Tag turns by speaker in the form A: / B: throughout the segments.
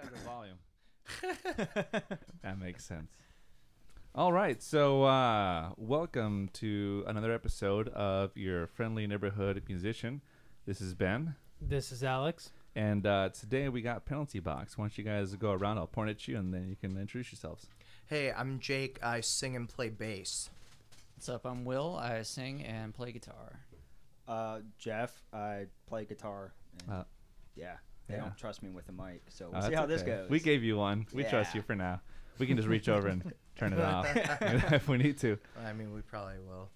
A: have the volume. that makes sense. All right, so uh, welcome to another episode of your friendly neighborhood musician. This is Ben,
B: This is Alex.
A: and uh, today we got penalty box. Why don't you guys go around? I'll point at you, and then you can introduce yourselves.
C: Hey, I'm Jake. I sing and play bass.
D: What's up? I'm Will. I sing and play guitar.
E: Uh, Jeff, I play guitar. And
A: Uh,
E: yeah, they
A: yeah.
E: don't trust me with a mic, so
A: Uh,
E: we'll see
A: that's
E: how this
A: okay.
E: goes.
A: We gave you one. We trust
E: Yeah.
A: you for now. We can just reach over and turn it off if we need to.
C: I mean, we probably will.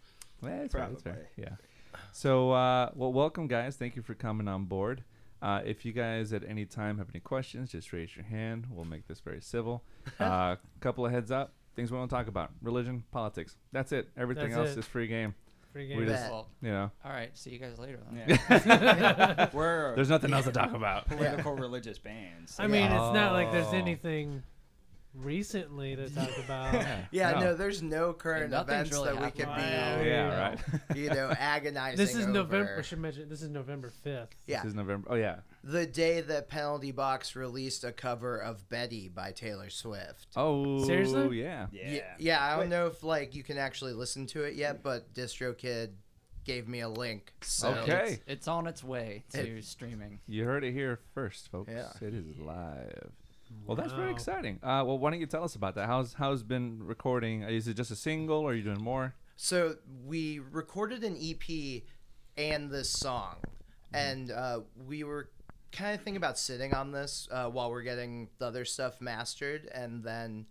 A: Yeah, that's right, that's right.
E: Probably.
A: Yeah. So, uh, well, welcome, guys. Thank you for coming on board. Uh, if you guys at any time have any questions, just raise your hand. We'll make this very civil. A uh, couple of heads up things we want to talk about religion, politics. That's it. Everything
B: That's
A: else
B: it.
A: is free game.
B: Free
A: We
B: game.
A: just-
C: Bet.
D: Well,
A: You know,
D: all right. See you guys later. Then.
E: Yeah. We're
A: there's nothing else to talk about.
E: political religious bands. so
B: I mean,
E: yeah.
B: it's not like
A: Oh.
B: there's anything recently to talk about.
C: Yeah, no, there's no current
D: nothing's
C: events
D: really
C: that we could
D: happening
B: right
C: be,
B: now.
A: Yeah, right.
C: you know, agonizing.
B: this is
C: over.
B: November. We should mention this is November fifth.
C: Yeah,
A: This is November. Oh, yeah.
C: the day that Penalty Box released a cover of Betty by Taylor Swift.
A: Oh,
B: Seriously?
A: Yeah.
C: Y-
E: yeah.
C: yeah. I don't
E: Wait.
C: know if like you can actually listen to it yet, but DistroKid gave me a link. So
A: Okay.
D: It's, it's on its way to
C: It-
D: streaming.
A: You heard it here first, folks.
C: Yeah.
A: It is live. Well, that's very
B: Wow.
A: exciting. Uh, well, why don't you tell us about that? How's how's been recording? Uh, Is it just a single, or are you doing more?
C: So we recorded an EP and this song,
B: Mm-hmm.
C: and uh, we were kind of thinking about sitting on this uh, while we're getting the other stuff mastered, and then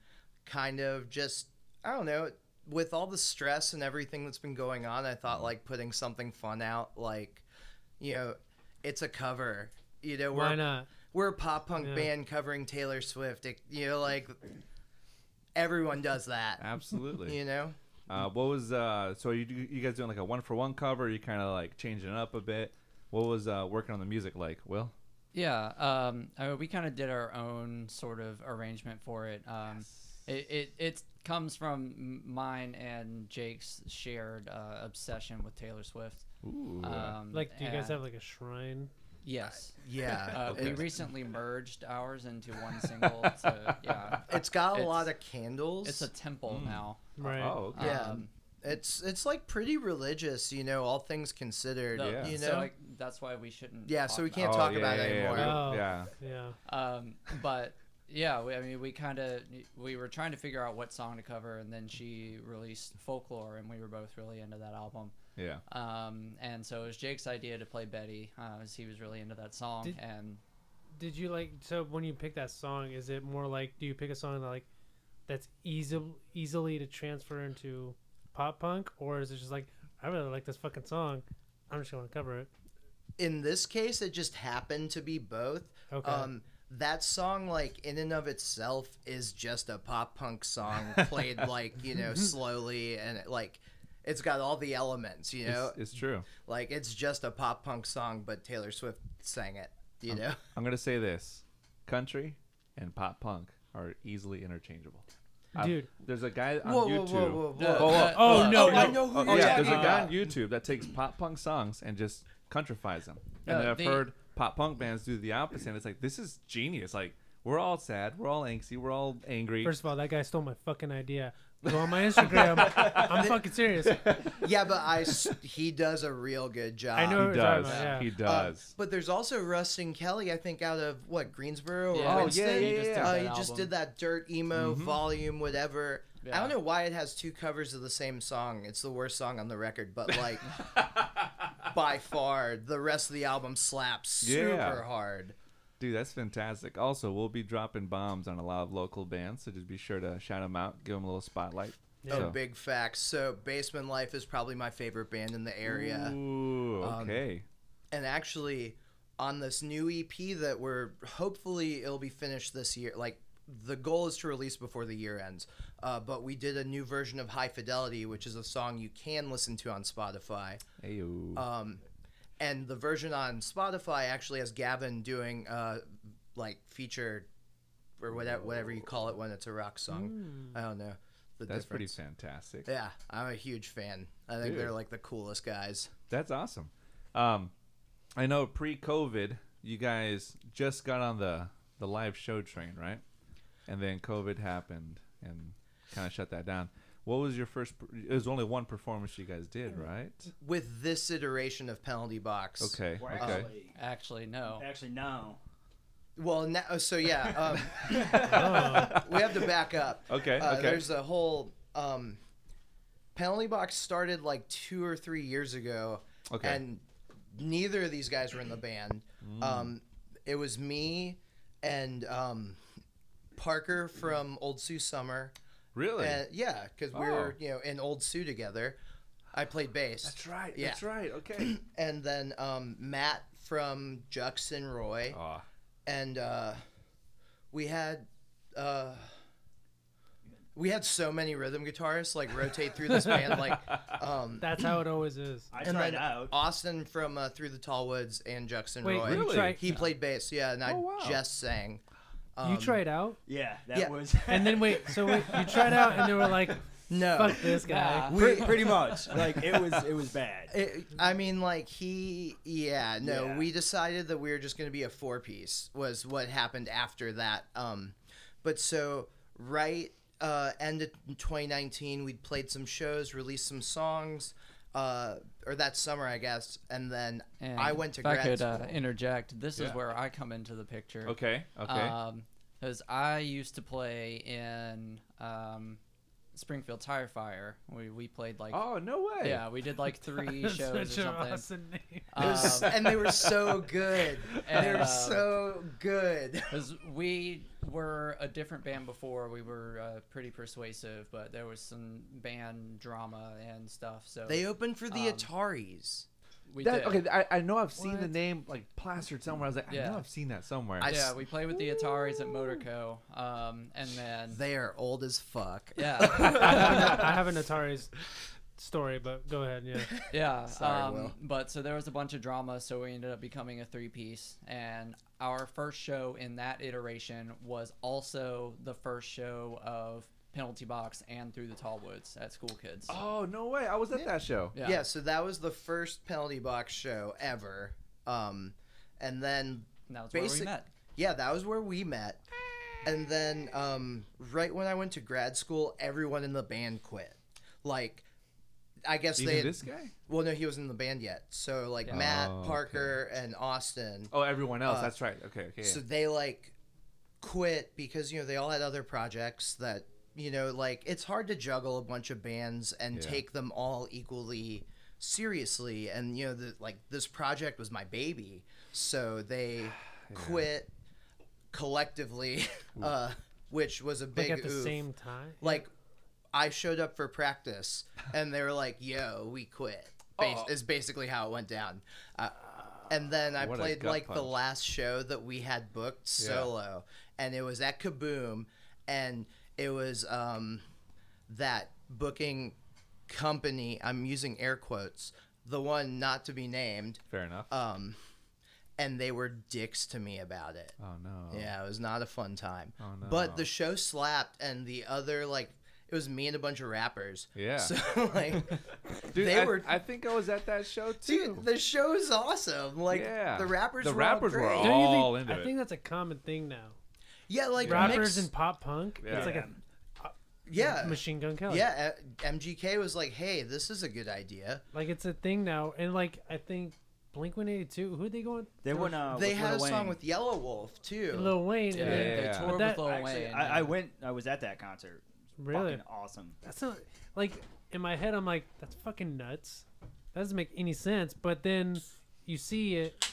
C: kind of just I don't know. With all the stress and everything that's been going on, I
B: Mm-hmm.
C: thought like putting something fun out, like you know, it's a cover. You know,
B: Why
C: we're
B: not?
C: we're a pop punk
B: Yeah.
C: band covering Taylor Swift. It, you know, like everyone does that.
A: Absolutely.
C: You know.
A: Uh, what was uh? So you do- you guys doing like a one for one cover? you kind of like changing it up a bit? What was uh working on the music like? Will
D: Yeah. Um. I mean, we kind of did our own sort of arrangement for it. Um. It, it it comes from m- mine and Jake's shared uh, obsession with Taylor Swift.
C: Uh,
A: Ooh.
D: Um,
B: Like, do you guys
D: and-
B: have like a shrine?
D: Yes.
C: Yeah.
D: Uh, we
C: it-
D: recently merged ours into one single. So yeah,
C: It's got a
D: It's-
C: lot of candles.
D: it's a
A: Hmm.
D: temple now.
B: Right.
A: Oh, okay.
C: Yeah.
D: Um,
C: it's it's like pretty religious, you know, all things considered.
D: the-
A: Yeah.
C: You know,
D: so like, that's why we shouldn't.
C: Yeah, so
D: talk
C: we can't
A: Oh,
C: talk
A: yeah,
C: about
A: yeah,
C: it
A: yeah,
C: anymore.
A: we-
B: Oh,
A: yeah.
B: Yeah.
D: um, but yeah, we, I mean, we kind of we were trying to figure out what song to cover, and then she released Folklore, and we were both really into that album.
A: Yeah.
D: Um, and so it was Jake's idea to play Betty, uh, as he was really into that song.
B: Did-
D: and
B: Did you like so when you pick that song? Is it more like do you pick a song that like that's easy easily to transfer into pop punk, or is it just like I really like this fucking song, I'm just gonna cover it?
C: in this case, it just happened to be both.
B: Okay.
C: Um, that song, like in and of itself, is just a pop punk song played like you know slowly and it, like it's got all the elements. You know,
A: It's, it's true.
C: like it's just a pop punk song, but Taylor Swift sang it. You know,
A: I'm gonna say this: country and pop punk are easily interchangeable. I've-
B: Dude.
A: there's a guy on
C: Whoa, whoa,
A: YouTube.
C: whoa, whoa,
D: The-
C: whoa.
D: the-
B: Oh,
D: the-
B: no, no.
C: Oh, Uh, I know who
A: Oh
C: you're
A: yeah,
C: talking
A: there's a guy
C: about.
A: on YouTube that takes pop punk songs and just countrifies them. And
D: No,
A: then I've
D: the-
A: heard pop punk bands do the opposite. And it's like this is genius. Like we're all sad, we're all angsty, we're all angry.
B: First of all, that guy stole my fucking idea. Go on my Instagram. I'm fucking serious.
C: Yeah, but I s- he does a real good job.
B: I know
A: he
B: what you're
A: does.
B: talking about, yeah.
A: He
C: Um,
A: does.
C: but there's also Rustin Kelly, I think, out of what Greensboro or
D: Yeah. Oh, yeah,
C: Winston.
A: yeah, yeah, yeah.
C: Uh,
D: He
C: he
D: just did that
C: just
D: album.
C: did that dirt emo
A: Mm-hmm.
C: volume, whatever. I
D: Yeah.
C: don't know why it has two covers of the same song. It's the worst song on the record, but like by far, the rest of the album slaps super
A: Yeah.
C: hard.
A: Dude, that's fantastic. Also, we'll be dropping bombs on a lot of local bands, so just be sure to shout them out, give them a little spotlight.
C: Oh, big facts. So, Basement Life is probably my favorite band in the area. Um,
A: Ooh, okay.
C: and actually on this new EP that we're hopefully it'll be finished this year. Like the goal is to release before the year ends. Uh, but we did a new version of High Fidelity, which is a song you can listen to on Spotify.
A: Ayo.
C: Um, and the version on Spotify actually has Gavin doing uh, like feature or whatever whatever you call it when it's a rock song. I don't know. The
A: that's pretty
C: difference.
A: fantastic.
C: Yeah, I'm a huge fan. I think
A: Dude.
C: they're like the coolest guys.
A: That's awesome. Um, I know pre-COVID, you guys just got on the the live show train, right? And then COVID happened and kind of shut that down. What was your first? per- It was only one performance you guys did, right?
C: with this iteration of penalty box.
A: Okay.
E: We're
A: Okay.
E: actually,
D: Actually, no.
E: actually no.
C: Well, now, uh, so yeah, um,
B: Oh.
C: we have to back up.
A: Okay.
C: Uh,
A: okay.
C: There's a whole um, penalty box started like two or three years ago,
A: Okay. Mm.
C: and neither of these guys were in the band. Um, it was me and um, Parker from Old Sioux Summer.
A: Really?
C: And, yeah, because we were
A: Oh.
C: you know in Old Sioux together. I played bass.
A: that's right.
C: yeah.
A: That's right. Okay.
C: and then um, Matt from Juxon Roy,
A: oh,
C: and uh, we had uh, we had so many rhythm guitarists like rotate through this band. Like um,
B: That's how it always is.
E: I
C: And
E: tried
C: then-
E: out.
C: Austin from uh, Through the Tall Woods and Juxon
B: Wait,
C: Roy,
B: you
A: Really?
B: tried,
C: he played bass. Yeah, and I
A: Oh, wow.
C: just sang.
B: you
C: Um,
B: tried out,
E: Yeah, that
C: yeah.
E: was.
B: and then wait, so wait, you tried out, and they were like,
C: No,
B: "Fuck this guy."
D: Nah.
E: Pre- pretty much like it was. It was bad.
C: It, I mean, like he, yeah, no.
E: Yeah.
C: We decided that we were just going to be a four piece. Was what happened after that. Um, but so right uh, end of 2019, we'd played some shows, released some songs, uh, or that summer, I guess. And then
D: And
C: I went to
D: If
C: grad
D: I could
C: school.
D: uh, interject, this
A: Yeah.
D: is where I come into the picture.
A: okay. Okay.
C: Uh,
D: Because Um, I used to play in um, Springfield Tire Fire. We we played like
A: oh no way.
D: yeah, we did like three
B: That's
D: shows or
B: such an
D: something.
B: awesome name.
C: It was-
D: Um,
C: and they were so good. they
D: and,
C: were
D: uh,
C: so good.
D: Because we were a different band before. We were uh, pretty persuasive, but there was some band drama and stuff. So
C: They opened for the
D: um,
C: Ataris.
D: we
A: That,
D: did.
A: okay, I, I know I've seen the
B: What?
A: name like plastered somewhere. I was like, I
D: Yeah.
A: know I've seen that somewhere.
C: I-
D: yeah,
C: s-
D: we played with the Ataris at Motorco, um, and then
C: They are old as fuck.
D: yeah,
B: I have, an- I have an Atari's story, but go ahead. Yeah,
D: yeah.
C: Sorry,
D: um,
C: Will.
D: But so there was a bunch of drama, so we ended up becoming a three piece, and our first show in that iteration was also the first show of Penalty Box and Through the Tall Woods at School Kids.
A: oh no way! I was at that show.
C: Yeah. so that was the first penalty box show ever. Um, and then
D: and that was
C: basic-
D: where we met.
C: yeah, that was where we met. And then um, right when I went to grad school, everyone in the band quit. Like, I guess
A: Even
C: they.
A: this guy?
C: Well, no, he wasn't in the band yet. So like
D: Yeah.
C: Matt
A: Oh,
C: Parker and Austin.
A: Oh, everyone else.
C: Uh,
A: That's right. Okay. Okay.
C: So they like quit because you know they all had other projects that you know like it's hard to juggle a bunch of bands and
A: Yeah.
C: take them all equally seriously and you know the, like this project was my baby so they quit collectively uh which was a big
B: like at the
C: oof.
B: same time.
C: like I showed up for practice and they were like yo we quit Bas- is basically how it went down uh, and then I
A: What a
C: played
A: gut
C: like the
A: punch.
C: last show that we had booked solo, and it was at Kaboom, and it was um, that booking company. I'm using air quotes, the one not to be named,
A: Fair enough.
C: um, and they were dicks to me about it.
A: oh no.
C: Yeah, it was not a fun time.
A: Oh, no.
C: But the show slapped, and the other like it was me and a bunch of rappers.
A: Yeah.
C: So like.
A: Dude,
C: They
A: I,
C: were-
A: I think I was at that show too.
C: Dude, the show's awesome. Like
A: Yeah.
C: the rappers,
A: The
C: were all
A: rappers were
C: great.
A: all-
B: Don't you
A: all
B: think,
A: into
B: I
A: it.
B: think that's a common thing now.
C: yeah, like
B: Rappers
C: mix-
B: and pop punk.
A: Yeah.
B: It's like a
C: yeah,
B: Machine Gun Kelly.
C: yeah. uh, MGK was like, "Hey, this is a good idea."
B: like it's a thing now, and like I think Blink One Eighty Two. Who they going?
E: They went. Uh,
C: they
E: with
C: had
E: Lil
C: a song
E: Wayne.
C: with Yellow Wolf too.
B: Lil Wayne.
D: Yeah,
B: and then-
A: yeah,
D: they
A: yeah.
D: toured
B: But
D: with
B: that-
D: Lil
E: Actually,
D: Wayne.
E: I, I
D: and-
E: went. I was at that concert.
B: Really?
E: Fucking awesome.
B: That's not like in my head. I'm like, that's fucking nuts. That doesn't make any sense. But then you see it,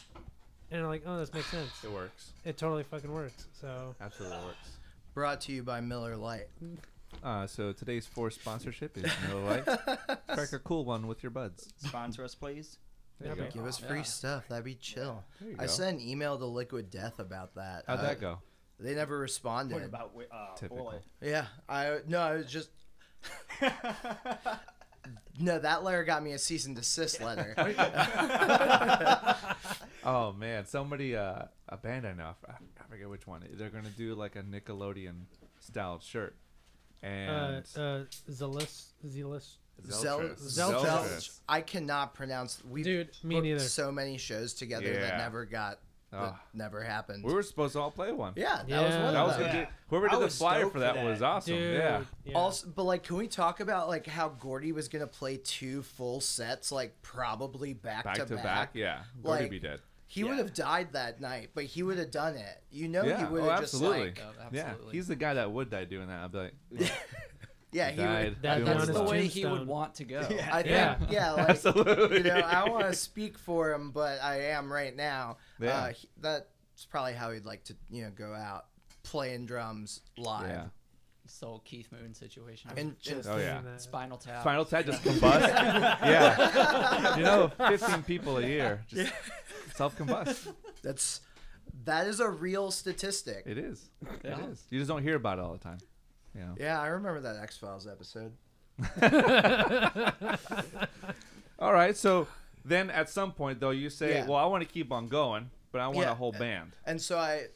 B: and I'm like, oh, this makes sense.
A: it works.
B: It totally fucking works. So
A: Absolutely works.
C: Brought to you by Miller Lite.
A: Uh, so today's fourth sponsorship is Miller Lite. Crack a cool one with your buds.
E: Sponsor us, please.
A: There you
B: Yeah,
A: go.
C: Give us
D: Yeah.
C: free stuff. That'd be chill.
A: Oh, There you
C: I
A: go.
C: sent an email to Liquid Death about that.
A: How'd
C: Uh,
A: that go?
C: They never
E: What
C: responded.
E: about wi- uh,
A: Typical.
E: oil?
C: Yeah, I no, I was just no. That letter got me a cease and desist letter.
A: Oh man, somebody uh, a band I know, I f- I forget which one. They're gonna do like a Nickelodeon styled shirt.
B: uh,
A: And
B: uh, Zealous, Zealous,
C: Zel-
A: Zeltress.
B: Zeltress.
C: Zelch. I cannot pronounce. We
B: dude, me
C: booked
B: neither.
C: So many shows together
A: Yeah.
C: that never got that
A: Ah.
C: never happened.
A: We were supposed to all play one.
C: yeah, that was
B: Yeah.
C: one
A: That
C: of
A: was
C: them.
E: Yeah.
A: legit- whoever
E: I
A: did the
E: was
A: flyer
E: stoked
A: for
E: for
A: that,
E: that.
A: was awesome.
B: Dude,
A: Yeah.
C: Also, but like, can we talk about like how Gordy was gonna play two full sets, like probably back,
A: Back to back. Yeah. Gordy
C: Like,
A: be dead.
C: He
E: Yeah.
C: would have died that night, but he would have done it. You know,
A: yeah.
C: he would
A: oh,
C: have
A: absolutely.
C: just like,
D: Oh,
A: Yeah.
D: absolutely.
A: He's the guy that would die doing that. I'd be like,
C: yeah,
A: he
C: he would.
A: died.
B: That-
A: doing
D: That's
B: on
A: this.
D: the
B: his
D: way he would
B: tombstone.
D: want to go.
E: Yeah.
C: I think, yeah,
B: Yeah.
C: like,
A: Absolutely.
C: you know, I don't want to speak for him, but I am right now.
A: Yeah.
C: Uh, he- that's probably how he'd like to, you know, go out playing drums live.
A: Yeah.
D: Soul Keith Moon situation.
C: And, and-
B: Just
A: Oh,
B: thinking
A: yeah.
B: that.
D: Spinal Tap.
A: Final Tap just combust. yeah. You know, 15 people a year just self combust.
C: that's that is a real statistic.
A: It is. It
D: Yeah.
A: is. You just don't hear about it all the time. You know.
C: yeah, I remember that X Files episode.
A: All right. So then at some point, though, you say,
C: Yeah.
A: well, I want to keep on going, but I want
C: Yeah.
A: a whole band.
C: And so I,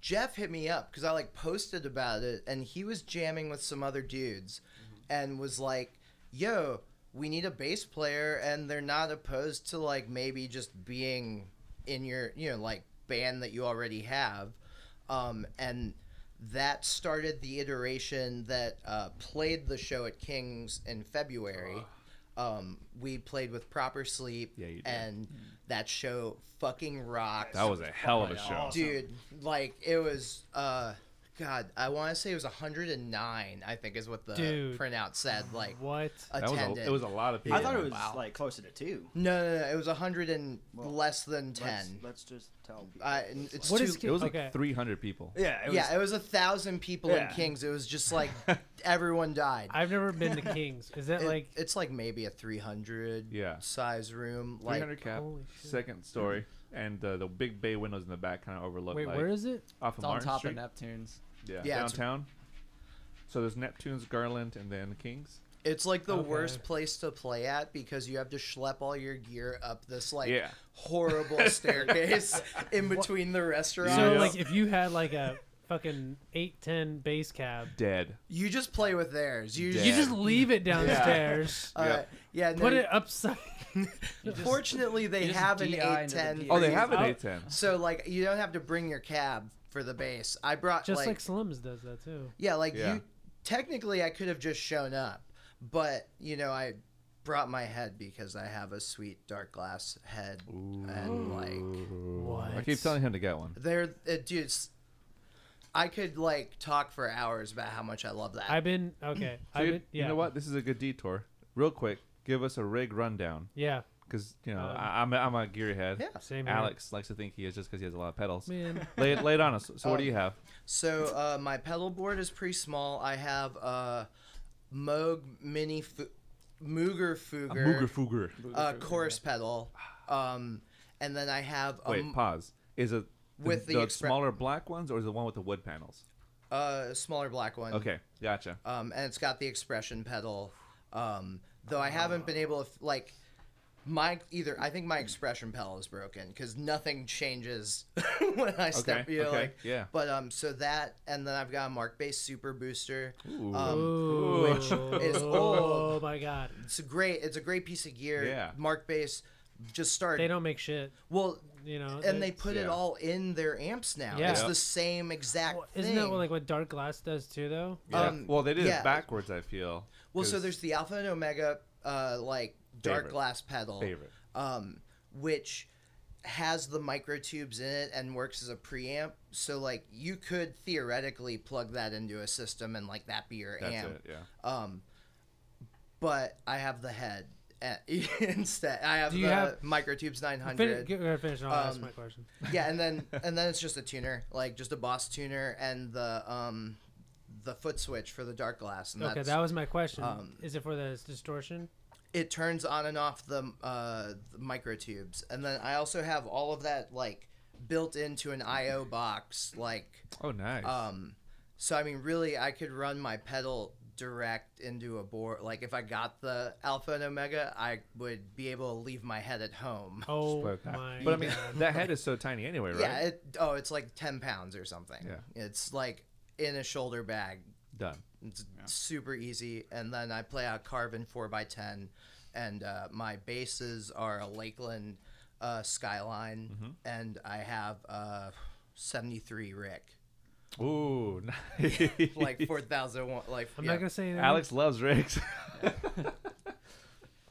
C: Jeff hit me up because I like posted about it, and he was jamming with some other dudes,
A: Mm-hmm.
C: and was like, "Yo, we need a bass player," and they're not opposed to like maybe just being in your you know like band that you already have, um, and that started the iteration that uh, played the show at King's in February. Um, we played with Proper Sleep,
A: Ah. Yeah, you did.
C: and that show fucking rocked
A: That was a hell of a
E: Fucking
A: show.
E: awesome.
C: dude like it was uh god i want to say it was 109 i think is what the
B: Dude.
C: printout said like
B: What?
A: That was
C: attended
A: a, it was a lot of people.
E: I thought it was
D: Wow.
E: like closer to two.
C: no, no no it was 100 and
E: Well,
C: less than 10
E: Let's, let's just tell.
C: I- it's
B: What
C: too,
B: is
A: It was like
B: Okay.
A: 300 people.
E: yeah, it was,
C: yeah it was a thousand people
E: Yeah.
C: in kings it was just like everyone died
B: I've never been to Kings. Is that
C: It-
B: like?
C: it's like maybe a 300
A: Yeah.
C: size room like
A: 300 cap,
B: Holy shit.
A: second story, and uh, the big bay windows in the back kind of overlook.
B: Wait,
A: like,
B: where is it?
A: off of
D: It's on
A: Martin
D: top
A: Street.
D: of Neptune's.
A: Yeah,
C: Yeah, it's-
A: downtown. So there's Neptune's, Garland, and then Kings.
C: it's like the
B: Okay.
C: worst place to play at because you have to schlep all your gear up this like
A: Yeah.
C: horrible staircase in between the restaurant
B: So
A: Yeah.
B: like, if you had like a fucking eight ten base cab,
A: Dead.
C: You just play with theirs. You,
A: Yeah.
B: you just leave it downstairs.
C: uh,
A: Yeah.
C: yeah. No,
B: Put it upside.
C: fortunately, they
D: you just
C: have an
D: DI
C: eight
D: into the
C: ten.
D: PA.
A: Oh, they have an
B: Oh.
A: 810.
C: So like, you don't have to bring your cab for the base. I brought
B: Just
C: like,
B: like, Slims does that too.
C: yeah, like
A: Yeah.
C: you. Technically, I could have just shown up, but you know, I brought my head because I have a sweet dark glass head, and like
A: Ooh. I
B: What?
A: keep telling him to get one.
C: they're uh, dude. it's- I could like talk for hours about how much I love that.
B: I've been okay. I've
A: Dude,
B: been, yeah.
A: You know what? This is a good detour. Real quick, give us a rig rundown
B: Yeah.
A: because you know
B: Um,
A: I, I'm a, I'm a gearhead.
C: Yeah.
B: Same. here.
A: Alex likes to think he is just because he has a lot of pedals.
B: Man.
A: Lay it, lay it on us. So what do
C: Um,
A: you have?
C: So uh, my pedal board is pretty small. I have a Moog Mini Fu- Mooger Fugger
A: Fuger.
C: uh, chorus pedal, um, and then I have a
A: Wait,
C: m-
A: pause. Is it
C: Um, With the
A: the,
C: expre-
A: smaller black ones or is it the one with the wood panels?
C: uh, smaller black one.
A: Okay, gotcha.
C: Um, and it's got the expression pedal. Um, though I haven't been able to f- like my either. I think my expression pedal is broken because nothing changes when I step.
A: Okay,
C: you know,
A: okay,
C: like-
A: yeah.
C: But um, so that and then I've got a Mark Bass Super Booster.
A: Ooh.
C: Um,
B: Ooh.
A: which
C: is
B: oh my god.
C: It's a great. It's a great piece of gear.
A: Yeah.
C: Mark Bass just started.
B: They don't make shit.
C: well,
B: You know.
C: and they put it
A: Yeah.
C: all in their amps now.
B: Yeah.
C: It's
A: Yeah.
C: the same exact
B: Well,
C: thing.
B: isn't that what, like what Dark Glass does too though?
A: Yeah.
C: um,
A: well, they did
C: yeah.
A: it backwards. I feel.
C: well, so
A: 'cause-
C: there's the Alpha and Omega, uh, like dark
A: Favorite.
C: glass pedal,
A: Favorite.
C: um, which has the micro tubes in it and works as a preamp. So like you could theoretically plug that into a system and like that be your
A: That's
C: amp.
A: it. Yeah.
C: Um, but I have the head. at- Instead, I have
B: Do you
C: the
B: have-
C: microtubes 900.
B: Fin- get her finished. I'll ask
C: Um,
B: my question.
C: yeah and then and then it's just a tuner like just a boss tuner and the um the foot switch for the dark glass and
B: Okay,
C: that's,
B: that was my question.
C: um,
B: is it for the distortion?
C: it turns on and off the uh the microtubes and then i also have all of that like built into an io box like
A: Oh, nice.
C: um so i mean really i could run my pedal direct into a board like if i got the alpha and omega i would be able to leave my head at home
B: Oh
A: Spoke that.
B: my.
A: but I mean,
B: God.
A: that head is so tiny anyway, right?
C: yeah it, oh it's like 10 pounds or something
A: Yeah.
C: it's like in a shoulder bag
A: Done.
C: It's super easy. And then I play out Carvin 4x10. And uh, my basses are a Lakeland uh, Skyline,
A: Mm-hmm.
C: and I have uh, 73 Rick,
A: Ooh, nice.
C: like 4001. Like
B: I'm
C: yeah.
B: not gonna say anything.
A: Alex loves rigs.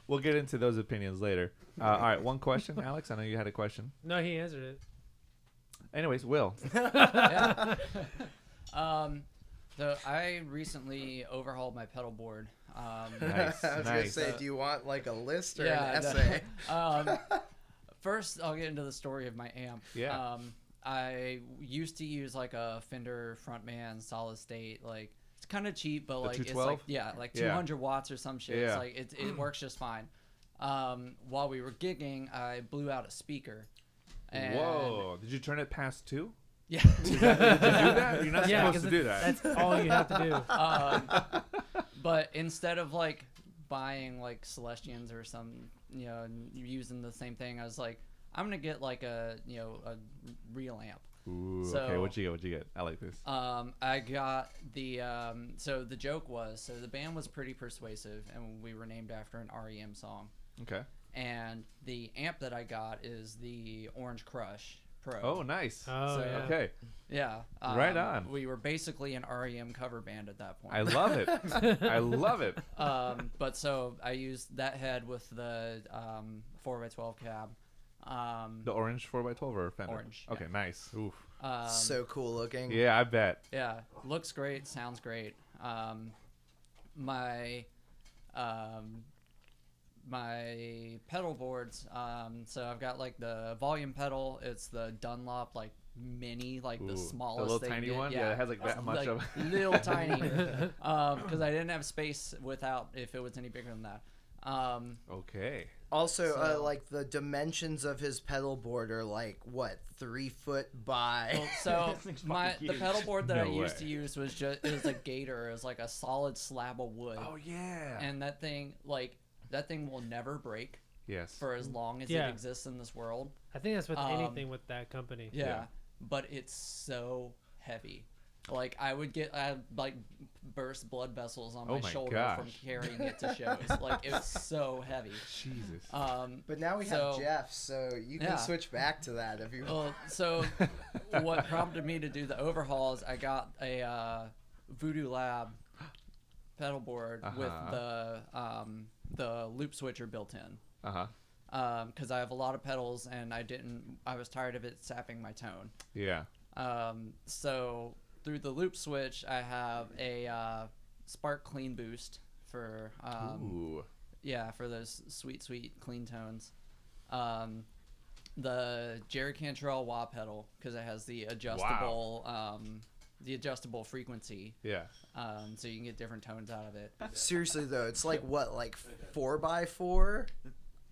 A: we'll get into those opinions later. Uh, all right, one question, Alex. I know you had a question.
B: No, he answered it.
A: Anyways, Will.
D: yeah. um, so I recently overhauled my pedal board. Um,
A: Nice,
C: I was gonna
A: nice.
C: say, do you want like a list or an
D: the-
C: essay?
D: um, first, I'll get into the story of my amp.
A: Yeah.
D: Um, I used to use like a Fender Frontman solid state. Like it's kind of cheap, but like it's
A: 212?
D: like yeah, like
A: Yeah.
D: 200 watts or some shit.
A: Yeah.
D: It's like it, it works just fine. Um, while we were gigging, I blew out a speaker. And
A: Whoa! Did you turn it past two?
D: Yeah.
A: Did you do that? You're not
B: Yeah,
A: supposed
B: 'cause
A: to do that.
B: That's all you have to do.
D: um, but instead of like buying like Celestians or some, you know, and using the same thing, I was like, I'm gonna get like a you know a real amp.
A: Ooh, okay,
D: So-
A: what you get? What you get? I like this.
D: Um, I got the um, so the joke was so the band was pretty persuasive, and we were named after an REM song.
C: Uh,
A: Okay.
D: And the amp that I got is the Orange Crush Pro.
A: Oh, nice.
B: Oh, yeah.
A: Okay,
D: yeah, um,
A: Right on.
D: We were basically an REM cover band at that point.
A: I love it. I love it.
D: um, but so I used that head with the um, 4x12 cab. Um,
A: The orange four x twelve or Fender?
D: Orange,
A: Okay, nice. Oof.
D: um,
C: so cool looking.
A: Yeah, I bet.
D: yeah, looks great, sounds great. Um, my um, my pedal boards. Um, so I've got like the volume pedal. It's the Dunlop like mini, like
A: Ooh,
D: the
A: the
D: smallest
A: little
D: they can
A: tiny
D: get.
A: one? Yeah, it has, like, that
D: It's,
A: much
D: like,
A: of-
D: little tiny. Because I didn't have space without if it was any bigger than that. Um,
A: Okay.
C: Also, uh,
D: So-
C: like the dimensions of his pedal board are like what three foot by.
D: Well, so
E: This thing's
D: my
E: fucking
D: the
E: huge.
D: pedal board that I
A: No
D: used to
A: way.
D: use was just it was a gator. It was like a solid slab of wood,
A: Oh yeah.
D: and that thing like that thing will never break
A: yes.
D: for as long as
B: Yeah.
D: it exists in this world.
B: I think that's with
D: Um,
B: anything with that company.
D: Yeah.
A: Yeah.
D: but it's so heavy. Like I would get I like burst blood vessels on
A: Oh
D: my,
A: my
D: shoulder from
A: gosh.
D: carrying it to shows. like it's so heavy.
A: Jesus.
D: Um,
C: But now we
D: So-
C: have Jeff, so you can
D: Yeah.
C: switch back to that if you want.
D: Well, so what prompted me to do the overhaul is I got a uh, Voodoo Lab pedal board with
A: Uh-huh.
D: the um, the loop switcher built in
A: Uh huh.
D: because I have a lot of pedals and I didn't. I was tired of it sapping my tone.
A: Yeah.
D: Um, so through the loop switch, I have a uh, Spark Clean Boost for um,
A: Ooh.
D: yeah, for those sweet, sweet clean tones. Um, the Jerry Cantrell wah pedal because it has the adjustable, um, the adjustable frequency,
A: Yeah.
D: um, so you can get different tones out of it.
C: Seriously though, it's like what, like four by four?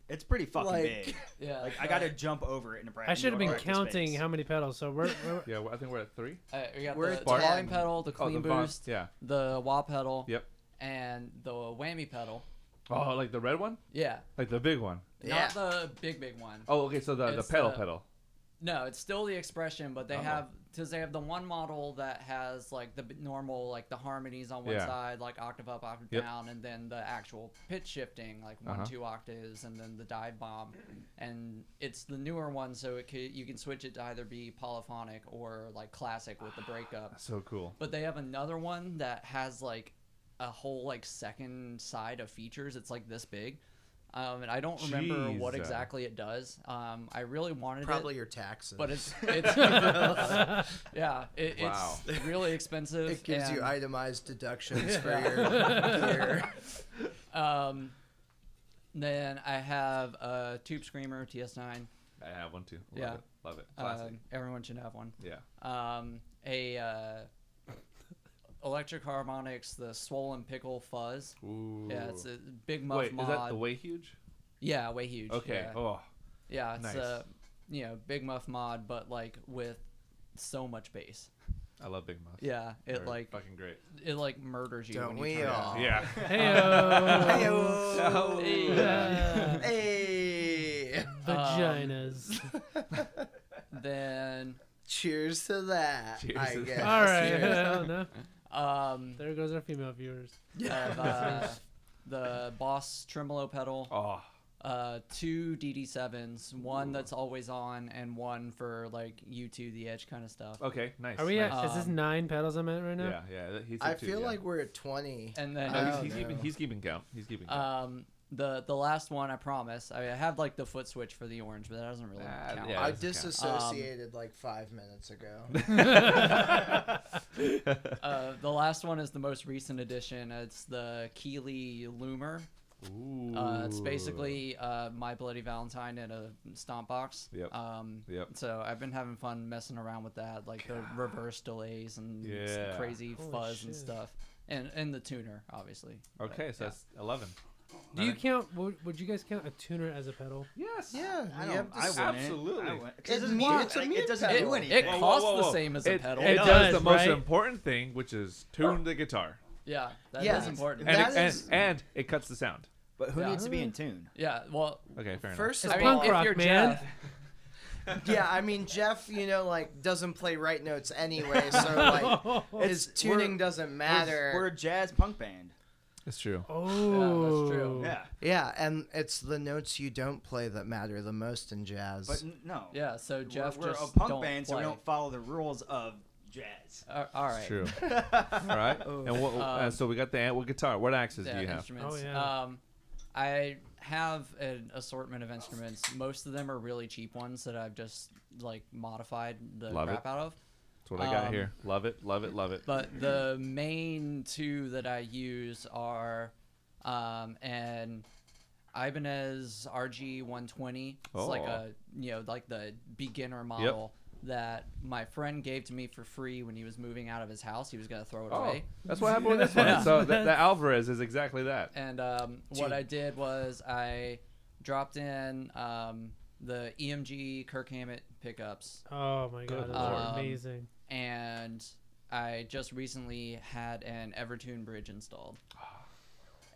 E: It's pretty fucking
C: Like-
E: big.
D: Yeah,
E: Like I gotta jump over it in a brand.
B: I should have
E: new
B: been
E: practice
B: counting
E: space.
B: how many pedals. So we're, we're
A: Yeah. Well, I think we're at three.
D: Uh, we got
C: We're
D: the
C: at
D: the
C: 10.
D: volume pedal, the
A: Oh,
D: clean
A: the bond-
D: boost,
A: Yeah.
D: the wah pedal,
A: Yep.
D: and the whammy pedal.
A: Oh, like the red one,
D: Yeah,
A: like the big one.
C: Yeah.
D: not the big big one.
A: Oh, okay. So the, the
D: It's
A: pedal
D: the-
A: pedal.
D: No, it's still the expression, but they
A: Oh.
D: have because they have the one model that has like the b- normal like the harmonies on one
A: Yeah.
D: side, like octave up, octave
A: Yep.
D: down, and then the actual pitch shifting, like one
A: Uh-huh.
D: two octaves, and then the dive bomb, and it's the newer one, so it could you can switch it to either be polyphonic or like classic with the breakup.
A: So cool.
D: But they have another one that has like a whole like second side of features. It's like this big. Um, and I don't remember what
A: Jeez, uh,
D: exactly it does. Um, I really wanted it
C: Probably your taxes.
D: but it's it's yeah, it,
A: Wow.
D: it's really expensive.
C: it gives you
D: and,
C: itemized deductions for your gear.
D: um. Then I have a Tube Screamer TS9.
A: I have one too. Love
D: Yeah.
A: It. Love it. Classic.
D: Um, everyone should have one.
A: yeah.
D: Um, a uh, Electric Harmonics, the Swollen Pickle Fuzz.
A: Ooh.
D: Yeah, it's a big muff
A: Wait,
D: mod.
A: is that the way huge?
D: yeah, way huge.
A: Okay.
D: Yeah,
A: Oh,
D: yeah it's
A: nice.
D: a you know big muff mod, but like with so much bass.
A: I love big muffs.
D: Yeah, it
A: They're
D: like
A: fucking great.
D: it like murders you.
C: Don't
D: when
C: we
D: you turn it
C: all?
D: on.
A: Yeah.
B: hey
C: Heyo.
D: Yeah.
C: oh. Hey. Um,
B: vaginas.
D: then
C: Cheers to that.
A: Cheers
C: I
A: to that.
C: guess.
B: All right,
D: serious.
B: well, no,
D: um
B: there goes our female viewers.
D: I have, uh, the boss tremolo pedal
A: Oh,
D: uh, two DD7s, one that's always on, and one for like U2 the Edge kind of stuff.
A: Okay, nice.
B: Are we
A: nice.
B: at, is this
D: Um,
B: nine pedals I'm at right now?
A: Yeah, yeah. that- He's
C: I
A: at two,
C: feel
A: yeah.
C: like we're at 20.
D: And then
A: No,
C: Oh,
A: he's, he's
C: no.
A: keeping he's keeping count. He's keeping count.
D: um, the the last one, I promise. I, mean, I have like the foot switch for the orange, but that doesn't really
A: Ah,
D: count.
A: yeah,
C: I
A: it doesn't count.
C: disassociated like five minutes ago.
D: Uh, the last one is the most recent edition. It's the Keeley Loomer. Uh, it's
A: Ooh.
D: basically uh, My Bloody Valentine in a stomp box.
A: Yep.
D: Um,
A: Yep.
D: So I've been having fun messing around with that, like the reverse delays and s-
A: Yeah.
D: crazy
B: Holy
D: fuzz
B: shit.
D: and stuff, and and the tuner, obviously. But,
A: Okay, so
D: yeah.
A: that's eleven.
B: Do you
A: Nine.
B: count? Would, would you guys count a tuner as a pedal?
A: Yes.
C: yeah, you
E: I don't-
C: have to
A: I
C: s-
D: wouldn't.
A: absolutely.
E: I went- 'cause
C: It
E: it's a
C: means-
E: meme,
C: it's a
E: like,
C: meme
E: it doesn't
C: pedal.
E: do
C: It-
E: anything.
D: it Whoa, costs the same as a
A: it,
D: pedal.
A: It,
D: It
A: does,
B: does,
A: the most
B: right?
A: important thing, which is tune the guitar,
D: yeah, that is
C: Yeah.
D: important.
A: and
C: That
A: it,
C: is-
A: and, and it cuts the sound.
E: But who
D: Yeah.
E: needs to be in tune?
D: yeah, well,
A: Okay, fair
C: First of
D: I
B: It's
D: mean,
C: all,
B: punk
D: if
B: rock,
D: you're
B: man.
D: Jeff,
C: yeah, I mean Jeff, you know, like doesn't play right notes anyway, so like his tuning doesn't matter.
E: We're a jazz punk band.
A: enough. It's true.
B: oh,
D: true.
E: Yeah,
C: yeah, and it's the notes you don't play that matter the most in jazz.
E: but n- no.
D: yeah. So
E: We're-
D: Jeff,
E: we're,
D: just
E: a punk
D: don't
E: band, so we
D: play.
E: don't follow the rules of jazz.
D: Al- all right.
A: It's true. All right. And what, uh,
D: Um,
A: so we got the amp- what guitar? What axes
D: Yeah,
A: do you have?
D: instruments.
B: Oh, yeah.
D: Um, I have an assortment of instruments. Most of them are really cheap ones that I've just like modified the
A: Love
D: crap
A: it.
D: out of.
A: That's what I got
D: Um,
A: here. Love it. Love it. Love it.
D: But the main two that I use are um, an Ibanez RG120. It's like
A: Oh.
D: a you know like the beginner model that my friend gave to me for free when he was moving out of his house. He was gonna throw it
A: Oh,
D: away.
A: that's what happened with this one.
D: Yeah.
A: So the, the Alvarez is exactly that.
D: And um, what
C: Dude.
D: I did was I dropped in um, the EMG Kirk Hammett pickups,
B: Oh my
A: Good
B: god, those
A: lord.
B: are
D: Um,
B: amazing.
D: and I just recently had an Evertune bridge installed.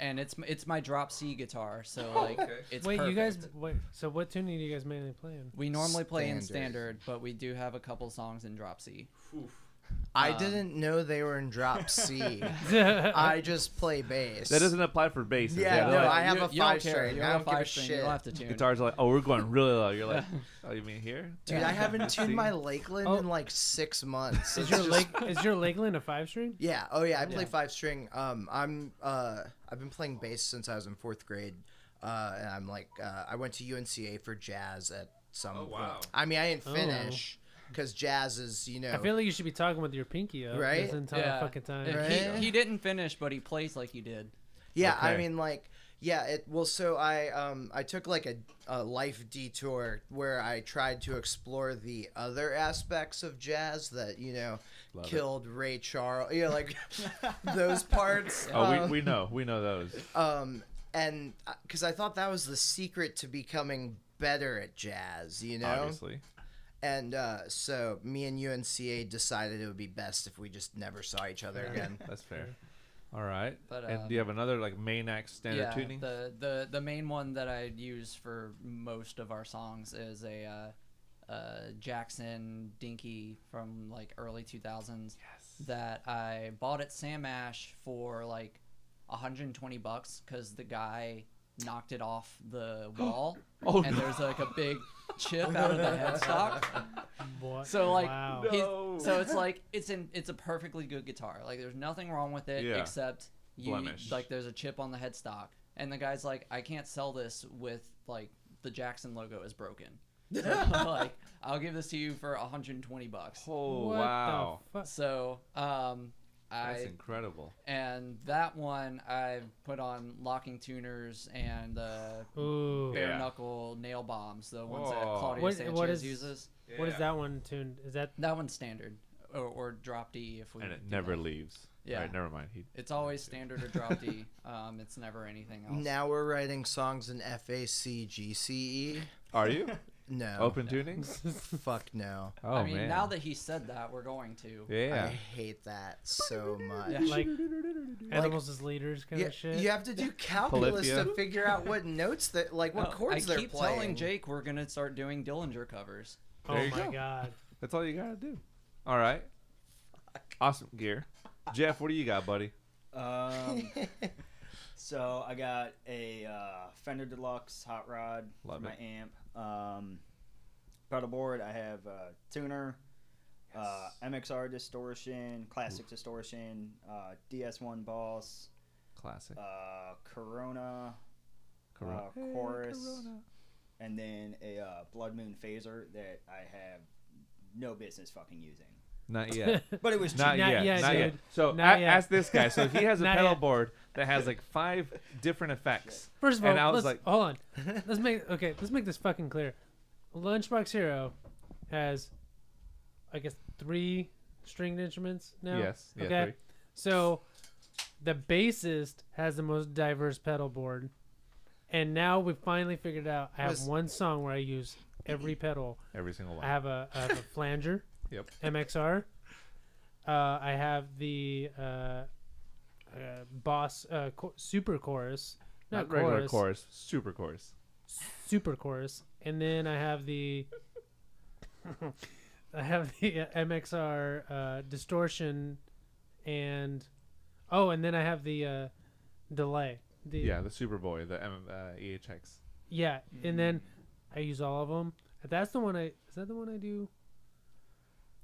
D: And it's it's my drop C guitar, so
C: Oh,
D: like
A: okay.
D: it's
B: Wait, you guys,
D: perfect.
B: wait. So what tuning do you guys mainly play in?
D: We normally play in
C: Standard.
D: standard, but we do have a couple songs in drop C.
C: I
B: uh,
D: um,
C: didn't know they were in drop C. I just play bass.
A: That doesn't apply for basses.
C: Yeah,
A: they're
C: no,
A: like,
C: I have
D: You-
C: a
D: you don't
C: five
D: care.
C: string.
D: You
C: I
D: have
C: don't give a
D: five string. You
C: shit.
D: don't have to tune.
A: guitars are like, oh, we're going really low. You're like, oh, you mean here?
C: Dude, I haven't tuned
A: See?
C: my Lakeland
B: Oh.
C: in like six months.
B: Is
C: It's
B: your
C: just-
B: Lake, is your Lakeland a five string?
C: Yeah. Oh yeah. I play
D: Yeah.
C: five string. Um, I'm uh, I've been playing bass since I was in fourth grade. Uh, and I'm like, uh, I went to UNCA for jazz at some.
A: Oh, wow.
C: Point. I mean, I didn't
B: Oh.
C: finish because jazz is, you know.
B: I feel like you should be talking with your pinky up
C: Right?
B: this entire
D: Yeah.
B: fucking time.
D: If
C: Right?
D: He, he didn't finish, but he plays like he did.
C: yeah. I
A: Okay.
C: mean, like, yeah. It well, so I um, I took like a, a life detour where I tried to explore the other aspects of jazz that you know
A: Love it.
C: killed Ray Charles. You know, like those parts.
A: Oh,
C: um,
A: we, we know. We know those.
C: um and because i thought that was the secret to becoming better at jazz you know
A: Obviously.
C: and uh, so me and unca decided it would be best if we just never saw each other again
A: That's fair. All right.
D: But, um,
A: and do you have another like main axe standard
D: yeah,
A: tuning?
D: The, the the main one that I use for most of our songs is a uh, uh, Jackson Dinky from like early 2000s that I bought at Sam Ash for like 120 bucks because the guy knocked it off the wall
A: Oh,
D: and
A: no.
D: there's like a big chip out of the headstock.
B: What?
D: So like
B: wow.
D: he's-
A: No.
D: so it's like it's an it's a perfectly good guitar. Like there's nothing wrong with it
A: Yeah.
D: except you
A: Blemish.
D: like there's a chip on the headstock and the guy's like I can't sell this with like the Jackson logo is broken. So, like I'll give this to you for 120 bucks.
A: oh
B: What the
A: wow,
B: fuck?
D: So um
A: that's
D: I
A: incredible.
D: and that one I've put on locking tuners and the
B: Ooh.
A: Yeah.
D: bare knuckle nail bombs, the ones that
A: Whoa.
D: Claudio
B: What- what
D: Sanchez
B: is-
D: uses.
B: What is that one tuned? Is that
D: That one's standard, or, or drop D if we.
A: And it
D: do
A: never
D: that.
A: leaves.
D: Yeah.
A: All right, never mind. He,
D: It's always standard or drop D. Um, it's never anything else.
C: now we're writing songs in f-a-c-g-c-e
A: are you
C: E. no
A: open tunings?
C: fuck no
A: Oh
D: I mean,
A: man.
D: now that he said that, we're going to.
C: i
A: yeah.
C: hate that so much
D: Yeah.
B: like animals as leaders kind
C: Yeah,
B: of shit?
C: you have to do calculus to
A: Polyphia.
C: figure out what notes that like what
B: Oh,
D: No,
C: chords
D: I
C: they're
D: keep
C: playing
D: telling Jake we're gonna start doing Dillinger covers.
B: oh
A: There you
B: my
A: go.
B: god.
A: That's all you gotta do. All right.
B: um,
A: Awesome gear. Jeff, what do you got, buddy?
E: Um, So I got a uh, Fender Deluxe hot rod
A: Love
E: for my
A: it.
E: amp. Um, pedal board. I have a tuner, uh, MXR distortion, classic distortion, uh, DS1 Boss,
A: Classic.
E: uh, Corona,
A: Corona.
E: uh, chorus. and then a uh, Blood Moon phaser that I have no business fucking using.
A: Not yet.
E: But it was cheap.
A: Not,
B: Not
A: yet.
B: yet,
A: Not yet.
B: dude.
A: So
B: Not
A: a-
B: yet.
A: ask this guy. So he has a
B: Not
A: pedal
B: yet.
A: board that has like five different effects.
B: First of all,
A: And I was
B: let's,
A: like-
B: hold on. Let's make okay. Let's make this fucking clear. Lunchbox Hero has, I guess, three stringed instruments now.
A: Yes. Yeah,
B: Okay.
A: three.
B: So, the bassist has the most diverse pedal board, and now we finally figured out. I have
C: Was-
B: one song where I use every pedal.
A: Every single one.
B: I have a, I have a flanger.
A: Yep.
B: MXR. Uh, I have the uh, uh, Boss uh, cho- Super Chorus.
A: Not regular chorus. Super chorus.
B: super chorus, and then I have the I have the uh, MXR uh, distortion, and oh, and then I have the uh, delay. The,
A: Yeah, the Superboy, the M- uh, EHX.
B: yeah, and then I use all of them. That's the one I is that the one I do.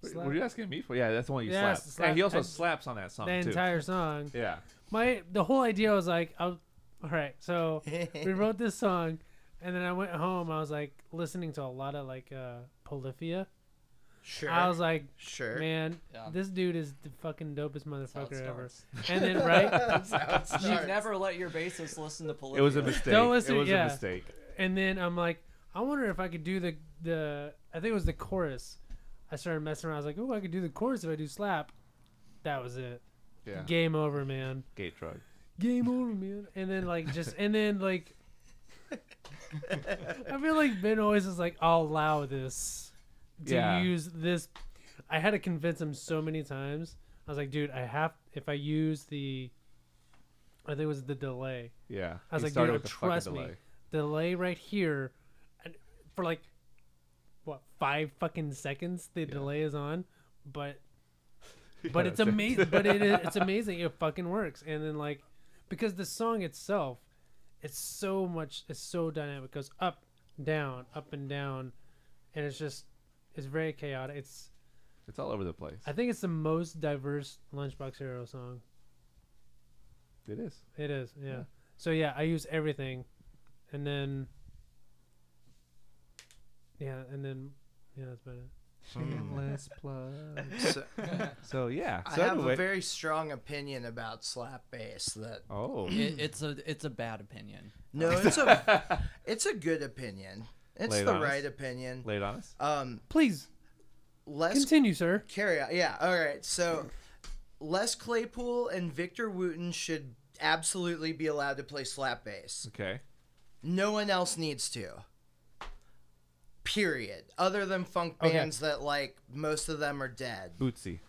B: Slap?
A: Were you asking me for? Yeah, that's the one you
B: Yeah,
A: slapped.
B: slap.
A: And he also
B: And-
A: slaps on that song
B: The
A: too.
B: entire song.
A: yeah.
B: My the whole idea was like, I was, all right, so we wrote this song, and then I went home. I was like listening to a lot of like uh, Polyphia.
C: Sure.
B: I was like,
C: sure.
B: Man,
D: Yeah.
B: this dude is the fucking dopest
D: That's how it
B: motherfucker ever.
D: starts.
B: And then right,
C: That's how it
D: You
C: starts.
D: never let your bassist listen to Polyphia.
A: It was a mistake.
B: Don't listen-
A: it was
B: yeah.
A: a mistake.
B: and then I'm like, I wonder if I could do the the. I think it was the chorus. I started messing around. I was like, oh, I could do the chorus if I do slap. That was it.
A: Yeah.
B: Game over, man.
A: Gate drug.
B: Game over, man. And then like just and then like. I feel like Ben always is like, I'll allow this to
A: Yeah.
B: use this. I had to convince him so many times. I was like, dude, I have if I use the. I think it was the delay.
A: Yeah.
B: I was
A: He
B: like,
A: started
B: dude,
A: with the fucking
B: trust me.
A: delay.
B: Delay right here, and for like, what five fucking seconds the delay is on, but but
A: Yeah,
B: it's
A: that's it.
B: amazing. but it is, it's amazing. It fucking works. And then like, because the song itself, it's so much. It's so dynamic. It goes up, down, up and down, and it's just it's very chaotic. It's
A: It's all over the place.
B: I think it's the most diverse Lunchbox Hero song.
A: It is.
B: It is, yeah.
A: Yeah.
B: So yeah, I use everything, and then yeah, and then yeah, that's about it.
A: Shameless plug.
C: So-
A: So yeah.
C: I
A: So
C: have
A: anyway.
C: a very strong opinion about slap bass. That
A: oh.
D: It- it's a it's a bad opinion.
C: no, it's a it's a good opinion. It's
A: Lay it
C: the
A: on us.
C: right opinion.
A: Laid on us.
C: Um,
B: Please
C: Les
B: continue, sir.
C: carry on. Yeah. All right.
A: Hmm.
C: So, Les Claypool and Victor Wooten should absolutely be allowed to play slap bass.
A: Okay.
C: No one else needs to. Period. Other than funk
B: Okay.
C: bands that like most of them are dead.
A: Bootsy.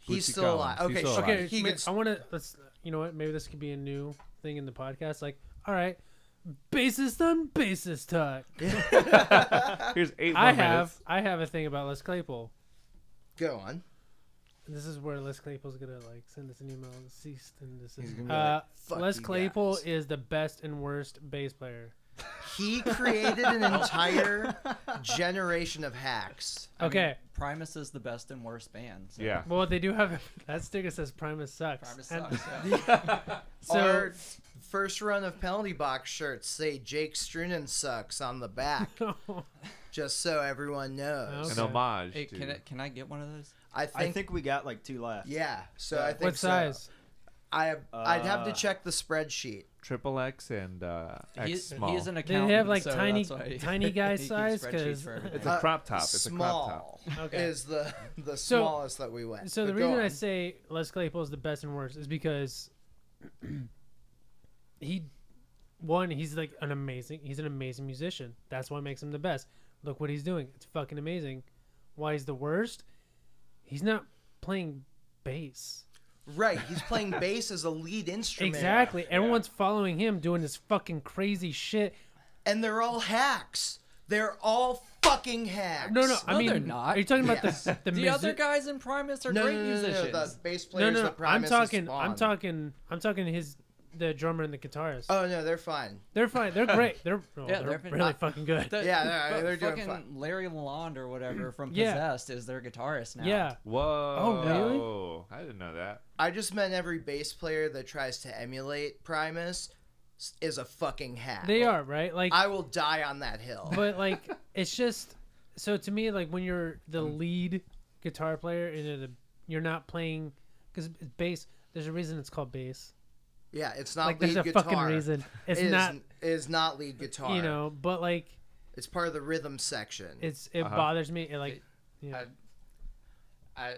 C: He's
A: Bootsy
C: still alive.
A: Collins. He's
C: Okay,
A: still
C: sure.
A: alive.
B: Okay,
C: He
B: ma-
C: gets-
B: I want to. Let's. You know what? Maybe this could be a new thing in the podcast. Like, all right, bassist on bassist talk.
C: uh,
A: Here's eight more
B: I have
A: minutes.
B: I have a thing about Les Claypool.
C: Go on.
B: This is where Les Claypool's gonna like send us an email, cease and desist.
C: gonna be
B: Uh,
C: like, "Fuck
B: Les
C: you
B: Claypool
C: guys."
B: is the best and worst bass player.
C: He created an
A: Oh.
C: entire generation of hacks.
D: I mean,
B: Okay.
D: Primus is the best and worst band. so
A: Yeah.
B: Well, they do have that sticker says Primus sucks.
D: Primus
B: And
D: sucks. yeah.
B: So
C: Our first run of penalty box shirts say Jake Strunen sucks on the back, just so everyone knows.
B: Okay.
A: An homage.
D: Hey,
A: to-
D: can I, can I get one of those?
C: I think,
E: I think we got like two left.
C: yeah. So I think
B: what
C: so.
B: size?
C: I have, I'd have to
E: Uh,
C: check the spreadsheet.
A: Triple X and uh, X
D: He-
A: small.
D: He's an
B: They
D: accountant.
B: have like
D: so
B: tiny,
D: that's why-
B: tiny guy
D: he keeps
B: size
D: spreadsheets
B: because
D: for everything.
A: it's a
C: uh,
A: crop top. It's a crop top.
C: Small
B: Okay.
C: is the the
B: So-
C: smallest that we went.
B: So the
C: But go
B: reason I
C: on.
B: say Les Claypool is the best and worst is because he, one, he's like an amazing, he's an amazing musician. That's what makes him the best. Look what he's doing. It's fucking amazing. Why he's the worst? He's not playing bass.
C: right, he's playing bass as a lead instrument.
B: Exactly. Everyone's following him doing this fucking crazy shit.
C: and they're all hacks. They're all fucking hacks.
B: No, no, I
D: No,
B: mean,
D: they're not.
B: Are you talking about
C: Yes.
B: the the,
D: The
B: musi-
D: other guys in Primus are
C: no,
D: great
C: no, no, no, no,
D: musicians.
C: The bass
B: No,
C: players.
B: no,
C: that
B: no. I'm
C: Primus is
B: talking. I'm
C: spawned.
B: talking. I'm talking his the drummer and the guitarist.
C: Oh no, they're fine.
B: they're fine. They're great. They're, oh,
D: Yeah,
B: they're,
D: they're-
B: really
D: I-
B: fucking good.
D: The-
C: Yeah, no,
D: but
C: they're doing
D: fucking
C: fine.
D: Larry Lalonde or whatever from
B: Yeah.
D: Possessed is their guitarist now.
B: Yeah.
A: Whoa.
D: Oh,
B: really?
A: I didn't know that.
C: I just meant every bass player that tries to emulate Primus s- is a fucking hack.
B: They are, right? Like
C: I will die on that hill.
B: but like it's just so to me like when you're the
C: Mm.
B: lead guitar player and you're, the, you're not playing because bass there's a reason it's called bass
C: yeah, it's not
B: like
C: lead
B: there's a
C: guitar.
B: fucking reason it's
C: It is-
B: not
C: it is not lead guitar.
B: you know but like
C: it's part of the rhythm section.
B: it's it
A: Uh-huh.
B: bothers me it like
D: It-
B: yeah.
D: I- I,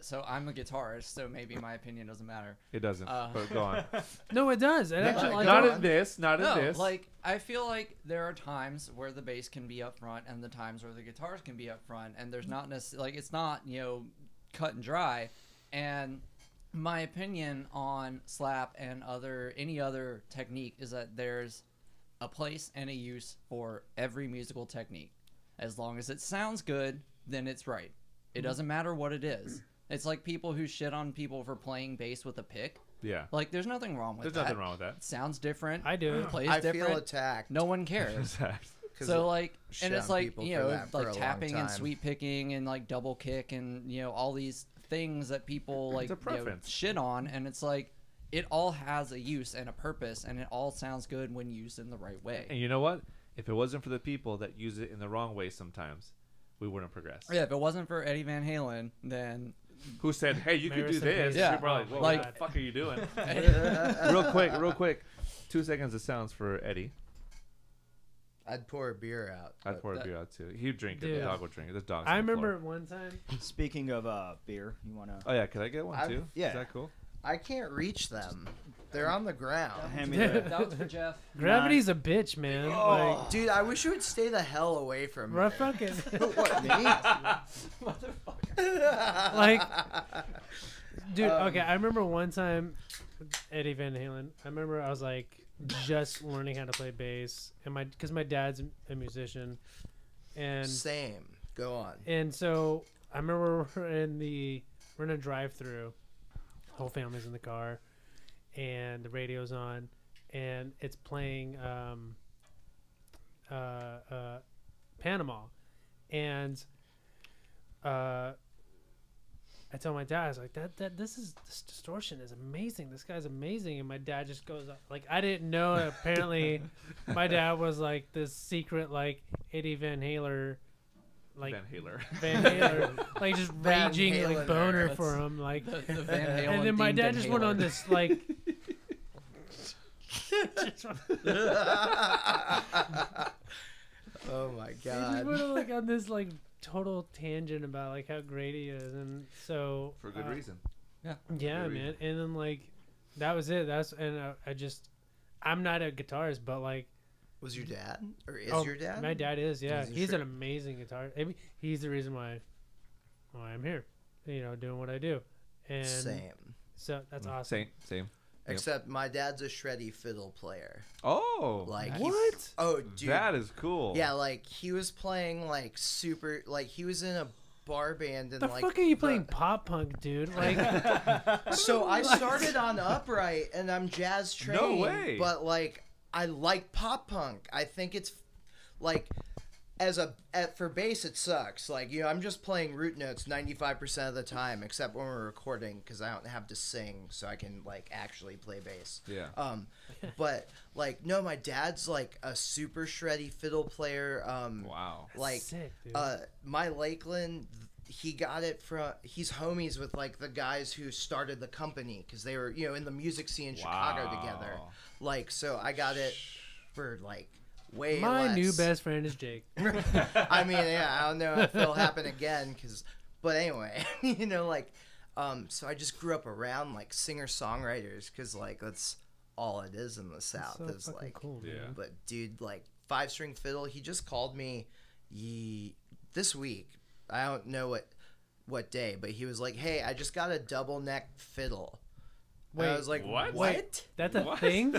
D: so I'm a guitarist, so maybe my opinion doesn't matter.
A: It doesn't.
D: Uh.
A: but go on.
B: no it does it actually
D: I
A: not
D: don't-
A: in this. Not in
D: No,
A: this.
D: like I feel like there are times where the bass can be up front and the times where the guitars can be up front, and there's not necessarily like it's not you know cut and dry. And my opinion on slap and other any other technique is that there's a place and a use for every musical technique. As long as it sounds good, then it's right.
A: Mm-hmm.
D: It doesn't matter what it is. It's like people who shit on people for playing bass with a pick.
A: yeah.
D: Like there's nothing wrong with
A: There's
D: that.
A: nothing wrong with that.
D: It sounds different.
B: I do.
D: Plays
C: I
D: different.
C: feel attacked.
D: no one cares.
A: Exactly.
D: so like,
C: shit
D: and it's
C: on
D: like
C: people
D: you
C: for
D: know,
C: that for a
D: like
C: long
D: tapping and
C: time.
D: sweep picking and like double kick and you know all these things that people like
A: a
D: you know,
A: preference.
D: shit on, and it's like it all has a use and a purpose, and it all sounds good when used in the right way.
A: And you know what? If it wasn't for the people that use it in the wrong way sometimes, we wouldn't progress.
D: Yeah, if it wasn't for Eddie Van Halen, then
A: Who said, hey, you could
B: Maris
A: do
B: and
A: this?
B: Paige.
A: Yeah.
D: Yeah.
A: People are like,
B: Oh
A: "Whoa,
D: my
A: what
D: God.
A: the fuck are you doing? real quick, real quick. Two seconds of sounds for Eddie.
C: I'd pour a beer out.
A: I'd
C: but-
A: pour a
D: that-
A: beer out too. He'd drink it. The
B: Dude.
A: dog would drink it. The dog's
B: I
A: on the floor.
B: remember one time
E: Speaking of uh, beer, you wanna
A: Oh yeah, could I get one
C: I've-
A: too?
E: yeah.
A: Is that cool?
C: I can't reach them. They're on the ground.
E: hand me the?
D: that was for Jeff.
B: gravity's a bitch man
C: Oh.
B: like
C: Dude, I wish you would stay the hell away from
B: rough
C: me.
B: Oh. fucking
E: what me?
D: Motherfucker.
B: like dude okay i remember one time eddie van halen i remember i was like just learning how to play bass and my because my dad's a musician and
C: Same. Go on.
B: and so i remember we're in the we're in a drive-through whole family's in the car and the radio's on and it's playing um uh uh panama and uh I tell my dad, I was like, that, that, this is, this distortion is amazing. This guy's amazing. And my dad just goes, like, I didn't know. Apparently, my dad was like this secret, like, Eddie Van Haler, like,
A: Van Halen.
B: Van Halen, like, just
C: Van
B: raging,
C: Halener.
B: like, boner
D: That's-
B: for him. Like,
D: The, the Van Halen.
B: and then my
D: themed
B: dad just went on
D: inhaler.
B: this, like,
C: oh my
B: He just
C: god.
B: went on, like on this like total tangent about like how great he is, and so
A: For good
B: uh,
A: reason.
B: Yeah,
A: Good
B: man. And then like that was it. That's and I, I just I'm not a guitarist, but like
C: Was your dad? Or is
B: oh,
C: your dad?
B: My dad is. Yeah,
C: Is he
B: he's
C: sure?
B: an amazing guitarist. I mean, he's the reason why why I'm here. You know, doing what I do. And
C: Same.
B: so that's awesome.
A: Mm, Same, same.
C: Except my dad's a shreddy fiddle player.
A: Oh,
C: Like, he-
A: what?
C: Oh, dude.
A: That is cool.
C: Yeah, like he was playing like super. Like he was in a bar band and
B: The
C: like.
B: fuck are you
C: the-
B: playing pop punk, dude? Like
C: So I started on upright and I'm jazz trained.
A: way.
C: But like I like pop punk. I think it's like as a at, for bass it sucks. Like you know I'm just playing root notes 95% of the time except when we're recording cuz I don't have to sing so I can like actually play bass.
A: Yeah.
C: Um but like no my dad's like a super shreddy fiddle player um
A: Wow.
C: like
B: sick, dude.
C: uh my lakeland he got it from he's homies with like the guys who started the company because they were you know in the music scene in chicago together
A: Wow.
C: like so i got it for like way
B: my
C: less.
B: new best friend is Jake.
C: I mean, yeah, I don't know if it'll happen again, cause. But anyway, you know, like, um, so I just grew up around like singer songwriters, cause like that's all it is in the South.
B: so
C: is
B: fucking
C: like,
B: cool, man.
A: Yeah.
C: but dude, like five string fiddle. He just called me, ye, this week. I don't know what, what day, but he was like, hey, I just got a double neck fiddle. and I
B: Wait,
C: was like,
A: what?
C: what?
B: That's a
A: What?
B: thing.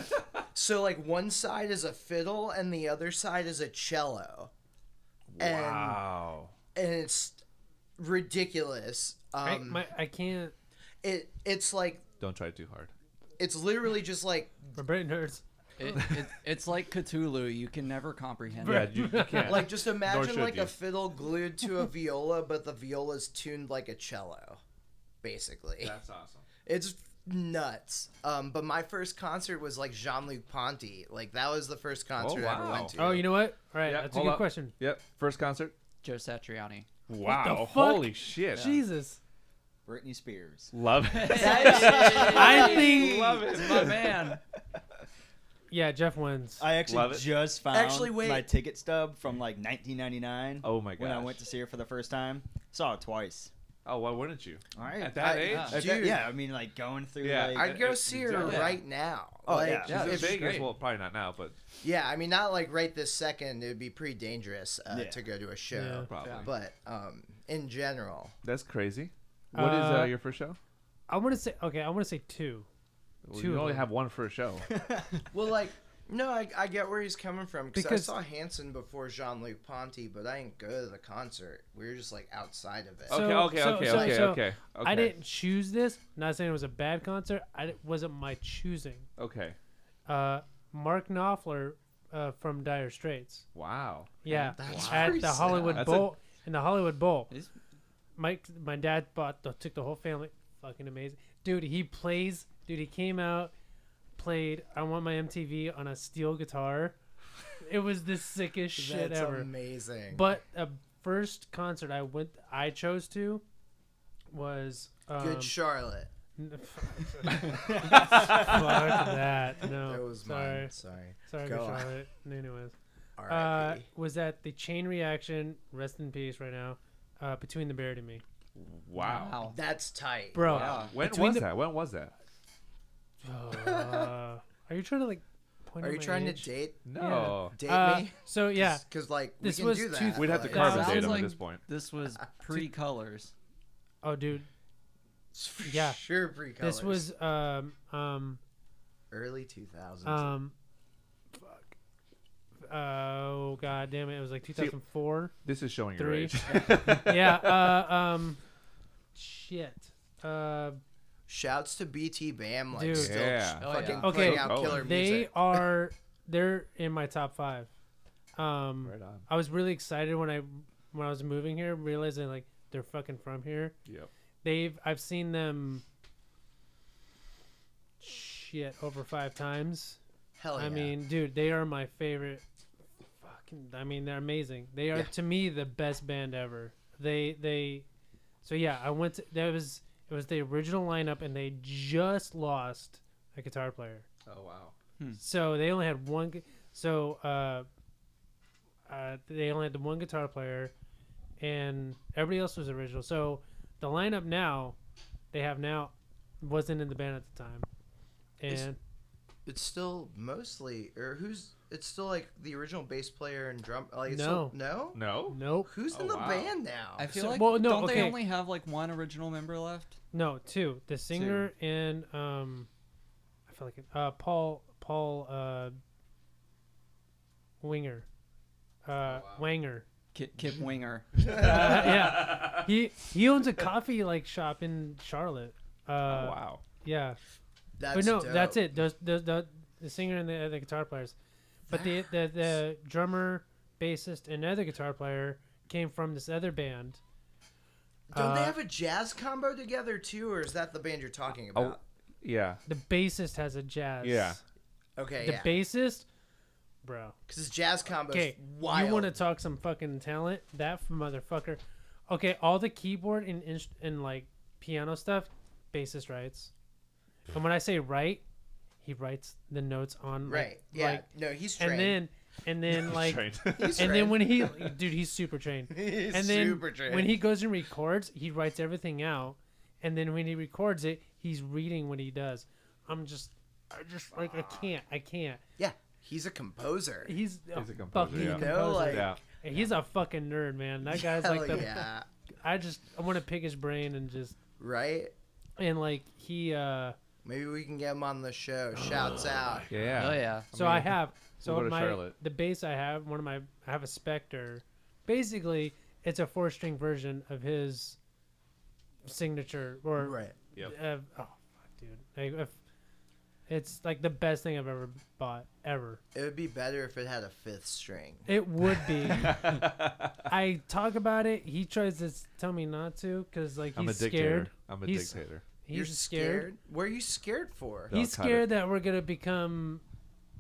C: So like one side is a fiddle and the other side is a cello. And-
A: wow.
C: and it's ridiculous. Um,
B: I, my, I can't.
C: it it's like
A: Don't try too hard.
C: It's literally just like
B: We're brain nerds.
D: It, it, it's like Cthulhu. You can never comprehend
A: Yeah,
D: it.
A: you, you can't.
C: like just imagine
A: should
C: like
A: you.
C: a fiddle glued to a viola, but the viola's tuned like a cello, basically.
A: That's awesome.
C: It's nuts. Um, but my first concert was like Jean Luc Ponty. Like that was the first concert I ever
A: wow.
C: went to.
B: Oh, you know what? All right,
A: Yep,
B: that's a
A: hold
B: good
A: up.
B: question.
A: Yep. First concert.
D: Joe Satriani.
A: Wow.
B: fuck?
A: Holy shit.
B: Jesus,
E: Britney Spears.
A: Love it.
B: I think
A: Love
D: It's my man.
B: yeah, Jeff wins.
E: I
A: Love
E: actually
A: it.
E: just found
C: Actually, wait.
E: my ticket stub from like 1999.
A: Oh my
E: When I
A: gosh.
E: went to see her for the first time, saw it twice.
A: Oh, why wouldn't you?
E: All right,
A: At that
C: I-
A: age?
D: yeah.
E: At that-
C: Dude.
E: yeah, I mean, like going through.
A: Yeah,
E: like,
A: I-
C: I'd go
A: it-
C: see her
A: yeah.
C: right now.
E: Oh,
C: like,
E: yeah.
A: She's in
D: it's
A: Vegas.
D: great.
A: Well, probably not now, but
C: yeah, I mean, not like right this second. It would be pretty dangerous uh,
E: Yeah.
C: to go to a show.
B: Yeah.
A: probably.
D: Yeah.
C: But um, in general,
A: That's crazy. What is uh,
B: Uh,
A: your first show?
B: I want to say okay. I want to say two.
A: Well,
B: two
A: you
B: of
A: only
B: them.
A: have one first show.
C: well, like, no, I, I get where he's coming from cause
B: Because-
C: I saw Hanson before Jean Luc Ponty, but I didn't go to the concert. We were just like outside of it.
B: So-
A: okay, okay,
B: so-
A: okay,
B: so-
A: okay,
B: so
A: okay, okay.
B: I didn't choose this. Not saying it was a bad concert. I it wasn't my choosing.
A: Okay.
B: Uh, Mark Knopfler uh, from Dire Straits.
A: Wow.
B: Yeah,
C: That's
B: at
C: pretty
B: the
C: sad.
B: Hollywood
A: That's a-
B: Bowl. in the Hollywood Bowl,
D: He's-
B: Mike, my dad bought the, took the whole family. Fucking amazing, dude. He plays. Dude, he came out, played "I Want My MTV" on a steel guitar. It was the sickest shit
C: That's
B: ever.
C: amazing.
B: But a first concert I went, I chose to, was um,
C: Good Charlotte.
B: fuck that. No,
C: that was
B: oh, sorry,
C: mine. Sorry.
B: sorry,
C: Go
B: Good
C: on.
B: Charlotte. Anyways, uh,
C: R.I.P.
B: was that the chain reaction? Rest in peace, right now. Uh, between the Baird and me,
A: Wow.
D: Wow.
C: That's tight.
A: Oh,
B: bro.
D: Wow.
A: When
B: Between
A: was
B: the-
A: that? When was that?
B: Uh, are you trying to like point?
C: Are
B: out
C: you
B: my
C: trying
B: age?
C: to date
A: No.
C: date
B: Uh,
C: me?
B: So yeah,
C: Because like
B: This
C: we can
B: was
C: do that.
B: two-
A: We'd have to
C: like-
A: carbon
D: Sounds
A: date him
D: like-
A: at this point.
D: This was pre colors.
B: oh dude,
C: For
B: Yeah.
C: Sure, pre
B: this was um um
C: early 2000s.
B: um. Fuck. Oh god damn it! It was like 2004.
A: This is showing your
B: Three.
A: age.
B: yeah. Uh, um, shit. Uh,
C: Shouts to BT Bam, like
B: Dude.
C: still
A: Yeah.
D: Oh,
C: fucking
D: yeah.
B: Okay,
C: putting out
A: Oh.
C: killer
B: they
C: music.
B: are. They're in my top five. Um,
A: right on.
B: I was really excited when I when I was moving here, realizing like they're fucking from here.
A: Yep.
B: They've I've seen them. Shit, over five times.
C: Hell Oh, yeah.
B: I mean, dude, they are my favorite. Fucking, I mean, they're amazing. They are
C: Yeah.
B: to me the best band ever. They they, so yeah, I went. To, that was it was the original lineup, and they just lost a guitar player.
A: Oh wow.
B: So they only had one. gu- So uh, uh, they only had the one guitar player, and everybody else was original. So the lineup now, they have now, wasn't in the band at the time,
C: Is-
B: and
C: it's still mostly or who's it's still like the original bass player and drum like it's
B: No.
C: still, no
A: No.
B: nope.
C: who's
A: Oh,
C: in the
A: wow.
C: band now
D: I feel
B: So-
D: like
B: well, no,
D: don't
B: okay.
D: they only have like one original member left?
B: No, two. The singer and um, I feel like it, uh, Paul Paul uh, Winger, uh, Wanger.
D: Ki Kip Winger.
B: Uh, yeah, he he owns a coffee like shop in Charlotte. Uh,
A: oh wow.
B: Yeah,
C: that's
B: but no,
C: dope.
B: that's it. Those, the, the the singer and the, the guitar players, but the, the the drummer, bassist, and other guitar player came from this other band.
C: don't they
B: Uh,
C: have a jazz combo together too or is that the band you're talking
A: Oh
C: about
A: yeah.
B: The bassist has a jazz.
A: Yeah.
C: okay
B: The
C: yeah
B: bassist, bro.
C: because his jazz combo
B: Okay,
C: wild
B: you want to talk some fucking talent? That f- motherfucker. Okay, all the keyboard and inst- and like piano stuff, bassist writes. And when I say write, he writes the notes on like-
C: right yeah
B: like-
C: no he's trained
B: and then and then like
A: Trained.
C: he's
B: and then
C: trained.
B: when he dude he's super trained.
C: He's
B: and then
C: super trained.
B: when he goes and records, he writes everything out, and then when he records it, he's reading what he does. I'm just, I just like I can't, I can't.
C: yeah he's a composer
B: He's,
A: He's a
B: a
A: composer,
B: fucking
A: yeah.
C: you know
B: composer.
C: like
A: yeah.
B: And He's a fucking nerd, man. That guy's
C: hell
B: like the.
C: yeah
B: I just I want to pick his brain and just
C: right
B: and like he. uh
C: maybe we can get him on the show shouts out
A: Yeah.
D: Oh yeah.
B: So
A: mean,
B: I have so
A: go to
B: my
A: Charlotte.
B: the bass I have one of my I have a Spectre. Basically, it's a four string version of his signature or
C: right
A: Yep.
B: uh, oh fuck, dude. Like, if, It's like the best thing I've ever bought ever.
C: It would be better if it had a fifth string.
B: It would be. I talk about it. He tries to s- tell me not to because like
A: I'm a
B: he's
A: dictator.
B: scared.
A: I'm a
B: He's-
A: dictator.
B: He's
C: You're
B: scared.
C: scared. What are you scared for?
A: They'll
B: he's
A: cut it.
B: scared that we're gonna become.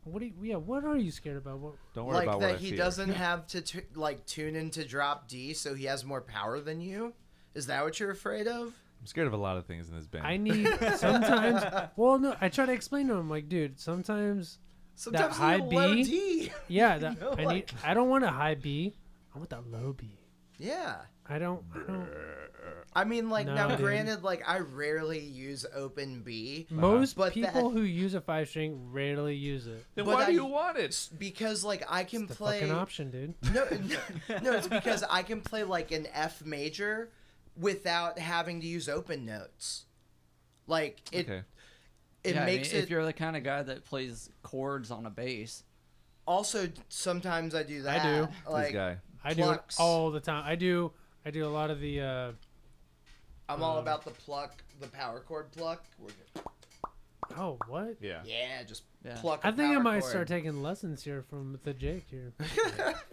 B: What do you, yeah? What are you scared about? What,
A: Don't worry
C: Like
A: about
C: that
A: what I
C: he
A: fear.
C: doesn't have to tu- like tune in to drop D, so he has more power than you. Is that what you're afraid of?
A: I'm scared of a lot of things in this band.
B: I need sometimes. Well, no, I try to explain to him like, dude, sometimes,
C: Sometimes
B: high
C: a little low
B: B?
C: D.
B: yeah, that,
C: know,
B: I need. I don't want a high B. I want that low B.
C: yeah.
B: I don't. I don't
C: I mean, like
B: No,
C: now,
B: dude.
C: granted, like I rarely use open B
B: most
C: But
B: people
C: that-
B: who use a five string rarely use it.
A: then
C: but
A: why
C: I-
A: do you want it?
C: because, like, I can
B: The
C: play.
B: fucking option, dude.
C: No, no, no, it's because I can play like an F major without having to use open notes. Like it,
A: okay.
C: it
D: Yeah, I mean,
C: makes
D: if
C: it.
D: you're the kind of guy that plays chords on a bass.
C: Also, sometimes I do that.
B: do.
A: This
C: Like
A: guy.
B: I do it
C: Plucks.
B: all the time. I do. I do a lot of the. Uh,
C: I'm all
B: Um,
C: about the pluck, the power chord pluck. We're good.
B: oh, what?
A: Yeah.
C: Yeah, just
D: Yeah.
C: pluck. a
B: I think I
C: power
B: might
C: chord.
B: start taking lessons here from the Jake here.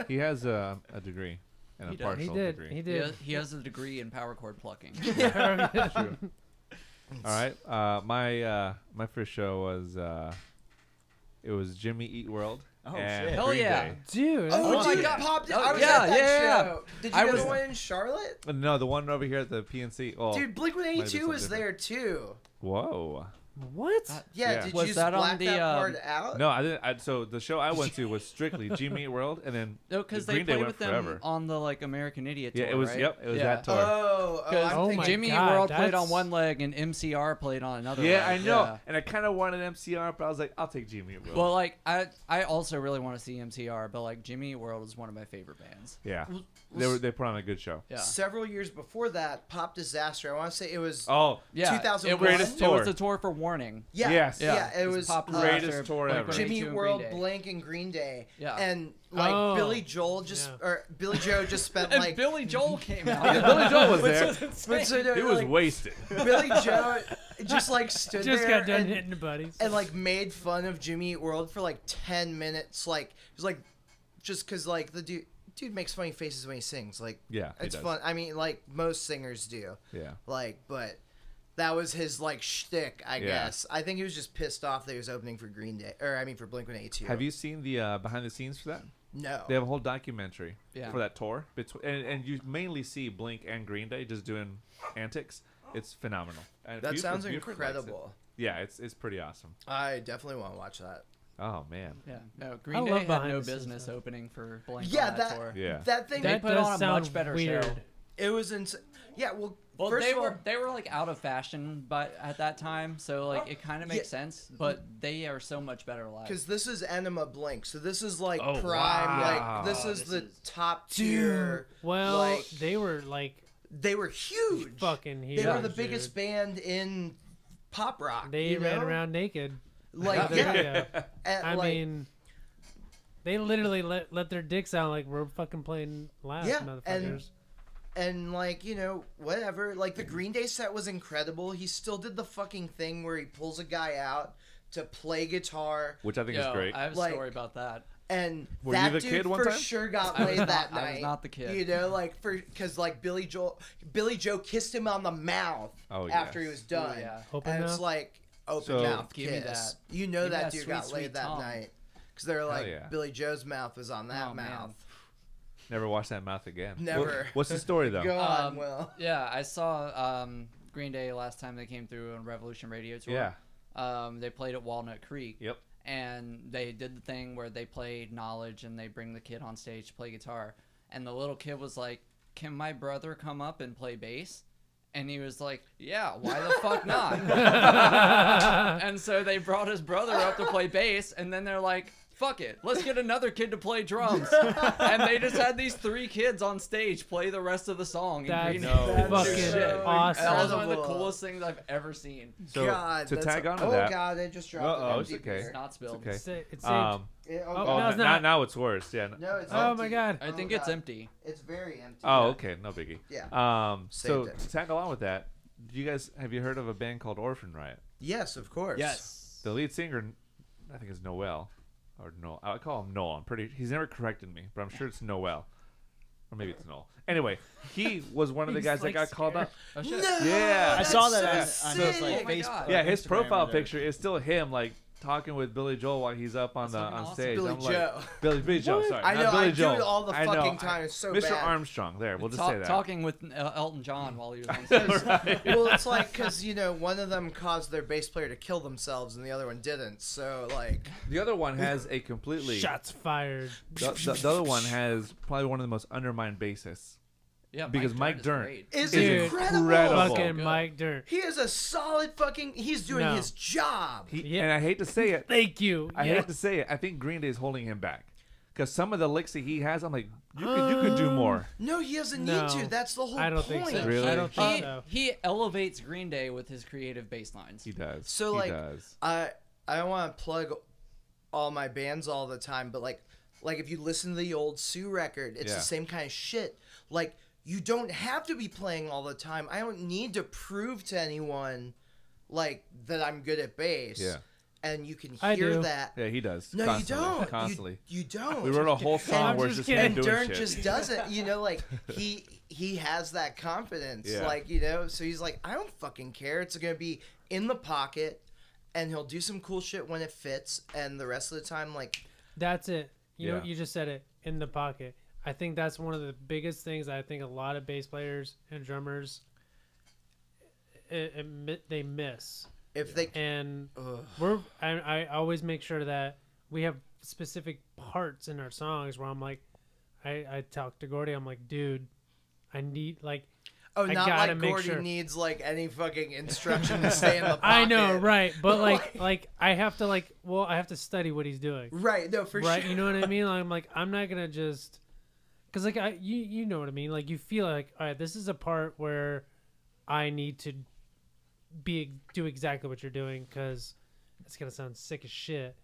A: He has a, a degree and
D: He
A: a
D: does.
B: He
A: partial
B: did.
A: degree.
B: He
D: He has,
B: did.
D: he has a degree in power chord plucking.
A: True. All right. Uh, my uh, my first show was uh, it was Jimmy Eat World.
E: Oh,
A: and
E: shit.
D: Hell
A: Green
D: yeah.
A: Day.
B: Dude,
C: Oh,
D: Oh
C: dude,
D: my
C: it
D: God.
C: popped in.
D: Oh,
C: I was
D: yeah,
C: at that
D: yeah,
C: show. Did you
D: I
C: go
D: was-
C: to one in Charlotte?
A: No, the one over here at the PNC. Oh,
C: Dude, Blink
A: might have been
C: 182 was
A: something
C: there too.
A: whoa.
B: what?
D: That-
C: Yeah,
A: Yeah.
C: did
D: Was
C: you
D: that
C: that
D: on
C: black
D: the,
C: that
D: um,
C: part out?
A: No, I didn't. I, so the show I went to was strictly Jimmy Eat World, and then
D: No, because they
A: Green Day
D: played
A: went
D: with them
A: forever.
D: on the like American Idiot
A: yeah,
D: tour,
A: it was.
D: right?
A: Yep, it was
D: Yeah.
A: that tour.
C: Oh, oh, I'm
D: Because
B: Oh my
C: thinking-
D: Jimmy Eat
B: God,
D: World played on
B: that's-
D: one leg and MCR played on another.
A: yeah, I
D: leg.
A: know.
D: Oh, Yeah.
A: And I kind of wanted MCR, but I was like, I'll take Jimmy Eat World.
D: Well, like I, I also really want to see MCR, but like Jimmy Eat World is one of my favorite bands.
A: yeah, they were they put on a good show.
D: Yeah,
C: several years before that, Pop Disaster. I want to say it was.
A: Oh,
D: yeah. It
C: 2001?
D: was,
A: Greatest
D: It
A: tour.
D: was a tour for Warning.
C: yeah,
A: yes.
C: yeah, it
D: It's
C: was
D: Pop
C: uh,
A: Greatest
D: Disaster,
A: tour ever.
D: Blink-182,
C: Jimmy
D: and
C: World,
D: Green Day.
C: Blank, and Green Day.
D: Yeah.
C: and like
B: Oh.
C: Billy Joel just
B: Yeah.
C: or Billy Joe just spent
D: And
C: like.
D: Billy Joel came out.
A: Yeah, Billy Joel was
D: Which
A: there.
D: insane.
C: but so no,
A: It was
C: like,
A: wasted.
C: Billy Joe just like stood
B: Just
C: there
B: got done
C: and,
B: hitting the buddies.
C: and like made fun of Jimmy Eat World for like ten minutes. Like it was like just because like the dude dude makes funny faces when he sings. Like
A: Yeah, he
C: it's
A: does.
C: fun. I mean, like most singers do.
A: Yeah.
C: Like, but that was his like shtick, I
A: Yeah.
C: guess. I think he was just pissed off that he was opening for Green Day, or I mean for Blink One Eighty Two.
A: Have you seen the uh, behind the scenes for that?
C: No.
A: They have a whole documentary
D: Yeah.
A: for that tour, between, and, and you mainly see Blink and Green Day just doing antics. It's phenomenal. And
C: that
A: Buford-
C: sounds
A: Buford likes it.
C: incredible.
A: Yeah, it's it's pretty awesome.
C: I definitely want to watch that.
A: Oh man.
D: Yeah, no, Green
B: love
D: Day had
B: behind
D: no
B: the scenes
D: business
B: stuff.
D: opening for Blink
C: Yeah,
D: on that,
C: that
D: tour.
A: Yeah.
C: that thing.
D: They
B: that
D: put
B: does
D: on a
B: sound
D: much better
B: weird.
D: show.
C: It was insane. Yeah. Well,
D: Well,
C: first
D: they
C: of all,
D: were they were like out of fashion, but at that time, so like it kind of makes sense. But they are so much better live.
C: Because this is Enema Blink, so this is like
A: Oh,
C: prime,
A: wow.
C: like this
E: Wow,
C: is
E: this
C: the
E: is-
C: top
B: Oh, Dude,
C: tier.
B: well,
C: like,
B: they were like
C: they were huge.
B: fucking
C: they
B: heroes.
C: were the
B: dude.
C: biggest band in pop rock.
B: They
C: you
B: ran
C: know?
B: around naked.
C: like
B: Their
C: yeah.
B: video.
C: at,
B: I
C: like,
B: mean, they literally let let their dicks out like we're fucking playing loud,
C: Yeah,
B: motherfuckers.
C: and- and like you know whatever. Like the Green Day set was incredible. He still did the fucking thing where he pulls a guy out to play guitar,
A: Which I think
D: Yo,
A: is great.
D: I have a
C: Like-
D: story about that.
C: and
A: Were you
C: that
A: the
C: dude
A: kid one
C: for
A: time?
C: sure got
D: I was
C: laid that
D: not-
C: night.
D: I was not the kid.
C: You know, like for because like Billy Joel, Billy Joe kissed him on the mouth
A: Oh,
C: after
A: yes.
C: he was done.
D: yeah.
B: Open
C: and
B: mouth?
C: it's like open
A: So-
C: mouth
D: Give me
C: kiss.
D: that.
C: You know
D: Give me
C: that
D: that
C: dude
D: sweet,
C: got
D: sweet
C: laid that
D: tongue.
C: night because they're like
A: yeah.
C: Billy Joe's mouth was on that
D: Oh, man.
C: mouth.
A: Never watch that mouth again. Wha-
C: Never.
A: what's the story though?
C: Go on,
D: Um,
C: Will.
D: Yeah, I saw um, Green Day last time they came through on Revolution Radio tour.
A: Yeah.
D: Um, they played at Walnut Creek.
A: Yep.
D: And they did the thing where they played Knowledge and they bring the kid on stage to play guitar. And the little kid was like, Can my brother come up and play bass? And he was like, Yeah, why the fuck not? and so they brought his brother up to play bass. And then they're like, Fuck it, let's get another kid to play drums. and they just had these three kids on stage play the rest of the song.
B: That's
D: and Green Day
A: No
D: was
A: fucking
D: shit.
B: awesome.
D: That was one of the
C: Incredible.
D: coolest things I've ever seen.
A: So
C: God,
A: to
C: that's
A: tag
C: a-
A: on to
C: oh,
A: that.
C: God, I just dropped an
A: Uh-oh,
C: empty
A: it's okay.
C: beer.
D: It's not
A: It's
D: spilled.
A: okay.
B: Sa- it's saved.
A: Um,
C: It- oh,
B: Oh,
A: oh,
B: no,
A: now,
B: it's not.
A: now it's worse. Yeah.
C: No, it's
B: oh
C: empty.
B: my god.
D: I
C: Oh,
D: think it's
C: God.
D: empty.
C: It's very empty.
A: Oh,
C: Yeah.
A: okay. No biggie.
C: Yeah.
A: Um, so
C: Saved it.
A: to tag along with that, do you guys have you heard of a band called Orphan Riot?
C: Yes, of course.
D: Yes.
A: the lead singer, I think is Noel, or Noel. I call him Noel. I'm pretty. He's never corrected me, but I'm sure it's Noel, or maybe it's Noel. Anyway, he was one of the
F: He's,
A: guys
F: like,
A: that got called
F: scared.
A: up.
D: Oh shit.
C: No,
A: Yeah.
E: I
A: that's
E: saw that
C: so
E: on, on his,
C: sick.
E: like,
D: Oh my
E: Facebook.
D: God.
E: or
D: Uh,
A: yeah, his
E: Instagram or
A: profile
E: whatever.
A: picture is still him, like talking with Billy Joel while he's up on
D: That's
A: the
D: fucking
A: on
D: awesome.
A: stage.
C: Billy
A: I'm like-
C: Joe.
A: Billy, Billy Joe.
B: What?
A: Sorry,
C: I
A: not
C: know,
A: Billy
C: I do it
A: Joel.
C: all the
A: I know,
C: fucking
A: I-
C: time. It's so
A: Mr.
C: bad.
A: Armstrong. There, we'll just
D: Talk-
A: say that.
D: Talking with uh, Elton John while he was on stage.
C: well, it's like because you know one of them caused their bass player to kill themselves and the other one didn't. So like,
A: The other one has a completely.
B: Shots fired.
A: The, the, the other one has probably one of the most undermined bassists.
D: Yeah,
A: Because Mike Dirnt-
D: great.
C: is
B: Dude,
C: incredible.
A: incredible.
B: Fucking
D: Good.
B: Mike Dirt.
C: He is a solid fucking. He's doing
B: No.
C: his job.
A: He,
B: Yeah.
A: And I hate to say it.
B: Thank you.
A: I
B: Yeah.
A: hate to say it. I think Green Day is holding him back. Because some of the licks that he has, I'm like, you could, you could do more.
C: No, he doesn't
B: No.
C: need to. That's the whole
B: I don't
C: point.
B: think so.
A: Really?
B: I don't think
D: He,
B: so.
D: he elevates Green Day with his creative bass lines.
A: He does.
C: So,
A: he
C: like,
A: does.
C: I I don't want to plug all my bands all the time, but like like if you listen to the old Sue record, it's
A: Yeah.
C: the same kind of shit. Like you don't have to be playing all the time. I don't need to prove to anyone like that I'm good at bass.
A: Yeah.
C: And you can
B: I
C: hear
B: do.
C: that.
A: yeah, he does.
C: No, you
A: constantly,
C: don't. You-
A: Constantly.
C: You, don't.
A: we wrote a whole song
B: I'm
A: where it's
B: just
A: just
B: kidding.
A: him
C: and
A: doing
C: Dern
A: shit.
C: just doesn't, you know, like he he has that confidence,
A: Yeah.
C: like you know, so he's like, I don't fucking care. It's gonna be in the pocket, and he'll do some cool shit when it fits, and the rest of the time, like,
B: That's it. You know,
A: Yeah.
B: you just said it in the pocket. I think that's one of the biggest things. I think a lot of bass players and drummers, it, it, mi- they miss.
C: if they,
B: And
C: ugh,
B: we're I, I always make sure that we have specific parts in our songs where I'm like, I I talk to Gordy. I'm like, dude, I need like
C: oh,
B: I
C: not
B: gotta
C: like
B: make
C: Gordy
B: sure.
C: needs like any fucking instruction to stay in the pocket.
B: I know right, but like
C: Like-
B: like I have to like well I have to study what he's doing.
C: Right? No, for
B: right
C: sure.
B: you know what i mean i'm like i'm not gonna just because like i you you know what i mean like you feel like all right this is a part where i need to be do exactly what you're doing because it's gonna sound sick as shit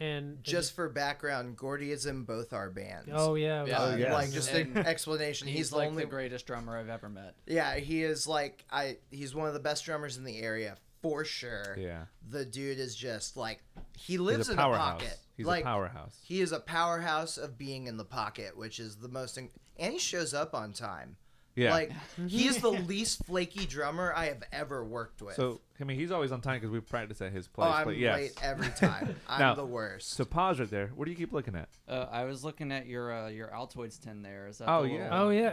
B: and
C: Just for background, Gordy is in both our bands.
B: oh yeah,
D: Yeah.
C: Uh,
D: Oh, yes.
C: Like just an
D: And
C: explanation.
D: He's,
C: He's, the
D: like
C: only
D: the greatest drummer I've ever met.
C: Yeah, he is like I. He's one of the best drummers in the area for sure.
A: yeah.
C: The dude is just like he
A: He's
C: lives
A: a
C: in the
A: powerhouse.
C: pocket.
A: He's
C: like
A: a powerhouse.
C: he is a powerhouse of being in the pocket, which is the most. In- and he shows up on time.
A: Yeah.
C: Like he is the least flaky drummer I have ever worked with.
A: so, I mean, he's always on time because we practice at his
C: oh,
A: place.
C: I'm
A: but yes.
C: late every time. I'm
A: Now,
C: the worst.
A: So pause right there. What do you keep looking at?
D: Uh, I was looking at your uh, your Altoids tin there. Is that
A: Oh,
D: the
A: yeah.
D: little-
B: Oh, yeah,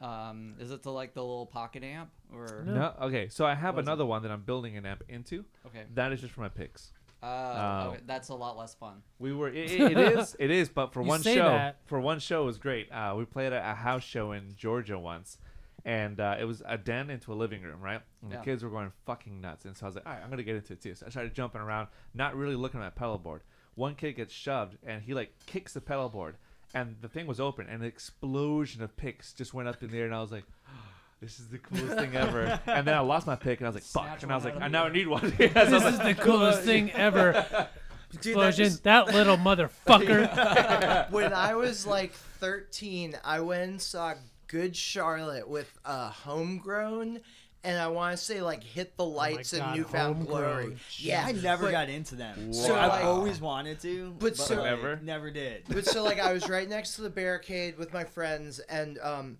D: the, Um, is it the like the little pocket amp or
B: No.
A: No. Okay. So I have
D: What is it?
A: another one that I'm building an amp into.
D: okay?
A: That is just for my picks.
D: Uh, okay, that's a lot less fun.
A: We were. It, it it is. It is. But for
B: You
A: one
B: say
A: show,
B: that.
A: for one show, it was great. Uh, we played at a house show in Georgia once, and uh, it was a den into a living room, right? And
D: Yeah.
A: the kids were going fucking nuts, and so I was like, all right, I'm gonna get into it too. So I started jumping around, not really looking at my pedal board. One kid gets shoved, and he like kicks the pedal board, and the thing was open, and an explosion of picks just went up in the air, and I was like. This is the coolest thing ever. And then I lost my pick, and I was like, "Fuck!"
D: Snatch
A: and I was
D: one
A: like,
D: out of
A: "I
D: the
A: now
D: air.
A: need one." Yes, I was
B: this
A: like,
B: is the coolest thing ever
C: Dude, that
B: explosion
C: just-
B: that little motherfucker
C: when I was like 13, I went and saw Good Charlotte with uh, Homegrown, and I want to say like Hit the Lights
B: Oh God,
C: and Newfound
B: Homegrown.
C: Glory.
B: Jeez.
C: Yeah,
E: I never
C: but-
E: got into them.
A: So,
E: So I've
A: like-
E: always wanted to,
C: But
E: but,
C: so-
E: like,
A: Never?
E: never did.
C: But so like I was right next to the barricade with my friends, and um,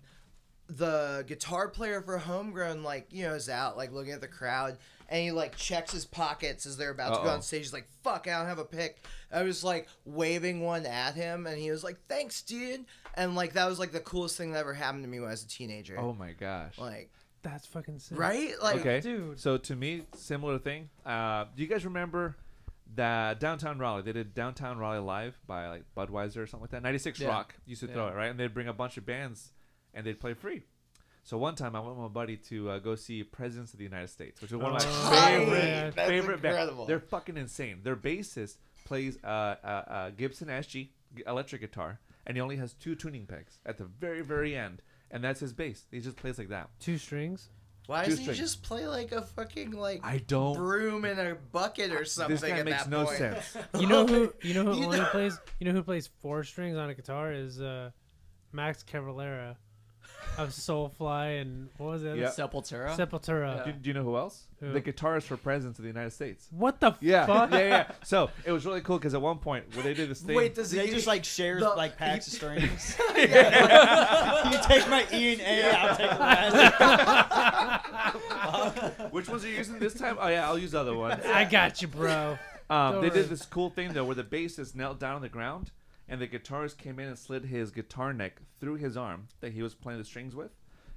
C: the guitar player for Homegrown like you know is out like looking at the crowd, and he like checks his pockets as they're about to go
A: Uh-oh.
C: on stage. He's like, "Fuck, I don't have a pick." I was like waving one at him, and he was like, "Thanks, dude," and like that was like the coolest thing that ever happened to me when I was a teenager.
A: "Oh my gosh!"
C: Like
B: that's fucking sick
C: right, like
A: okay.
B: dude.
A: So to me, similar thing. Uh, do you guys remember that downtown Raleigh? They did downtown Raleigh live by like Budweiser or something like that. Ninety Six
D: Yeah.
A: Rock used to
D: Yeah.
A: throw it right, and they'd bring a bunch of bands, and they'd play free. So one time I went with my buddy to uh, go see Presidents of the United States, which is one of
B: Oh,
A: my favorite
B: yeah.
C: That's
A: favorite
C: incredible.
A: band. They're fucking insane. Their bassist plays uh, uh, uh, Gibson SG g- electric guitar, and he only has two tuning pegs at the very very end, and that's his bass. He just plays like that.
B: two strings
C: why
A: two
C: doesn't he
A: strings.
C: just play like a fucking like
A: I don't
C: broom in a bucket or something?
A: This guy
C: at
A: makes
C: that
A: no
C: point?
A: sense.
B: You know who? You know who
C: You
B: only
C: know-
B: plays? You know who plays four strings on a guitar is uh, Max Cavalera. of Soulfly and what was it?
A: Yeah.
D: Sepultura.
B: Sepultura.
A: Do, do you know who else?
B: Who?
A: The guitarist for presidents of the United States.
B: What the
A: Yeah,
B: fuck?
A: yeah, yeah. So it was really cool because at one point when they did this thing,
C: Wait, does
E: They
C: he
E: just like share
C: the-
E: like packs of strings.
C: yeah,
E: you take my E and A, I'll take the rest.
A: which ones are you using this time? Oh yeah, I'll use the other one.
B: I got you, bro.
A: Um, they
B: Don't worry.
A: did this cool thing though, where the bassist knelt down on the ground and the guitarist came in and slid his guitar neck through his arm that he was playing the strings with,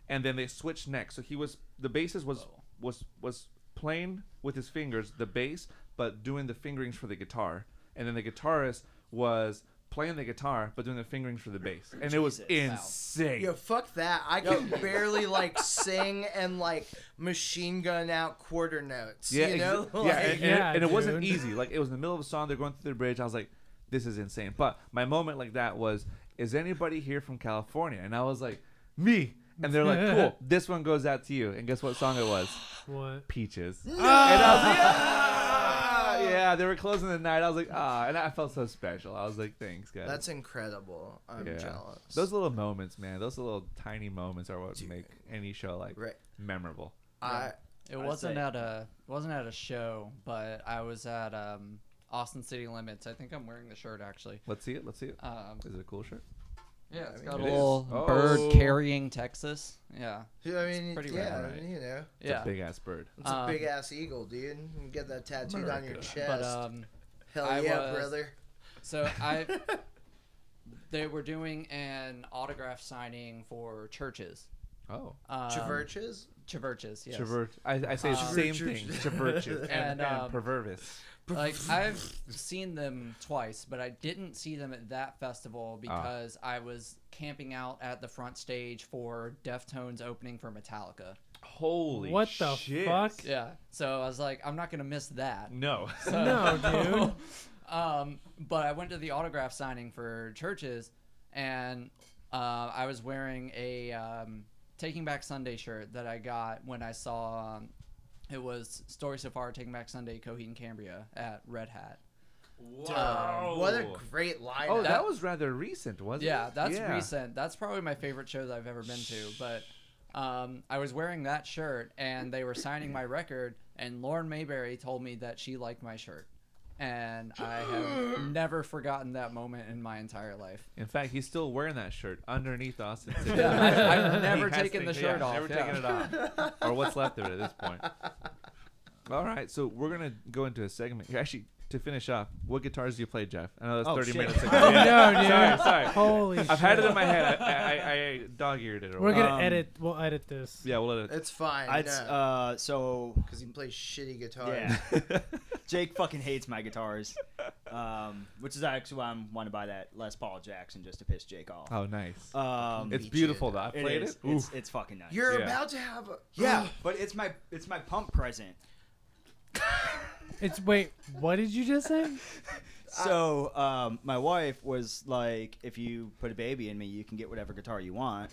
A: and then they switched necks. So he was the bassist was was was playing with his fingers the bass, but doing the fingerings for the guitar, and then the guitarist was playing the guitar but doing the fingerings for the bass, and it was
E: Jesus. Wow.
A: insane.
C: Yo, fuck that. I can barely like sing and like machine gun out quarter notes.
A: Yeah,
C: you
A: exa-
C: know?
A: yeah,
C: Like,
A: and, and-
B: Yeah,
A: and it wasn't
B: dude.
A: easy. Like it was in the middle of a song, they're going through the bridge. I was like, this is insane. But my moment like that was, is anybody here from California? And I was like, me. And they're like, cool. This one goes out to you. And guess what song it was?
B: What?
A: Peaches. And I was like, ah! yeah, they were closing the night. I was like, ah, and I felt so special. I was like, thanks, guys.
C: That's incredible. I'm jealous.
A: Those little moments, man. Those little tiny moments are what make any show like
C: Right.
A: memorable.
C: I
D: It
E: I'd
D: wasn't
E: say-
D: at a it wasn't at a show, but I was at um, Austin City Limits. I think I'm wearing the shirt actually.
A: Let's see it. Let's see it.
D: Um,
A: Is it a cool shirt?
D: yeah, it's
A: it
D: got a
A: is.
D: little
A: Oh.
D: bird carrying Texas. Yeah,
C: I mean,
D: pretty
C: yeah,
A: rad, right?
C: you know,
A: It's
D: yeah.
A: a big ass bird.
C: it's a
D: Um,
C: big ass eagle, dude. You can get that tattooed on your
A: America.
C: chest.
D: But um,
C: Hell
D: I
C: yeah,
D: was-
C: brother.
D: so I they were doing an autograph signing for churches.
A: Oh.
D: Um,
C: Traverches?
D: Churches, yes.
A: Chivert. I, I say it's the same thing. Chivertus and, and,
D: And, um,
A: pervertus.
D: like I've seen them twice, but I didn't see them at that
A: Ah.
D: festival because I was camping out at the front stage for Deftones opening for Metallica.
A: Holy
B: What the fuck?
D: Yeah. So I was like, I'm not gonna miss that.
A: No.
D: So-
B: No,
D: um, but I went to the autograph signing for churches, and uh, I was wearing a um, Taking Back Sunday shirt that I got when I saw um, it was Story So Far, Taking Back Sunday, Coheed and Cambria at Red Hat.
A: Wow.
C: What a great lineup.
A: Oh, that
D: that-
A: was rather recent, wasn't
D: Yeah,
A: it?
D: that's recent. That's probably my favorite show that I've ever been to. But um, I was wearing that shirt, and they were signing my record, and Lauren Mayberry told me that she liked my shirt. And I have never forgotten that moment in my entire life.
A: In fact, he's still wearing that shirt underneath Austin. City.
D: Yeah, I,
A: He
D: have never
A: has
D: taken
A: to-
D: the
A: yeah,
D: shirt off.
A: Never
D: yeah.
A: taken it off. or what's left of it at this point. All right, so we're gonna go into a segment. here. Actually, to finish off, what guitars do you play, Jeff? I know that's
E: Oh,
A: 30
E: shit.
A: minutes ago.
B: dude.
A: Yeah.
B: no, dude.
A: Sorry, sorry.
B: Holy shit.
A: I've had it in my head. I, I, I, I dog eared it. Or
B: We're gonna
E: Um,
B: edit. We'll edit this.
A: Yeah, we'll let it.
C: It's fine.
E: I'd s-
C: Because
E: uh, so
C: he plays shitty guitar.
E: yeah, Jake fucking hates my guitars, um, which is actually why I'm want to buy that Les Paul Jackson just to piss Jake off.
A: Oh, nice.
E: Um,
A: It's
C: Beach
A: beautiful
C: it.
A: though. I
E: it
A: played
E: is.
A: it.
E: It's,
A: Oof.
E: it's fucking nice.
C: You're
A: Yeah.
C: about to have a.
E: yeah, but it's my it's my pump present.
B: It's wait. What did you just say?
E: So um, my wife was like, "If you put a baby in me, you can get whatever guitar you want."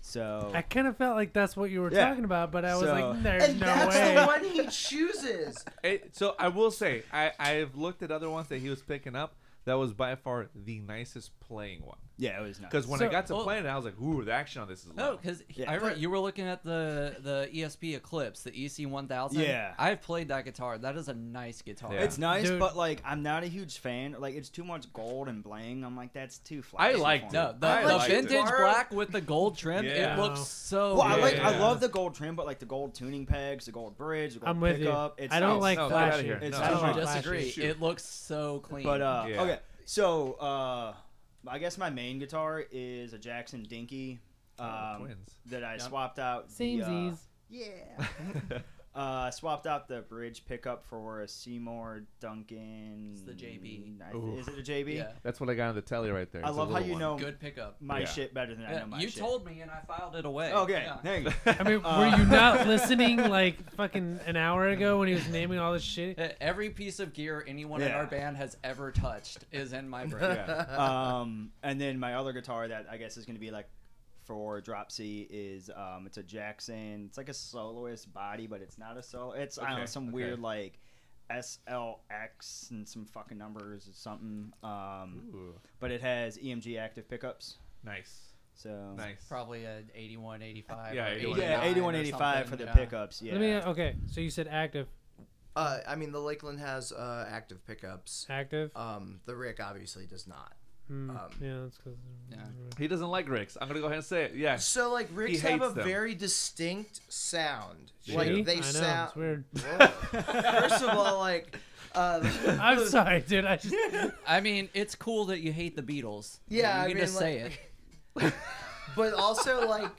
E: So
B: I kind of felt like that's what you were
E: Yeah.
B: talking about, but I was
E: So-
B: like, there's
C: And
B: no
C: that's
B: way.
C: the one he chooses.
A: It- so I will say I I've looked at other ones that he was picking up. That was by far the nicest playing one.
E: yeah, it was nice.
A: Because when I
B: So-
A: got to
D: well-
A: playing it, I was like, "Ooh, the action on this
E: Oh,
A: is
D: No,
A: loud."
D: because
E: Yeah.
D: I re- you were looking at the the ESP Eclipse, the EC one thousand.
E: Yeah.
D: I've played that guitar. That is a nice guitar.
A: Yeah.
E: it's nice,
B: Dude.
E: but like I'm not a huge fan. Like it's too much gold and bling. I'm like that's too
A: I
E: flashy.
A: liked
E: for me.
D: No, the,
A: I
D: the
A: liked it.
D: vintage black with the gold trim,
A: Yeah.
D: it looks so.
E: Well, I
D: good.
E: like I
A: Yeah.
E: love the gold trim, but like the gold tuning pegs, the gold bridge, the gold
B: I'm with
E: pickup.
B: you.
E: It's
B: I don't
E: nice.
B: like
A: No, get outta
B: flashy.
A: here.
E: It's
B: I don't
E: not
B: like
E: true.
D: disagree.
B: flashy.
D: It looks so clean.
E: But uh,
A: Yeah.
E: okay, so uh, I guess my main guitar is a Jackson Dinky.
A: Oh,
E: Um,
A: twins.
E: That I
D: Yep.
E: swapped out. the, uh,
B: Samesies.
C: Yeah.
E: Uh, swapped out the bridge pickup for a Seymour Duncan.
D: It's the JB.
E: I-
A: Ooh.
E: Is it a JB?
D: yeah,
A: That's what I got on the telly right there.
E: I
A: It's a
E: love how
A: little
E: you
A: one.
E: know
D: good pickup.
E: my
A: Yeah.
E: shit better than I
D: Yeah,
E: know my
D: you
E: shit.
D: told me and I filed it away.
E: Okay,
D: Yeah.
E: there you go.
B: I mean,
E: Uh,
B: were you not listening like fucking an hour ago when he was naming all this shit?
D: Eh, Every piece of gear anyone in
E: Yeah.
D: our band has ever touched is in my brain.
A: Yeah.
E: um, and then my other guitar that I guess is going to be like for drop C is um, it's a Jackson. It's like a soloist body, but it's not a solo. It's I don't know
A: Okay,
E: some
A: okay.
E: weird like SLX and some fucking numbers or something. Um,
A: Ooh,
E: but it has EMG E active pickups.
A: nice.
E: So
A: Nice.
D: Probably an 81, 85.
A: Yeah,
D: or
A: 81.
E: yeah, 81, 85 for the
D: yeah.
E: pickups. Yeah.
B: Let me. uh, Okay, so you said active,
C: Uh, I mean, the Lakeland has uh, active pickups.
B: active.
C: Um, the Rick obviously does not.
B: Hmm,
C: um,
B: yeah, that's because.
D: Yeah.
A: He doesn't like Rick's. I'm gonna go ahead and say it. Yeah.
C: So like Ricks have
A: hates
C: a
A: them.
C: very distinct sound.
A: They do?
C: Like
B: I
C: they
B: know,
C: sound.
B: It's weird.
C: Whoa. First of all, like. Uh,
B: I'm sorry, dude. I just.
D: I mean, it's cool that you hate the Beatles.
C: Yeah,
D: you
C: I
D: can
C: mean,
D: just
C: like-
D: say it.
C: but also like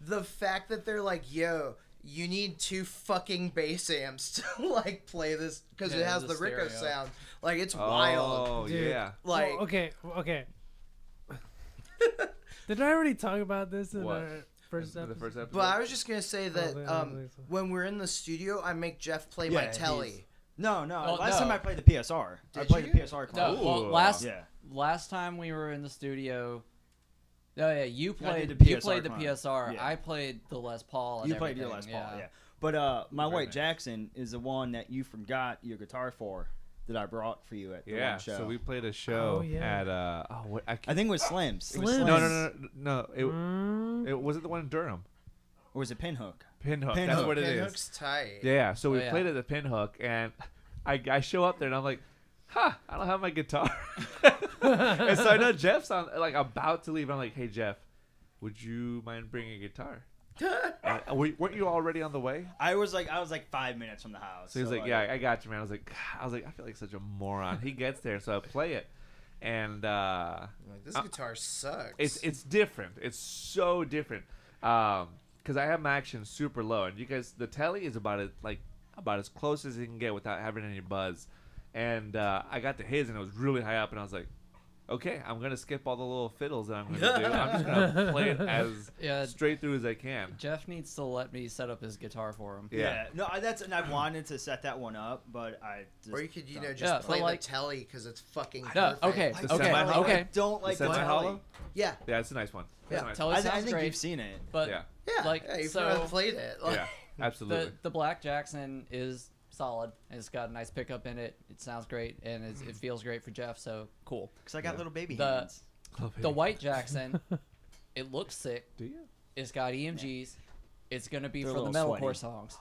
C: the fact that they're like, yo, you need two fucking bass amps to like play this because it
D: Yeah,
C: has
D: the
C: the Rico
D: stereo.
C: sound. Like it's wild.
A: Oh
B: Dude.
A: yeah.
C: Like
B: Well, okay, well, okay. Did I already talk about this in
A: What?
B: our first
A: The
B: episode?
A: first episode.
C: But I was just gonna say that
B: think- Oh, I don't
C: um,
B: think so.
C: when we're in the studio, I make Jeff play my
E: Yeah,
C: telly.
E: he's- No, no.
D: Oh,
E: last
D: no.
E: time I played the PSR. I
C: Did
E: played
C: you?
E: the PSR
D: No,
E: club.
D: well,
A: Ooh.
D: last
E: Yeah.
D: last time we were in the studio. Oh yeah, you
E: I did
D: played
E: the
D: you
E: PSR
D: played the
E: climb.
D: PSR.
E: Yeah.
D: I played the Les Paul. and
E: You played your last
D: everything,
E: ball, yeah. But uh, my
A: Very
E: white
A: nice.
E: Jackson is the one that you forgot your guitar for that I brought for you at the
A: yeah.
E: one show.
A: So we played a show
B: Oh, yeah.
A: at uh. Oh, what, I,
E: I
A: can't,
E: think it was Slim's. It was
B: Slim's.
A: no,
E: Slim's.
A: no, no, no, no. It,
B: Mm,
A: it was it the one in Durham.
E: Or was it Pinhook?
A: Pinhook. That's
E: Pinhook.
A: what it is.
C: Pinhook's tight.
A: Yeah, so we
D: Oh, yeah.
A: played at the Pinhook, and I, I show up there and I'm like, huh, I don't have my guitar. and so I know Jeff's on like about to leave. And I'm like, hey Jeff, would you mind bringing a guitar? And, uh, were- weren't you already on the way?
E: I was like, I was like five minutes from the house.
A: So he's like, yeah, I got you, man. I was like, God, I was like, I feel like such a moron. He gets there, so I play it, and uh,
C: I'm like, this
A: Uh,
C: guitar sucks.
A: it's it's different. It's so different. Um, because I have my action super low, and you guys, the telly is about it like about as close as you can get without having any buzz. And uh, I got to his, and it was really high up, and I was like, okay, I'm gonna skip all the little fiddles that I'm gonna do. I'm just gonna play it as
D: Yeah.
A: straight through as I can.
D: Jeff needs to let me set up his guitar for him.
A: Yeah.
E: yeah. No, I, that's and I wanted to set that one up, but I. Just
C: or you could, you know,
E: don't.
C: just
D: Yeah, but
C: play
D: like-
C: the telly because it's fucking
D: No,
C: perfect.
D: okay,
C: Like,
A: The
D: okay,
E: I,
A: semi-hollow?
D: okay.
E: I don't like
A: The
E: the
A: semi-hollow?
E: telly.
C: yeah,
A: Yeah, it's a nice one. It's a
C: Yeah.
A: nice
D: Tell
A: one.
D: us
E: I, I
D: sounds
E: think
D: great,
E: you've seen it.
D: but
A: Yeah,
C: yeah,
D: Like,
C: yeah, you've
D: so-
C: never played it. Like,
A: yeah, absolutely.
D: the the Black Jackson is solid. It's got a nice pickup in it. It sounds great, and it's, it feels great for Jeff. So cool.
E: Cause I got
A: Yeah.
E: little baby
D: The-
E: hands.
A: Love it.
D: The White Jackson, it looks sick.
A: Do you?
D: It's got EMGs. It's gonna be
E: They're a
D: for the
E: little
D: metalcore
E: sweaty.
D: songs.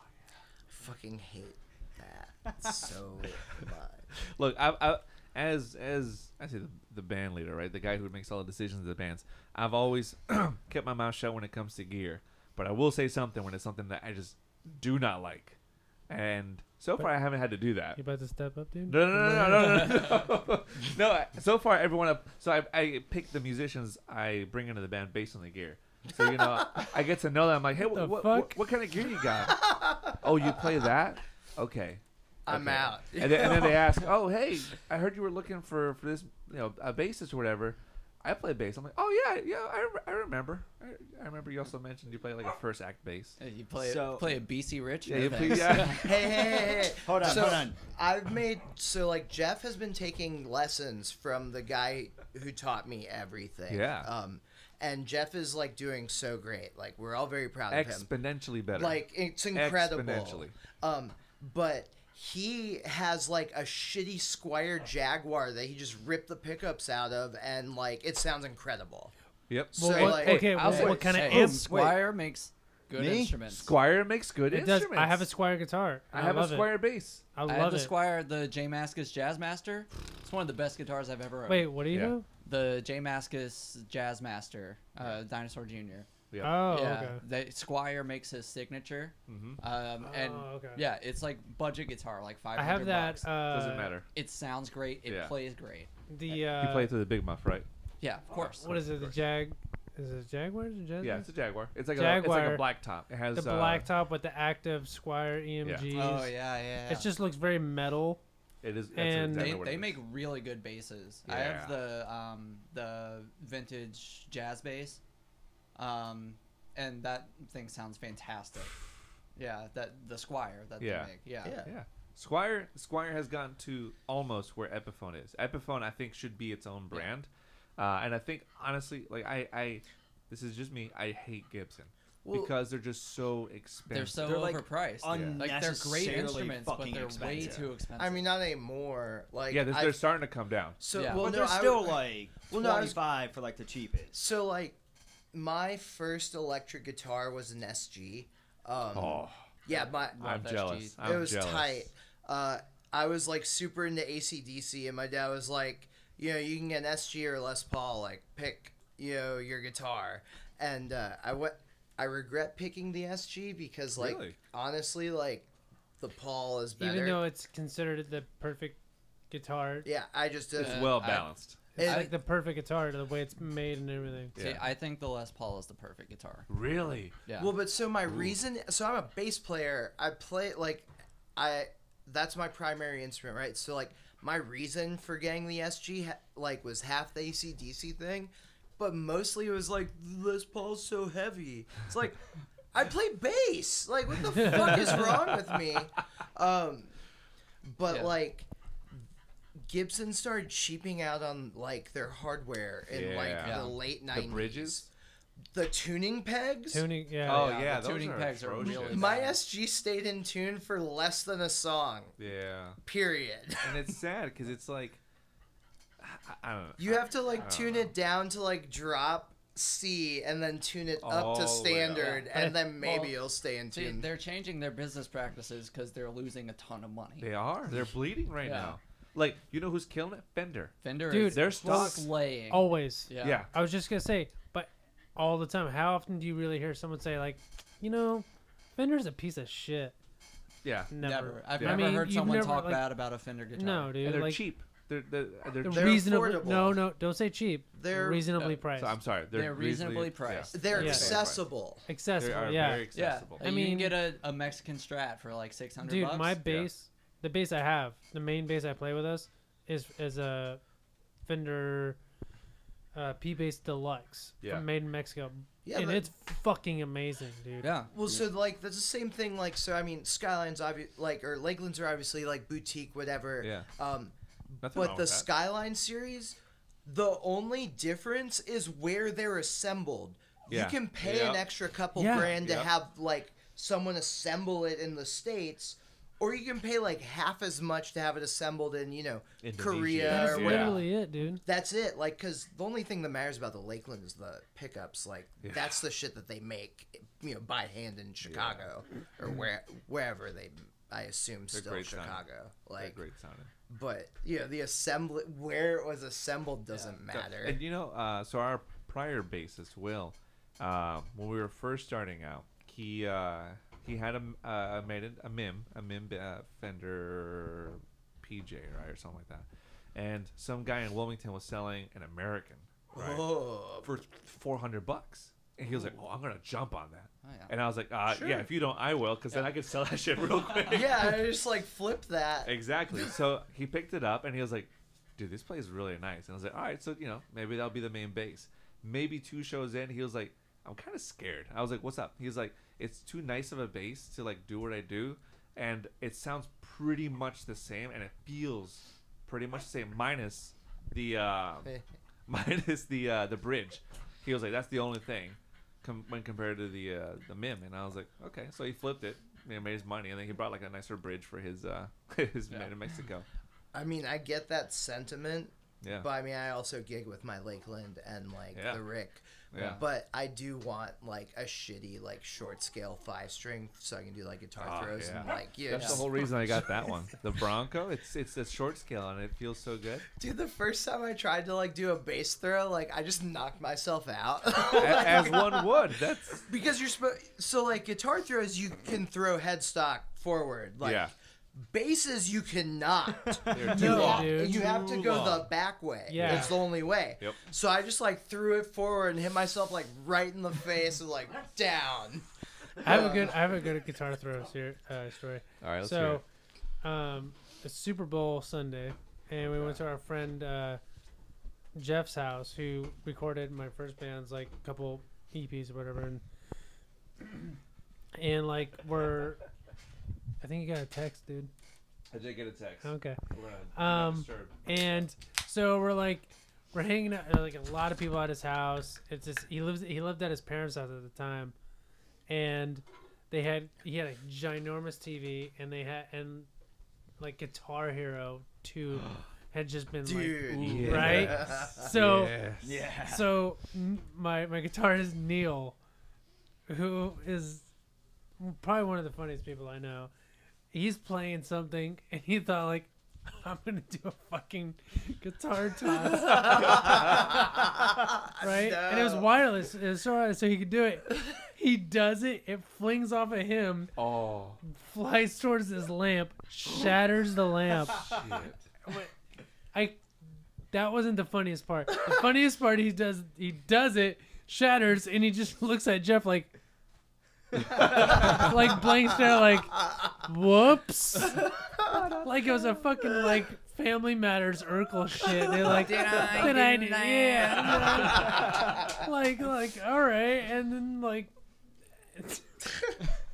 C: fucking hate that so much.
A: Look, I, I as as I say the, the band leader, right, the guy who makes all the decisions of the bands. I've always kept my mouth shut when it comes to gear, but I will say something when it's something that I just do not like, and so far I haven't had to do that.
B: you about to step up, dude?
A: No, no, no, no, no, no, no. no I, so far, everyone. I've, so I, I pick the musicians I bring into the band based on the gear. So you know, I get to know them. I'm like, hey,
B: the
A: what, what,
B: fuck?
A: what, what kind of gear you got? oh, you play that? Okay.
C: I'm
A: Okay.
C: out.
A: and, then, and then they ask, "Oh, hey, I heard you were looking for for this, you know, a bassist or whatever." I play bass. I'm like, "Oh yeah, yeah, I, re- I remember. I, I remember you also mentioned you play like a first act bass."
D: Uh, You play
E: So-
D: play a BC Rich.
A: Yeah,
D: No
A: you play,
D: thanks.
A: yeah.
C: hey, hey, hey, hey.
E: Hold on,
C: so
E: hold on.
C: I've made so like Jeff has been taking lessons from the guy who taught me everything.
A: Yeah.
C: Um, and Jeff is like doing so great. Like we're all very proud of him.
A: exponentially better.
C: Like it's incredible.
A: Exponentially.
C: Um, but he has like a shitty Squire Jaguar that he just ripped the pickups out of, and like it sounds incredible.
A: yep.
B: Well,
C: So,
B: what,
C: like-
B: okay,
A: Hey,
B: well,
A: I'll
B: what
A: say-
B: kind of
D: Hey,
B: amp?
D: Squire makes good
E: Me?
D: instruments.
A: Squire makes good
B: It does.
A: instruments.
B: I have a Squire guitar.
A: I have a
B: love
A: Squire
B: It.
A: bass.
B: I
D: I have
B: love
D: the
B: it.
D: Squire, the J Mascus Jazzmaster. It's one of the best guitars I've ever owned.
B: Wait, what do you
A: Yeah.
B: know?
D: The J Mascus Jazzmaster, uh, Dinosaur Jr.
A: Yeah.
B: Oh,
D: yeah,
B: okay.
D: the Squire makes his signature.
A: Mm-hmm.
D: Um, and
B: Oh, okay.
D: yeah, it's like budget guitar, like five
B: I
D: hundred
B: have that.
D: bucks.
B: Uh,
A: Doesn't matter.
D: it sounds great. It
A: yeah.
D: plays great.
B: The uh,
A: you play through the big muff, right?
D: Yeah, of course.
B: Oh, what is it? The Jag? Is it Jaguars? or Jazzmaster?
A: Yeah, it's a Jaguar. It's like a it's like a
B: Jaguar.
A: black top. It has
B: the
A: uh,
B: black top with the active Squire EMGs.
D: Oh yeah, yeah. yeah.
B: It just looks very metal.
A: It is. That's
B: And-
A: exactly
D: they,
A: what it
D: they
A: is.
D: make really good basses. I
A: Yeah.
D: have the um, the vintage jazz bass, um, and that thing sounds fantastic. Yeah, that the Squire that
A: Yeah.
D: they make. Yeah.
C: Yeah.
A: Yeah. Squire Squire has gotten to almost where Epiphone is. Epiphone I think should be its own brand. Uh, and I think honestly, like I, I this is just me, I hate Gibson.
C: Well-
A: because they're just so expensive.
D: They're so
E: They're, like,
D: overpriced. like they're great
E: unnecessarily
D: instruments, but
E: fucking
D: they're way
E: expensive.
D: too expensive.
C: I mean, not anymore. Like
A: Yeah, they're,
C: I-
A: they're starting to come down.
C: so
D: Yeah.
C: well,
E: but
C: no,
E: they're
C: I-
E: still like
C: Well, no, I was-
E: 25 for like the cheapest.
C: So like my first electric guitar was an SG. Um,
A: Oh,
C: yeah, my
A: I'm
D: that's
A: jealous.
D: cheese.
A: I'm
C: it was
A: jealous.
C: tight. Uh, I was like super into ACDC, and my dad was like, you know, you can get an SG or Les Paul, like pick, you know, your guitar. And uh, I went, I regret picking the SG because, like,
A: Really?
C: honestly, like, the Paul is better.
B: Even though it's considered the perfect guitar,
C: yeah, I just didn't.
A: It's
D: Uh,
A: well
D: I-
A: balanced.
B: it's
C: I-
B: like the perfect guitar to the way it's made and everything.
D: See,
A: Yeah.
D: I think the Les Paul is the perfect guitar.
A: really?
D: Yeah.
C: Well, but so my reason, so I'm a bass player. I play like, I that's my primary instrument, right? So like my reason for getting the SG ha- like was half the ACDC thing, but mostly it was like Les Paul's so heavy. It's like I play bass. Like what the fuck is wrong with me? Um, but
D: Yeah.
C: like. Gibson started cheaping out on like their hardware in like
A: Yeah.
D: Yeah.
C: the late
A: The
C: nineties.
A: bridges?
C: the tuning pegs,
B: Tuning, yeah.
A: Oh,
D: yeah,
A: yeah.
D: the
A: those
D: tuning
A: are
D: pegs are really
A: atrocious.
C: My SG stayed in tune for less than a song.
A: Yeah.
C: Period.
A: And it's sad because it's like, I, I don't know.
C: You have to
A: I
C: like
A: don't
C: tune
A: know.
C: it down to like drop C and then tune it
A: All
C: up
A: the way
C: to
A: up.
C: standard and then maybe
D: Well,
C: you'll stay in
D: See,
C: tune.
D: they're changing their business practices because they're losing a ton of money.
A: They are. They're bleeding right
D: Yeah.
A: now. Like, you know who's killing it? Fender.
D: Fender
B: Dude, Oh,
D: is
A: their stock-
D: slaying.
B: Always.
A: Yeah.
D: yeah.
B: I was just gonna say, but all the time, how often do you really hear someone say like, you know, Fender's a piece of shit?
A: Yeah.
B: Never.
D: Never. I've
A: Yeah.
D: never
B: I mean,
D: heard
B: you've
D: someone
B: never,
D: talk
B: like-
D: bad about a Fender guitar.
B: No, dude.
A: And they're
B: like,
A: cheap. They're, they're, they're,
B: they're
A: cheap.
C: They're
B: reasonably.
C: affordable.
B: No, no, don't say cheap.
C: They're-
B: reasonably
D: Uh,
B: priced.
A: So I'm sorry. They're,
D: They're, reasonably priced.
A: Yeah.
C: they're
B: Yeah.
C: accessible.
A: They
B: Accessible.
A: are
B: yeah.
A: very
D: Yeah,
A: accessible.
D: I mean, you can get a, a Mexican Strat for like six hundred.
B: Dude,
D: bucks.
B: my bass, the bass I have, the main bass I play with us, is is a Fender uh, P Bass Deluxe,
A: Yeah.
B: from made in Mexico,
C: Yeah,
B: and
C: but-
B: it's fucking amazing, dude.
D: yeah,
C: Well, so like that's the same thing. Like so, I mean, Skylines obvi- like or Lakelands are obviously like boutique, whatever.
A: Yeah.
C: Um,
A: Nothing wrong
C: but the
A: with that.
C: Skyline series, the only difference is where they're assembled.
A: Yeah.
C: You can pay
A: Yep.
C: an extra couple
B: Yeah.
C: grand to
A: Yep.
C: have like someone assemble it in the states, or you can pay like half as much to have it assembled in you know
A: Indonesia.
C: Korea.
B: That's
C: Or
A: Yeah.
C: whatever.
B: literally it, dude.
C: That's it. Like, cause the only thing that matters about the Lakeland is the pickups. Like, that's the shit that they make, you know, by hand in Chicago or where wherever they. I assume still
A: great sound.
C: Chicago.
A: They're
C: Like,
A: great sounding.
C: but you know, the assembly where it was assembled doesn't matter.
A: And you know, uh, so our prior bassist Will, uh, when we were first starting out, he uh, he had a uh, made it a mim a mim uh, Fender PJ right or something like that, and some guy in Wilmington was selling an American right,
C: Oh,
A: for four hundred bucks. And he was like, "Oh, I'm gonna jump on that,"
D: Oh, yeah.
A: and I was like, uh, "Yeah, if you don't, I will, because then I can sell that shit real quick."
C: yeah, I just like flipped that.
A: Exactly. So he picked it up and he was like, dude, this plays really nice. And I was like, all right, so, you know, maybe that'll be the main base. Maybe two shows in, he was like, I'm kind of scared. I was like, what's up? He's like, it's too nice of a bass to like do what I do. And it sounds pretty much the same and it feels pretty much the same, minus the, uh, minus the, uh, the bridge. He was like, that's the only thing. Com- when compared to the uh, the mim, and I was like, okay. So he flipped it, and he made his money, and then he brought like a nicer bridge for his uh, his man in Mexico.
C: I mean, I get that sentiment,
A: Yeah.
C: but I mean, I also gig with my Lakeland and like
A: Yeah.
C: the Rick.
A: Yeah.
C: But I do want like a shitty like short scale five string so I can do like guitar
A: Oh,
C: throws
A: yeah.
C: and like yeah.
A: That's the
C: just-
A: whole reason I got that one. The Bronco, it's it's a short scale and it feels so good.
C: Dude, the first time I tried to like do a bass throw, like I just knocked myself out.
A: A- As one would. That's
C: because you're supposed so like guitar throws you can throw headstock forward like
A: Yeah.
C: basses you cannot
A: they're too
C: you,
B: No.
A: long.
C: have,
B: dude.
C: you have to
A: Too
C: go the
A: long.
C: back way
B: Yeah.
C: it's the only way
A: Yep.
C: so i just like threw it forward and hit myself like right in the face and like down
B: I have a good, I have a good guitar throw here uh, story.
A: All right, let's hear
B: so,
A: it.
B: um, it's Super Bowl Sunday, and we went to our friend uh, Jeff's house, who recorded my first band's like couple EPs or whatever, and and like we're, I think you got a text, dude.
A: I did get a text.
B: Okay.
A: We're gonna- we're not
B: Um,
A: disturbed.
B: and so we're like, we're hanging out like a lot of people at his house. It's just he lives he lived at his parents' house at the time, and they had he had a ginormous TV and they had and like Guitar Hero two had just been
C: Dude.
B: like, ooh,
A: Yeah.
B: right? So
A: Yes.
E: Yeah.
B: so n- my my guitarist Neil, who is probably one of the funniest people I know, he's playing something and he thought like, I'm gonna do a fucking guitar toss. right? And it was
C: No.
B: wireless, it was so wireless, so he could do it. He does it. It flings off at him,
A: Oh
B: flies towards this lamp, shatters the lamp.
A: shit.
B: I that wasn't the funniest part. The funniest part he does he does it, shatters, and he just looks at Jeff like like blank stare like whoops. like it was a fucking like Family Matters Urkel shit. They're like,
D: Did I
B: did I
D: do
B: do?
D: that?"
B: Yeah. like, like, all right, and then like,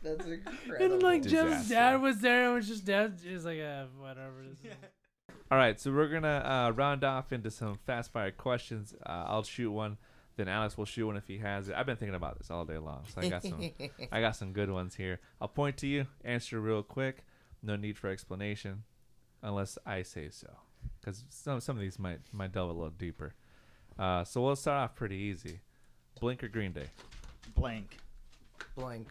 C: That's incredible.
B: and like Jeff's
A: Disaster.
B: dad was there, and was just dad is like, uh, whatever. This is.
A: All right, so we're gonna uh, round off into some fast fire questions. Uh, I'll shoot one, then Alex will shoot one if he has it. I've been thinking about this all day long, so I got some. I got some good ones here. I'll point to you, answer real quick. No need for explanation, unless I say so, because some some of these might might delve a little deeper. Uh, so we'll start off pretty easy. Blink or Green Day?
E: Blank.
C: Blank.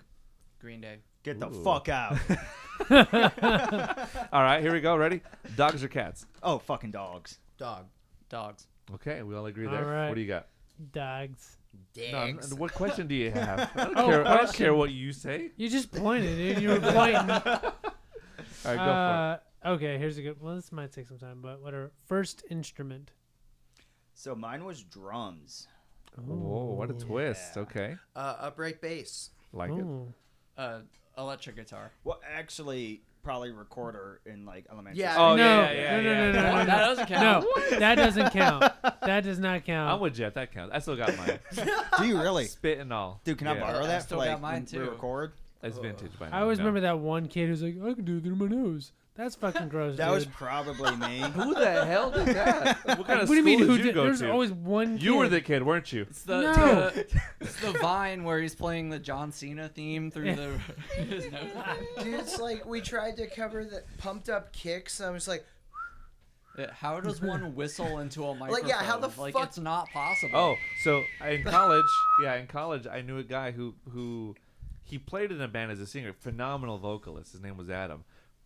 D: Green Day.
E: Get the
A: Ooh.
E: fuck out.
A: All right, here we go. Ready? Dogs or cats?
E: oh, fucking dogs.
C: Dog.
D: Dogs.
A: Okay, we all agree
B: All
A: there.
B: right.
A: What do you got?
B: Dogs.
A: No, I'm-
C: Dags.
A: what question do you have? I don't,
B: Oh,
A: care, I don't
B: question.
A: care what you say.
B: You just pointed, dude. You were pointing.
A: All right, go for it.
B: Uh, okay, here's a good. Well, this might take some time, but whatever. First instrument.
E: So mine was drums.
A: Whoa, what a twist.
E: Yeah.
A: Okay.
C: Uh, upright bass.
A: Like it.
B: Ooh.
D: Uh, electric guitar.
E: Well, actually, probably recorder in like elementary.
C: Yeah.
E: school.
A: Oh,
B: no,
A: yeah, yeah,
B: no, no,
A: yeah.
B: no, no,
D: That
B: no, no.
D: doesn't count.
B: No, that doesn't count. That does not count.
A: I'm with Jeff. That counts. I still got mine.
E: Do you really?
A: Spit and all.
E: Dude, can I
A: Yeah.
E: borrow
D: I
E: that?
D: still
E: for, like,
D: got mine,
E: when we
D: too.
E: Record.
A: It's vintage by now.
B: I always
A: no.
B: remember that one kid who's like, I can do it through my nose. That's fucking gross.
E: That
B: dude.
E: was probably me.
A: Who the hell did that? what kind
B: Like,
A: of
B: what do you mean?
A: school
B: Who
A: did you
B: did?
A: go
B: There's
A: to?
B: always one.
A: you were
B: kid.
A: the kid, weren't you?
D: It's the,
B: No.
D: the- it's the vine where he's playing the John Cena theme through the his nose.
C: Dude, it's like we tried to cover the pumped up kicks, and I was like,
D: Yeah, How does one whistle into a
C: Like,
D: microphone?
C: yeah, how the
D: Like,
C: fuck-
D: it's not possible.
A: Oh, so in college, yeah, in college, I knew a guy who who he played in a band as a singer, phenomenal vocalist. His name was Adam,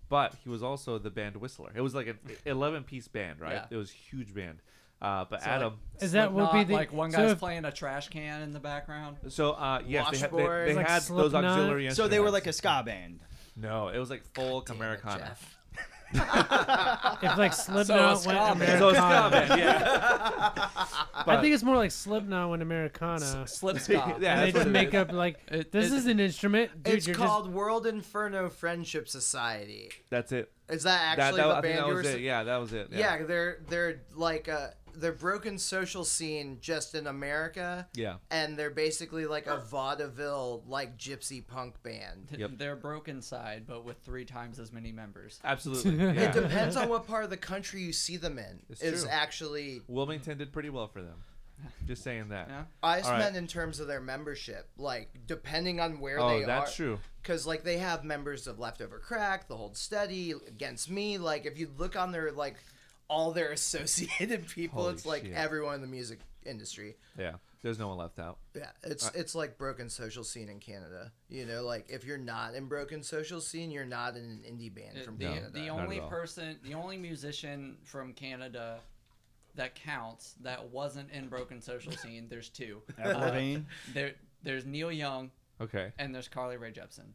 A: but he was also the band Whistler. It was like an eleven piece band, right?
D: Yeah.
A: It was a huge band. Uh, but
D: So, like,
A: Adam,
B: Is that what be
D: Slipknot,
B: the
D: like one
B: so
D: guy's
B: if-
D: playing a trash can in the background?
A: so uh, yes, they had, they,
C: Washboard.
A: they
B: Like
A: had those
B: Slipknot?
A: auxiliary.
E: So they were like a
A: instruments.
E: ska band.
A: no, it was like full Americana.
C: Jeff.
B: if like Slipknot
D: ska
B: went
D: band.
B: Americana?
A: So it's ska band, yeah.
B: I think it's more like Slipknot went Americana.
D: Slip stop.
A: Yeah.
B: and they
A: that's what
B: just
A: it
B: make
A: is.
B: up like
D: It-
B: this
D: it-
B: is an instrument. Dude,
C: it's
B: you're
C: called World Inferno Friendship Society.
A: That's it.
C: Is that
A: That,
C: actually
A: that,
C: the
A: I think
C: band
A: that
C: you were?
A: was
C: s-
A: it. Yeah, that was it.
C: Yeah, they're they're like a they're broken social scene just in America,
A: Yeah.
C: and they're basically like a vaudeville like gypsy punk band.
A: Yep.
D: Their broken side, but with three times as many members.
A: Absolutely.
C: It
A: Yeah.
C: depends on what part of the country you see them in.
A: It's
C: is
A: true.
C: actually
A: Wilmington did pretty well for them. Just saying that.
D: Yeah.
C: I just
A: All right.
C: meant in terms of their membership, like depending on where
A: Oh,
C: they
A: that's
C: are.
A: true.
C: Because like they have members of Leftover Crack, The Hold Steady, Against Me. Like if you look on their like all their associated people,
A: Holy
C: it's like
A: shit.
C: everyone in the music industry.
A: Yeah. There's no one left out.
C: Yeah, it's
A: Uh,
C: it's like broken social scene in Canada. You know, like if you're not in broken social scene, you're not in an indie band
D: Uh,
C: from
D: the,
C: Canada.
D: the
A: Not at
D: only
A: all.
D: person, the only musician from Canada that counts that wasn't in Broken Social Scene, there's two.
E: Avril
D: Uh,
E: Lavigne.
D: there, there's Neil Young
A: Okay.
D: and there's Carly Rae Jepsen.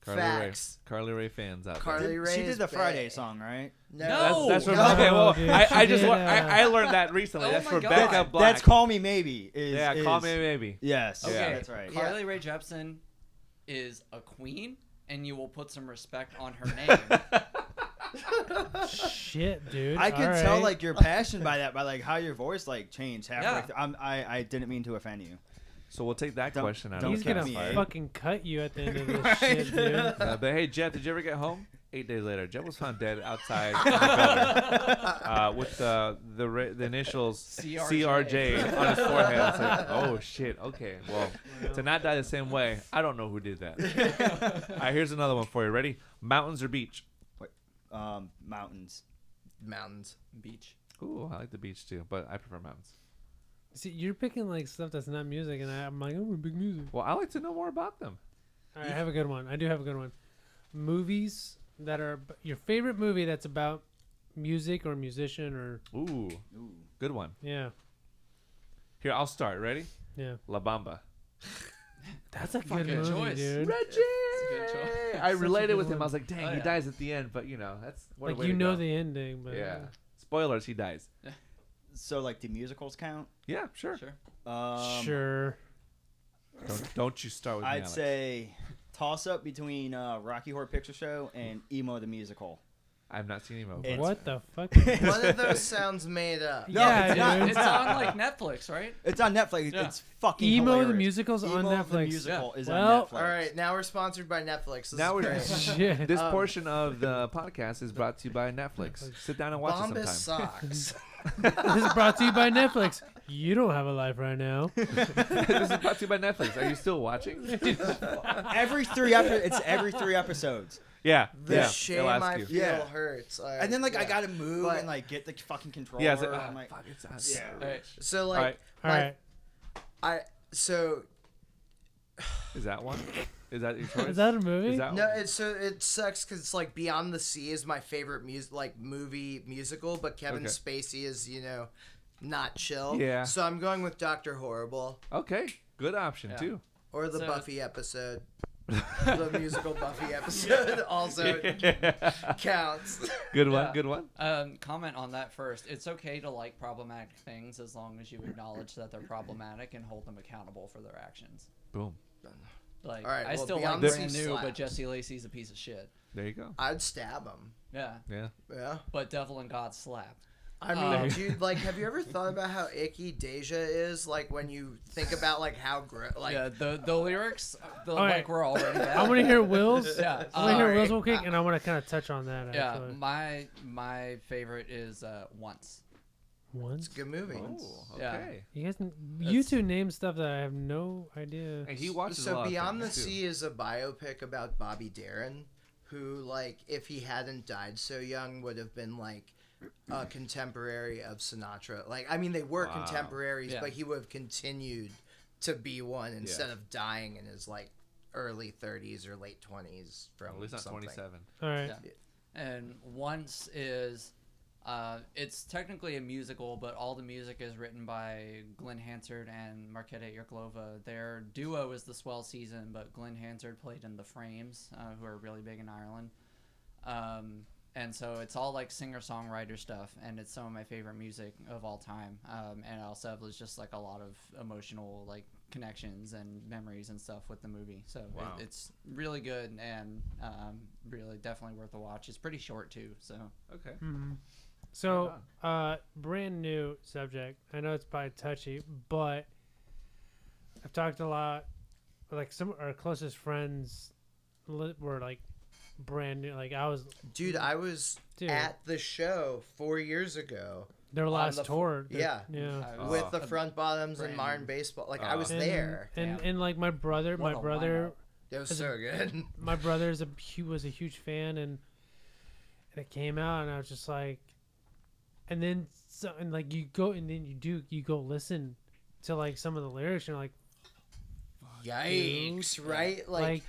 A: Carly
C: Facts.
A: Ray. Carly Ray fans out
C: Carly
A: there.
E: Did-
C: Rae
E: she
C: is
E: did the Friday
C: bad.
E: song, right?
D: No!
A: That's, that's
D: Oh,
A: from,
C: God.
A: okay, well,
B: Dude,
A: I,
B: she
A: I just
B: did,
A: learned,
B: uh,
A: I, I learned that recently.
D: Oh
A: that's
D: my
A: from
D: God.
A: Becca
D: That's-
A: Black.
E: That's Call Me Maybe. Is,
A: yeah, call
E: is-
A: me maybe.
E: Yes.
A: Okay.
E: Yeah, that's right.
C: Yeah.
D: Carly Rae Jepsen is a queen, and you will put some respect on her name.
B: just shit, dude.
E: I could
B: All
E: tell
B: right.
E: like your passion by that, by like how your voice like changed halfway.
D: Yeah.
E: Through. I'm, I I didn't mean to offend you.
A: So we'll take that
E: Don't-
A: question out
E: don't
A: of
B: he's
A: the
E: kill
B: gonna
A: cast
E: me,
A: fire.
E: eh?
B: fucking cut you at the end of this
C: Right.
B: shit, dude.
A: Uh, but hey, Jeff, did you ever get home? Eight days later, Jeff was found dead outside in the gutter, uh, with the the, ra- the initials
D: CRJ.
A: CRJ on his forehead. It's like, oh shit. Okay, well, to not die the same way, I don't know who did that. All right, here's another one for you. Ready? Mountains or beach?
E: Um, mountains.
C: Mountains.
D: Beach.
A: Ooh, I like the beach too, but I prefer mountains.
B: See, you're picking like stuff that's not music, and I, I'm like, oh, big music.
A: Well, I like to know more about them.
B: All right, I have a good one. I do have a good one. Movies that are ab- your favorite movie that's about music or musician or
A: Ooh,
E: Ooh.
A: good one.
B: yeah,
A: Here, I'll start. Ready?
B: yeah.
A: La Bamba.
B: That's a
D: fucking
B: movie,
D: choice.
B: dude.
A: Reggie.
D: good choice.
A: I
B: Such a
A: related
B: good
A: with him.
B: one.
A: I was like, dang,
D: Oh,
A: he
D: yeah.
A: dies at the end, but you know, that's what a
B: Like
A: way
B: you
A: to
B: know
A: go.
B: the ending, but
A: yeah. Spoilers, he dies.
E: So like, do musicals count?
A: Yeah, sure.
D: Sure.
E: Um,
B: sure.
A: Don't, don't you start with me,
E: I'd
A: Alex.
E: say toss up between uh, Rocky Horror Picture Show and Emo the Musical.
A: I've not seen him
E: It's-
B: What the fuck?
C: One of those sounds made up.
E: No,
B: yeah,
E: it's not.
B: dude.
D: It's on like Netflix, right?
E: It's on Netflix.
D: Yeah.
E: It's fucking
B: Emo the
E: hilarious.
B: musicals on
E: Emo the
B: Netflix.
E: Musical is
B: Well,
E: on Netflix.
C: All right, now we're sponsored by Netflix. This
A: Now
C: is
A: we're
C: great.
B: Shit.
A: This
C: Um,
A: portion of the podcast is brought to you by Netflix. Sit down and watch
C: Bombas
A: it sometime.
C: socks.
B: this is brought to you by Netflix. You don't have a life right now.
A: this is brought to you by Netflix. Are you still watching?
E: every three epi- it's every three episodes.
A: Yeah.
C: The
A: yeah.
C: shame
A: they'll ask
C: I
A: you.
C: feel
E: Yeah.
C: hurts. All right,
E: And then like I
C: yeah.
E: gotta move
C: But-
E: and like get the fucking controller.
A: Yeah. It's like,
E: I'm
A: "Ah,
E: like,
A: fuck, it's us."
E: yeah.
D: All right.
C: So
A: All
C: like
A: right.
B: All
C: My-
B: right.
C: I so
A: Is that one? Is that your choice?
B: Is that a movie?
A: Is that
C: no
A: one?
C: it's so it sucks because it's like Beyond the Sea is my favorite music like movie musical, but Kevin
A: Okay.
C: Spacey is you know not chill.
A: Yeah.
C: So I'm going with Doctor Horrible
A: Okay. Good option
D: Yeah.
A: too.
C: or the
D: So-
C: Buffy episode. the musical Buffy episode also counts.
A: Good one.
D: Yeah.
A: Good one.
D: Um, comment on that first. It's okay to like problematic things as long as you acknowledge that they're problematic and hold them accountable for their actions.
A: Boom.
D: Like
C: All right,
D: I
C: well,
D: still like
C: Beyonce
D: brand new,
C: slaps.
D: but Jesse Lacey's a piece of shit.
A: There you go.
C: I'd stab him.
D: Yeah,
A: Yeah.
C: Yeah.
D: but Devil and God slap.
C: I
D: Um,
C: mean,
A: Oh.
C: dude, like, have you ever thought about how icky Deja is? Like, when you think about like how gro- like
D: yeah, the the lyrics, the,
B: right.
D: like we're already. Bad.
B: I want to hear Will's.
D: Yeah,
B: I want to hear
D: uh,
B: Will's real quick, and I want to kind of touch on that.
D: yeah.
B: Actually.
D: My my favorite is uh, once.
B: Once.
C: it's a good movie.
A: Oh,
D: Yeah.
A: okay.
B: You guys, n- you
D: That's-
B: two name stuff that I have no idea.
A: And he watches a
C: so
A: lot of
C: Beyond the
A: things, too.
C: Sea is a biopic about Bobby Darin, who like if he hadn't died so young would have been like a contemporary of Sinatra. Like I mean they were
A: Wow.
C: contemporaries,
D: Yeah.
C: but he would have continued to be one instead of dying in his like early 30s or late 20s from
A: At least not
C: something.
A: 27.
B: All right.
D: Yeah. And once is, uh, it's technically a musical, but all the music is written by Glenn Hansard and Marketa Yerklova. Their duo is the Swell Season, but Glenn Hansard played in the Frames, uh, who are really big in Ireland. Um, and so it's all like singer songwriter stuff, and it's some of my favorite music of all time. Um, and it also was just like a lot of emotional like connections and memories and stuff with the movie. So it-
A: Wow.
D: it's really good and um, really definitely worth a watch. It's pretty short too, so
A: Okay.
B: Mhm. So, uh, brand new subject. I know it's probably touchy, but I've talked a lot. Like some of our closest friends li- were like brand new. Like I was,
C: Dude, I was
B: dude.
C: at the show 4 years ago
B: their last
C: the f-
B: tour. their-
C: yeah.
B: Yeah.
D: I
A: Oh.
D: was-
C: with the front bottoms and
D: brand
C: modern
D: new.
C: baseball. Like I
A: Oh.
C: was
B: And-
C: there.
B: And,
D: Damn.
B: and like my brother,
D: What
B: my
D: a
B: brother,
D: lineup.
C: It was
B: As a-
C: so good.
B: my brother is a he was a huge fan, and, and it came out, and I was just like, and then so, and like you go and then you do you go listen to like some of the lyrics, and you're like
C: Yikes, right?
B: like,
C: Like,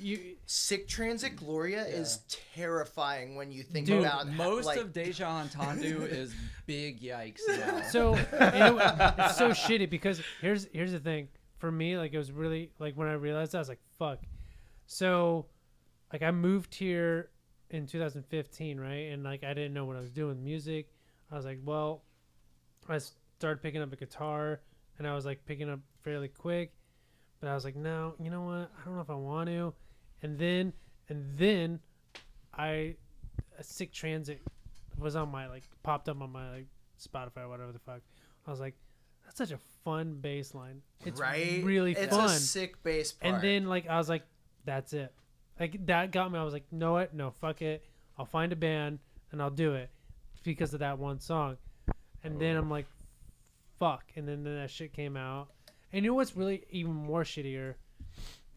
B: you
C: Sick Transit Gloria is terrifying when you think
B: Dude,
C: about ho-
D: most
C: like,
D: of Deja and Tandu is big yikes. Now.
B: so you know, it's so shitty because here's here's the thing for me like it was really like when I realized that, I was like fuck so like I moved here in 2015 right and like I didn't know what I was doing with music I was like well I started picking up a guitar and I was like picking up fairly quick but I was like no you know what I don't know if I want to and then and then I a sick transit was on my like popped up on my like Spotify, whatever the fuck. I was like, that's such a fun bass line. It's
C: right?
B: really
C: it's
B: fun.
C: a sick bass part.
B: and then like I was like, that's it. Like that got me. I was like, no, what? No, fuck it. I'll find a band and I'll do it because of that one song. And then I'm like, fuck. And then, then that shit came out. And you know what's really even more shittier?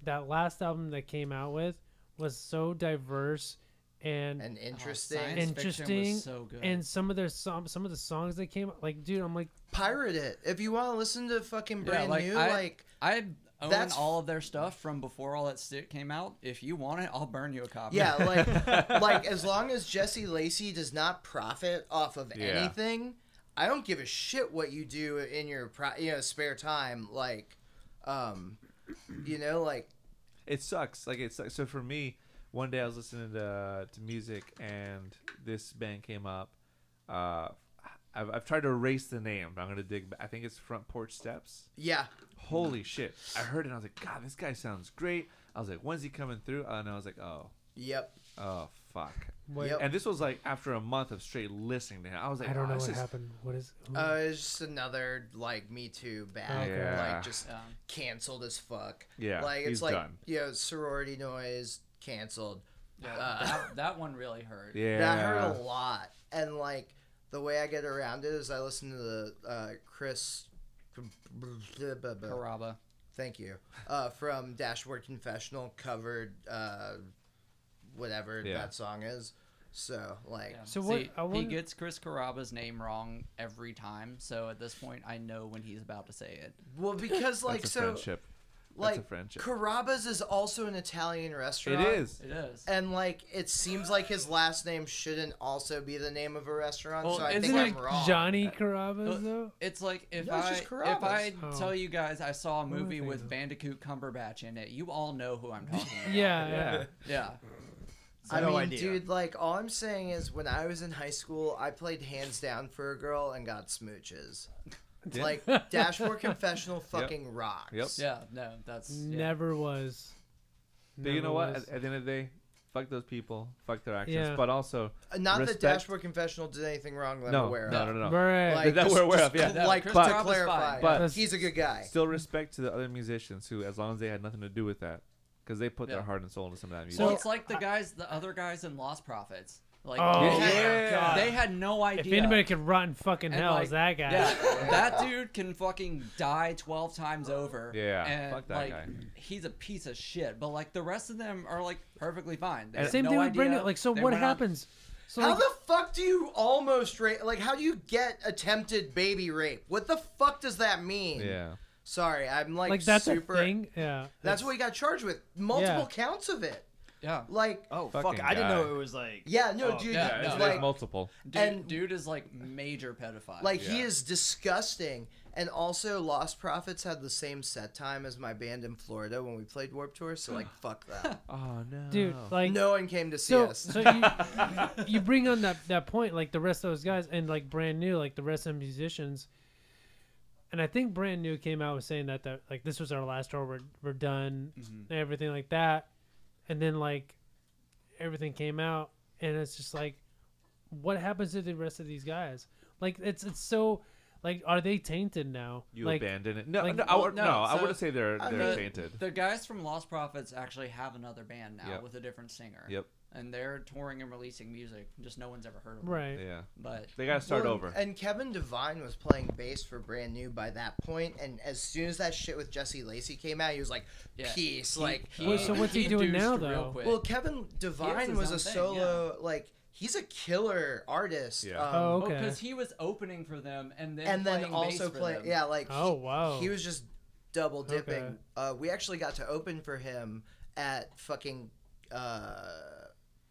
B: That last album that came out with was so diverse and
C: and
D: Oh,
C: interesting.
D: science Fiction
B: Interesting
D: was so good.
B: and some of their some some of the songs that came like dude i'm like
C: Pirate it if you want to listen to fucking
D: Yeah,
C: brand
D: like,
C: new.
D: I-
C: like
D: I own
C: That's-
D: all of their stuff from before all that shit came out. If you want it, I'll burn you a copy.
C: yeah, like like as long as Jesse Lacey does not profit off of
A: Yeah.
C: anything, I don't give a shit what you do in your pro- you know spare time. Like, um, you know, like
A: it sucks. Like it sucks. So for me, one day I was listening to to music and this band came up. Uh, I've, I've tried to erase the name, but I'm gonna dig. Back. I think it's Front Porch Steps.
C: yeah,
A: Holy shit! I heard it. and I was like, God, this guy sounds great. I was like, when's he coming through? And I was like, oh,
C: yep,
A: oh fuck.
B: what,
C: Yep.
A: And this was like after a month of straight listening to him. I was like,
B: i don't
A: "Wow,
B: know
A: this
B: what
A: is-
B: happened what is who-
C: uh, it's just another like Me Too bag,
A: Okay. Yeah.
C: like just
D: Um,
C: canceled as fuck.
A: Yeah,
C: like it's
A: he's
C: like
A: done.
C: you know sorority noise canceled.
D: yeah,
C: Uh,
D: that, that one really hurt.
A: Yeah,
C: That hurt a lot. And like the way I get around it is I listen to the uh, Chris.
D: Caraba.
C: Thank you. Uh, from Dashboard Confessional covered uh, whatever
A: Yeah.
C: that song is. So like
D: Yeah.
B: So what-
D: See,
B: I
D: he
B: wonder-
D: gets Chris Caraba's name wrong every time. So at this point, I know when he's about to say it.
C: well because like
A: That's a
C: so
A: friendship.
C: like
A: That's a friendship.
C: Carrabba's is also an Italian restaurant.
A: It is.
D: It is.
C: And like it seems like his last name shouldn't also be the name of a restaurant,
D: Well,
C: so I
D: isn't
C: think
D: it
C: I'm wrong.
B: johnny carabas
D: Uh,
B: though
D: It's like if
C: No, it's
D: I
C: just
D: if
C: Carrabba's.
D: I
B: Oh.
D: tell you guys I saw a
B: do I
D: movie
B: think
D: with
B: of?
D: Bandicoot Cumberbatch in it, you all know who I'm talking about.
B: yeah, yeah
A: Yeah.
D: Yeah.
C: I
E: No
C: mean,
E: idea.
C: dude, like all I'm saying is when I was in high school, I played hands down for a girl and got smooches.
A: Yeah.
C: Like Dashboard Confessional fucking rocks.
A: Yep.
D: Yeah. No, that's yeah.
B: never was
A: But you
B: Never
A: know what?
B: was.
A: At, at the end of the day, fuck those people. Fuck their actions.
B: Yeah.
A: But also,
C: Uh, Not
A: Respect-
C: that Dashboard Confessional did anything wrong that I'm
A: no,
C: aware
A: no,
C: of.
A: no, no,
B: Right.
C: Like,
A: That
C: just-
A: we're aware
C: just
A: of, yeah.
D: No,
C: like
D: Chris
C: to
D: Rock was
C: clarify,
D: fine.
A: But-
B: That's-
C: he's a good guy.
A: Still respect to the other musicians who, as long as they had nothing to do with that, because they put
D: Yeah.
A: their heart and soul into some of that music.
D: Well,
B: So-
D: it's like the guys, the other guys in Lost Prophets. Like
B: Oh,
D: they, had,
A: yeah. God.
D: they had no
B: if
D: idea.
B: anybody could rot in fucking
D: And,
B: hell
D: like,
B: is that guy
D: Yeah, that dude can fucking die twelve times over.
A: Yeah,
D: and,
A: fuck that
D: like,
A: guy.
D: He's a piece of shit. But like the rest of them are like perfectly fine. They had
B: same
D: no
B: thing with
D: idea.
B: brendan like so
D: They
B: what
D: went on-
B: happens so
C: how
B: like,
C: the fuck do you almost rape? Like, how do you get attempted baby rape? What the fuck does that mean?
A: yeah,
C: Sorry, I'm like,
B: like that's
C: super.
B: a thing yeah
C: That's what he got charged with. Multiple counts of it.
D: yeah,
C: Like,
E: Oh fuck!
A: Fucking
E: I didn't
A: guy.
E: know it was like.
C: yeah, no,
E: Oh,
C: dude.
A: yeah,
D: yeah, no,
A: it's,
D: no.
A: there's
C: like,
A: multiple.
D: dude,
C: and-
D: dude is like major pedophile.
C: Like he
A: Yeah.
C: is disgusting. And also, Lost Prophets had the same set time as my band in Florida when we played Warp Tour. So like, fuck that.
A: Oh no,
B: dude like
C: no one came to see
B: so
C: us.
B: so you, you bring on that that point like the rest of those guys and like brand new like the rest of the musicians and i think brand new came out with saying that that like this was our last tour we're, we're done
E: Mm-hmm.
B: and everything like that and then like everything came out and it's just like what happens to the rest of these guys like it's it's so like are they tainted now
A: you
B: like
A: abandon it. No,
B: like-
A: no, I,
D: Well,
A: would-
D: no,
A: no, I
D: so-
A: wouldn't say they're
C: I
A: they're
D: the,
A: tainted.
D: the guys from Lost Prophets actually have another band now
A: Yep.
D: with a different singer.
A: Yep.
D: And they're touring and releasing music. Just no one's ever heard of them.
B: right
A: Yeah,
D: But
A: they gotta start
C: Well,
A: over.
C: And Kevin Devine was playing bass for Brand New by that point, and as soon as that shit with Jesse Lacey came out, he was like,
D: yeah,
C: "Peace."
D: he-
C: like,
D: he-
B: Well, so what's he doing
D: douced
B: now,
D: real
B: though?
D: quick.
C: well, Kevin Devine
D: his
C: was
D: own
C: a
D: thing,
C: solo. Like, he's a killer artist.
A: Yeah.
C: Um,
B: Oh, okay.
D: because he was opening for them and then
C: and then
D: playing
C: also
D: bass for
C: play.
D: them.
C: Yeah, like.
B: oh
C: he-
B: wow
C: He was just double dipping.
B: Okay.
C: Uh, we actually got to open for him at fucking uh,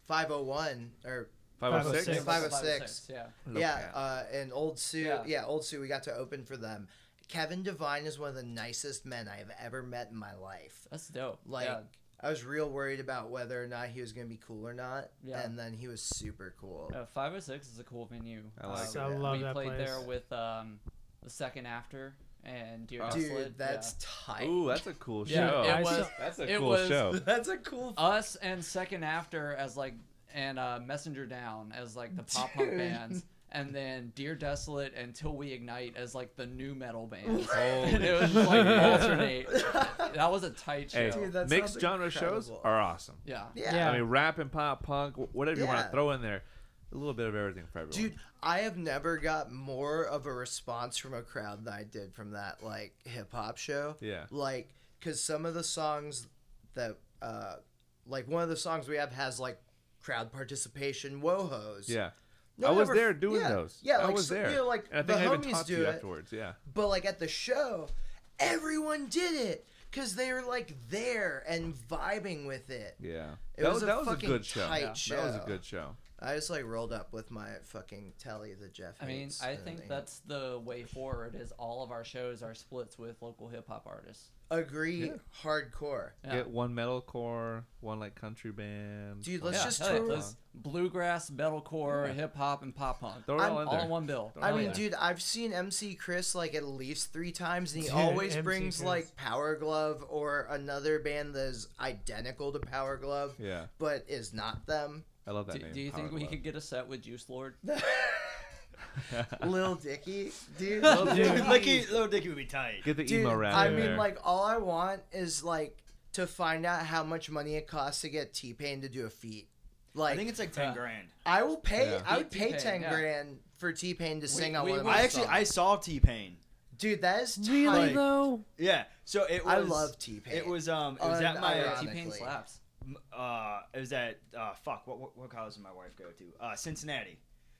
C: 501 or
A: Five oh six.
B: Six.
C: Five oh
D: Five oh
C: six.
D: six, Yeah,
C: yeah, uh, and old Sue.
D: Yeah.
C: Yeah. old Sue. We got to open for them. Kevin Devine is one of the nicest men I've ever met in my life.
D: that's dope.
C: Like.
D: yeah.
C: I was real worried about whether or not he was going to be cool or not,
D: Yeah.
C: and then he was super cool.
D: Uh, 506 is a cool venue. Uh,
A: I like
B: So it. I love
D: we
B: that
D: played
B: place.
D: there with um, the second after and Dear
A: Oh.
D: Desolate. Yeah.
C: Dude, that's tight.
A: Ooh, that's a cool
D: Yeah,
A: show.
D: it was-
A: that's a
D: it
A: cool
D: was-
A: show.
C: That's a cool.
D: us and second after as like and uh, Messenger Down as like the pop punk
C: Dude.
D: bands. And then Dear Desolate and Till We Ignite as like the new metal bands.
A: Holy
D: and it was just like
A: shit.
D: alternate. That was a tight show.
A: Hey,
C: Dude, that
A: mixed
C: sounds
A: genre shows
C: incredible.
A: are awesome.
D: yeah.
C: yeah.
B: Yeah.
A: I mean, rap and pop, punk, wh- whatever you want
C: Yeah.
A: to throw in there, a little bit of everything for everyone.
C: Dude, I have never got more of a response from a crowd than I did from that like hip hop show.
A: Yeah.
C: Like, cause some of the songs that, uh, like one of the songs we have has like crowd participation wohos.
A: Yeah.
C: No
A: I
C: one
A: was
C: ever-
A: there doing
C: yeah,
A: those.
C: Yeah,
A: I
C: like,
A: was
C: so-
A: there.
C: You know, like
A: and I
C: the
A: think I even
C: homies
A: talked to
C: do
A: you
C: it,
A: afterwards. Yeah.
C: but like at the show, everyone did it because they were like there and vibing with it.
A: Yeah.
C: It
A: that
C: was
A: was,
C: a
A: that was a
C: fucking
A: good show.
C: tight
A: That was a
C: show.
A: good show.
C: I just like rolled up with my fucking telly that Jeff.
D: I mean,
C: hates
D: I
C: and
D: think
C: he-
D: that's the way forward. Is all of our shows are splits with local hip hop artists.
C: agree
A: Yeah.
C: hardcore,
D: Yeah.
A: Get one metalcore, one like country band.
C: dude. Let's
D: yeah,
C: just
D: hell yeah,
C: tour.
D: let's- bluegrass, metalcore, hip hop, and pop punk.
A: Throw it
C: I'm-
A: all in
D: All
A: there.
D: in one bill.
A: Throw it
C: I
A: all
D: Hell
A: in
C: mean,
D: yeah.
C: dude, I've seen MC Chris like at least three times, and he
B: Dude,
C: always
B: MC
C: brings
B: Chris.
C: like Power Glove or another band that is identical to Power Glove,
A: Yeah.
C: but is not them.
A: I love that
D: Do,
A: name.
D: do you think
A: Power
D: we
A: Glove.
D: could get a set with Juice Lord?
C: Lil Dicky, dude.
A: Lil Dicky.
E: Dude, Licky, Little Dicky would be tight.
A: get the
C: Dude,
A: emo rap?
C: I
A: in
C: mean,
A: there.
C: like, all I want is like to find out how much money it costs to get T Pain to do a feat. Like,
E: I
C: I,
E: think it's like uh, ten
D: Yeah.
E: grand.
C: will pay.
A: Yeah.
C: I would
D: Beat
C: pay
D: T-Pain,
C: ten
D: yeah.
C: grand for T Pain to sing on
D: we
C: one of
D: would-
C: my
E: I actually I
C: songs.
E: saw T Pain.
C: dude, that is tight.
B: Really
E: Like-
B: though?
E: Yeah. So it was
C: I love T Pain.
E: It was um it was at my
C: Unironically.
D: T Pain slaps.
E: m- uh, it was at uh, fuck what, what what college did my wife go to? Uh, Cincinnati.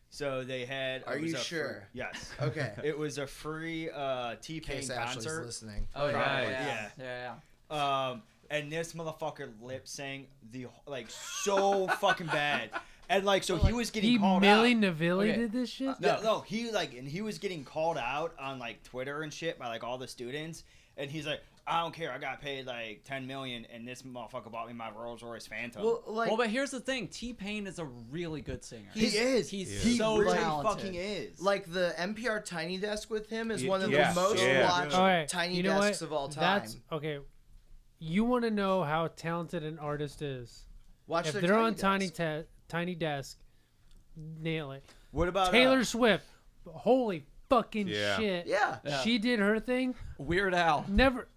E: So they had. it
C: Are
E: was
C: you
E: a free-
C: sure?
E: yes.
C: okay.
E: It was a free uh, T
C: In
E: Pain
C: case Ashley's
E: concert,
C: listening.
D: Oh yeah,
A: Nice.
D: yeah,
E: Yeah.
D: yeah, yeah.
E: um, and this motherfucker lip sang the wh- like so fucking bad, and like so he was getting
B: He
E: called
B: Millie
E: out. Uh,
B: Navilli
D: Okay.
B: did this shit.
E: No, no, he like and he was getting called out on like Twitter and shit by like all the students, and he's like, I don't care, I got paid like ten million, and this motherfucker bought me my Rolls Royce Phantom.
C: Well, like,
D: well, but here's the thing: T Pain is a really good singer.
E: he is.
D: He's
A: Yeah.
E: he
D: so
E: really
D: talented.
E: fucking is.
C: like the NPR Tiny Desk with him is
A: Ye-
C: one of
A: yes,
C: the most
A: yeah.
C: watched
B: All right,
C: Tiny
B: you know
C: Desks
B: what?
C: of all time.
B: That's okay. You want to know how talented an artist is?
C: Watch
B: if
C: their
B: they're on
C: Desk.
B: Tiny te- Tiny Desk, nail it.
E: what about uh,
B: Taylor Swift, holy fucking
A: Yeah.
B: shit.
C: Yeah.
D: Yeah.
B: She did her thing.
D: Weird Al.
B: Never.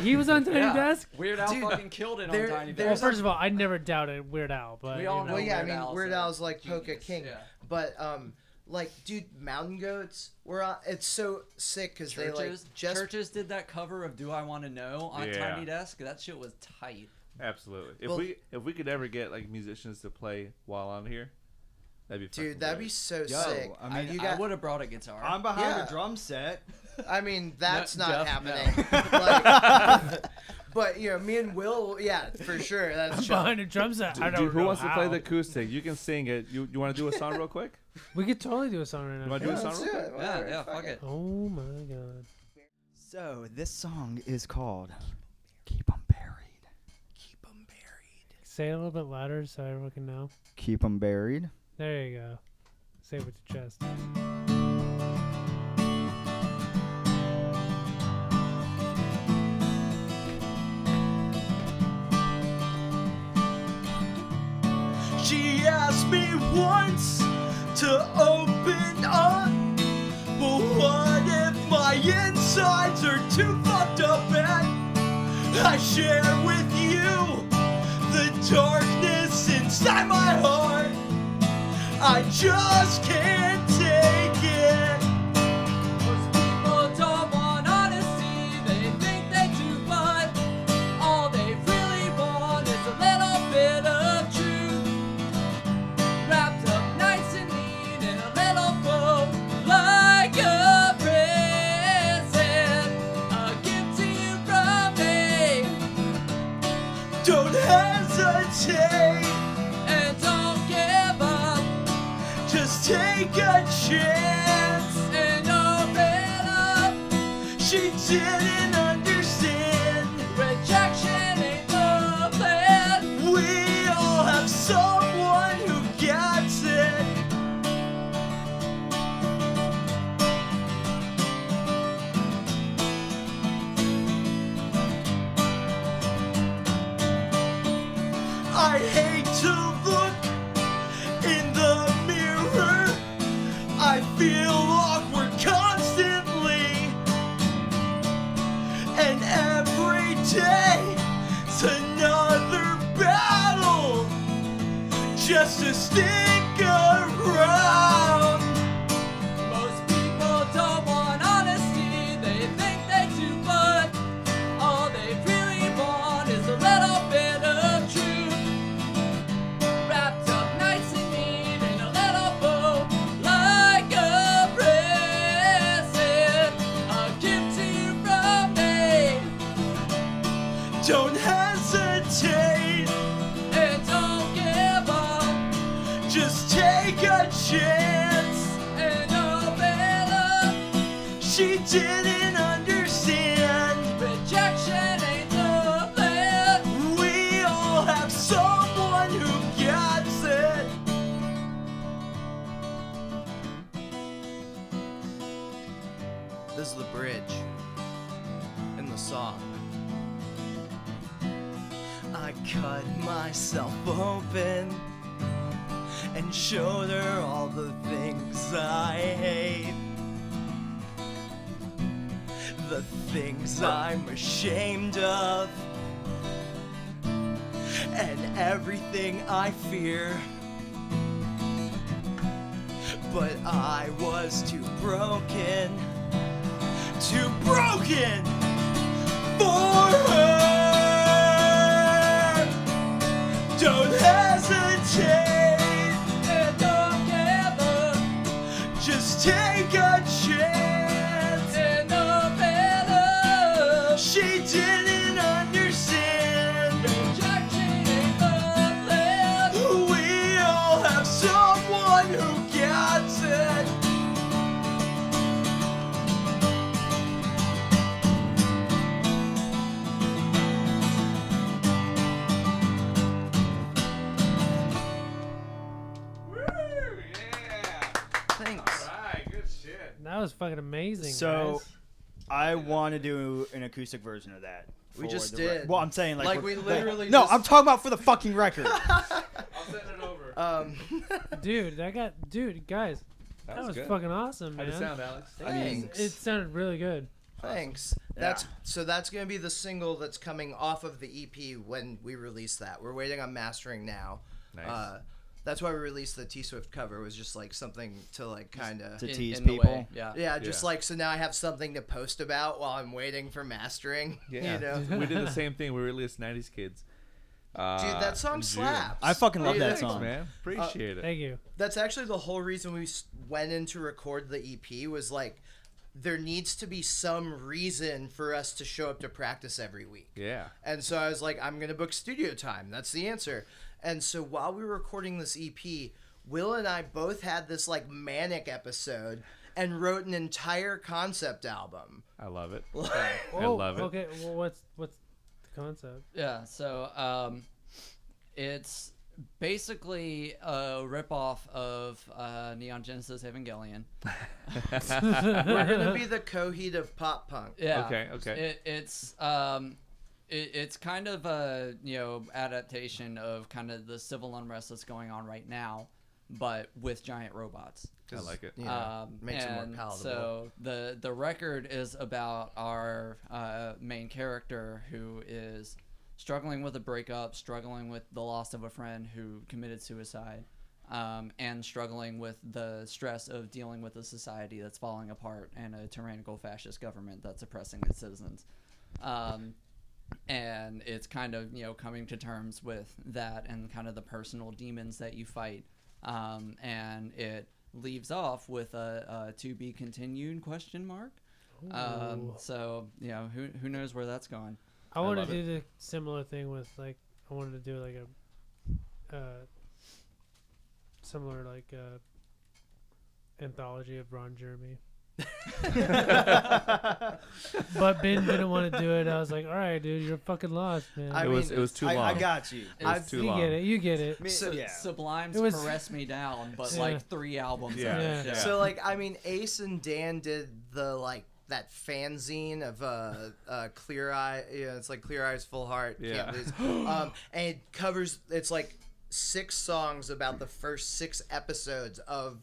B: He was on Tiny
D: Yeah.
B: Desk.
D: Weird Al
C: Dude,
D: fucking killed it on
C: there-
D: Tiny
B: Well,
D: Desk.
C: there's-
B: first of all, I never doubted Weird Al, but
D: We all
B: you know.
D: know
C: well, yeah, I
D: Weird
C: mean,
D: Al's
C: Weird
D: a
C: Al's like Poca
D: genius,
C: King,
D: yeah.
C: but um, like, dude, Mountain Goats were on. It's so sick because they
D: Churches,
C: like just
D: Churches did that cover of "Do I Want to Know" on
A: Yeah.
D: Tiny Desk. That shit was tight.
A: Absolutely. If
C: Well-
A: we if we could ever get like musicians to play while on here, that'd be fucking
C: dude, that'd be
A: great.
C: so
E: Yo,
C: sick.
E: I mean,
C: you
D: I
C: got.
D: would have brought a guitar.
E: I'm behind
C: Yeah.
E: a drum set.
C: I mean, that's not
D: Jeff, no.
C: happening. like, but you know, me and Will, yeah, for sure. That's true.
B: behind the drum set. I
A: Dude,
B: don't
A: who
B: know
A: wants to play
B: how.
A: the acoustic? You can sing it. You you want to do a song real quick?
B: We could totally do a song right now.
A: You want to do
C: Yeah,
A: a song
C: let's
A: real
C: do
A: quick?
C: it.
D: yeah,
C: whatever,
D: yeah, fuck it.
B: Oh my god.
E: So this song is called "Keep 'Em Buried."
C: Keep 'em buried.
B: Say it a little bit louder so everyone can know.
E: Keep 'em buried.
B: There you go. Say it with your chest.
C: She asked me once to open up. But what if my insides are too fucked up and I share with you the darkness inside my heart? I just can't take it.
D: People don't want honesty, they think they do, but all they really want is a little bit of truth. Wrapped up nice and neat in a little bow, like a present, a gift to you from me,
C: Don't hesitate,
D: and don't give up
C: just take a chance.
D: and open up.
C: She didn't understand.
D: Rejection ain't the plan.
C: We all have someone who gets it. I hate to look in the mirror. I feel awkward constantly. And every day it's another battle just to stick around.
D: Most people don't want honesty, they think they do, but all they really want is a little bit of truth. Wrapped up nicely
F: Don't hesitate,
D: And don't give up.
F: just take a chance.
D: And don't give up.
F: She didn't understand.
D: Rejection ain't the plan.
F: We all have someone who gets it.
C: This is the bridge in the song.
F: I cut myself open and showed her all the things I hate. The things I'm ashamed of, and everything I fear. But I was too broken, too broken for her. Don't hesitate, and don't give up. Just take a chance, and don't give up. She didn't understand. Rejection ain't the plan. We all have someone who gets it.
C: Thanks.
B: That was fucking amazing.
E: So,
B: guys.
E: I want to do an acoustic version of that.
C: We
E: for
C: just
E: the re-
C: did.
E: well, I'm saying like,
C: Like,
E: we're-
C: we literally
E: no,
C: just-
E: I'm talking about for the fucking record.
A: I'll send it over.
C: Um,
B: dude, that got dude, guys, that, was, fucking awesome,
A: How'd
B: man.
A: it sound, Alex?
E: I mean,
C: Thanks.
B: It sounded really good.
C: Thanks. That's so that's gonna be the single that's coming off of the EP when we release that. We're waiting on mastering now.
A: Nice.
C: Uh, that's why we released the T Swift cover. Was just like something to like kind of
E: To
D: In-
E: tease
D: in the way,
E: people.
D: Yeah.
C: yeah, just
A: Yeah.
C: like so now I have something to post about while I'm waiting for mastering.
A: yeah.
C: You know,
A: we did the same thing. We released '90s Kids. Uh,
C: dude, that
A: in
C: song Uh,
A: June.
C: slaps.
E: I fucking love that
A: Thanks,
E: song.
A: man. Appreciate it.
B: Thank you.
C: That's actually the whole reason we s- went in to record the EP was like there needs to be some reason for us to show up to practice every week.
A: Yeah.
C: And so I was like, I'm going to book studio time. That's the answer. And so while we were recording this EP, Will and I both had this like manic episode and wrote an entire concept album.
A: I love it. I
B: Oh,
A: love it.
B: Okay, well, what's what's the concept?
D: Yeah, so um, it's basically a ripoff of uh, Neon Genesis Evangelion.
C: We're going to be the Coheed of pop punk.
D: Yeah.
A: Okay, okay.
D: It, it's um, it, it's kind of a you know adaptation of kind of the civil unrest that's going on right now, but with giant robots.
A: I like it.
C: You know,
D: Um,
C: makes it more
D: and
C: palatable.
D: So the the record is about our uh, main character who is struggling with a breakup, struggling with the loss of a friend who committed suicide, um, and struggling with the stress of dealing with a society that's falling apart and a tyrannical fascist government that's oppressing its citizens. Um, and it's kind of you know coming to terms with that and kind of the personal demons that you fight um, and it leaves off with a, a to be continued question mark um, so you know who, who knows where that's going
B: I, want to
A: love
B: do the similar thing with like I wanted to do like a uh, similar like uh, anthology of Ron Jeremy. but Ben didn't want to do it. I was like, "All right, dude, you're fucking lost, man."
C: I
A: it
B: I,
C: mean,
A: was. It was too
E: I,
A: long.
E: I got you.
A: it was too
B: you
A: long.
B: get it. You get it.
E: Me-
C: So-
E: yeah.
D: sublime's
B: It was-
D: caress me down but
B: Yeah.
D: like three albums
A: Yeah.
D: in.
B: Yeah.
A: yeah.
C: So like, I mean, Ace and Dan did the like that fanzine of uh, uh clear eye. You know, it's like clear eyes, full heart.
A: Yeah.
C: Can't lose. Um, and it covers. It's like six songs about the first six episodes of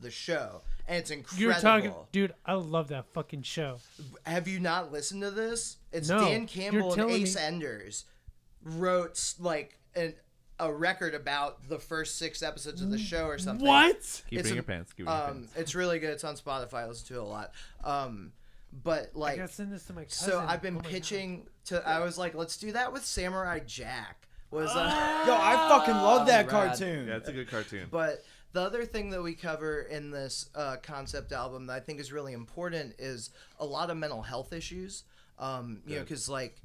C: the show, and it's incredible.
B: You're talking, dude. I love that fucking show.
C: Have you not listened to this? It's
B: No,
C: Dan
B: you're
C: Campbell and
B: telling
C: Ace
B: me-
C: Enders wrote s- like an. A record about the first six episodes of the show, or something.
B: What?
A: Keep it
C: It's
A: in
C: a-
A: your pants. Keep it in your
C: Um,
A: pants.
C: it's really good. It's on Spotify. I listen to it a lot. Um, but
B: I
C: like,
B: gotta send this to my cousin.
C: so I've been
B: Oh my God.
C: pitching to. I was like, let's do that with Samurai Jack. Was uh,
E: Yo, I fucking love that
D: Rad.
E: cartoon.
A: Yeah, it's a good cartoon.
C: but the other thing that we cover in this uh, concept album that I think is really important is a lot of mental health issues. Um, you know,
A: Good.
C: because like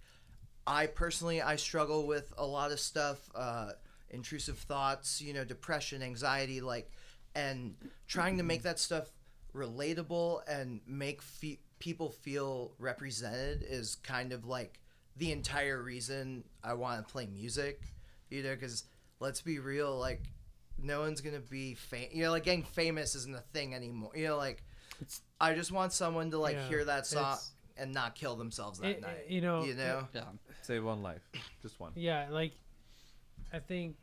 C: I personally I struggle with a lot of stuff, uh, intrusive thoughts, you know, depression, anxiety, like, and trying to make that stuff relatable and make fe- people feel represented is kind of like the entire reason I want to play music, you know, because let's be real, like, no one's gonna be fam- you know, like getting famous isn't a thing anymore, you know, like. I just want someone to like
B: Yeah,
C: hear that song
B: it's-
C: and not kill themselves that
B: It-
C: night.
B: you know,
C: you know,
D: Yeah.
A: Save one life, just one.
B: Yeah, like I think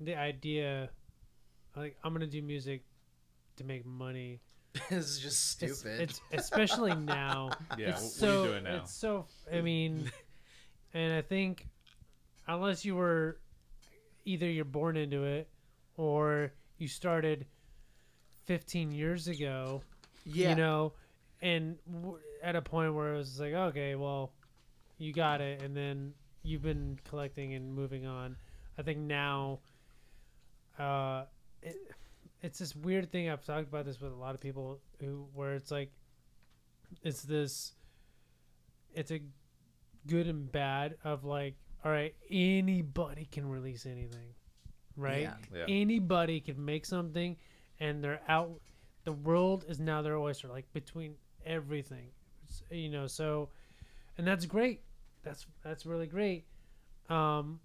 B: the idea like I'm gonna do music to make money.
C: this is just
B: It's-
C: stupid.
B: It's, especially now.
A: Yeah,
B: It's
A: wh- what
B: so,
A: are you doing now?
B: It's so I mean and I think unless you were either you're born into it or you started 15 years ago
C: yeah,
B: you know and w- at a point where it was like okay well you got it and then you've been collecting and moving on i think now uh it, it's this weird thing i've talked about this with a lot of people who where it's like it's this it's a good and bad of like all right anybody can release anything right
C: Yeah.
A: Yeah.
B: anybody can make something and they're out the world is now their oyster like between everything S- you know so and that's great that's that's really great um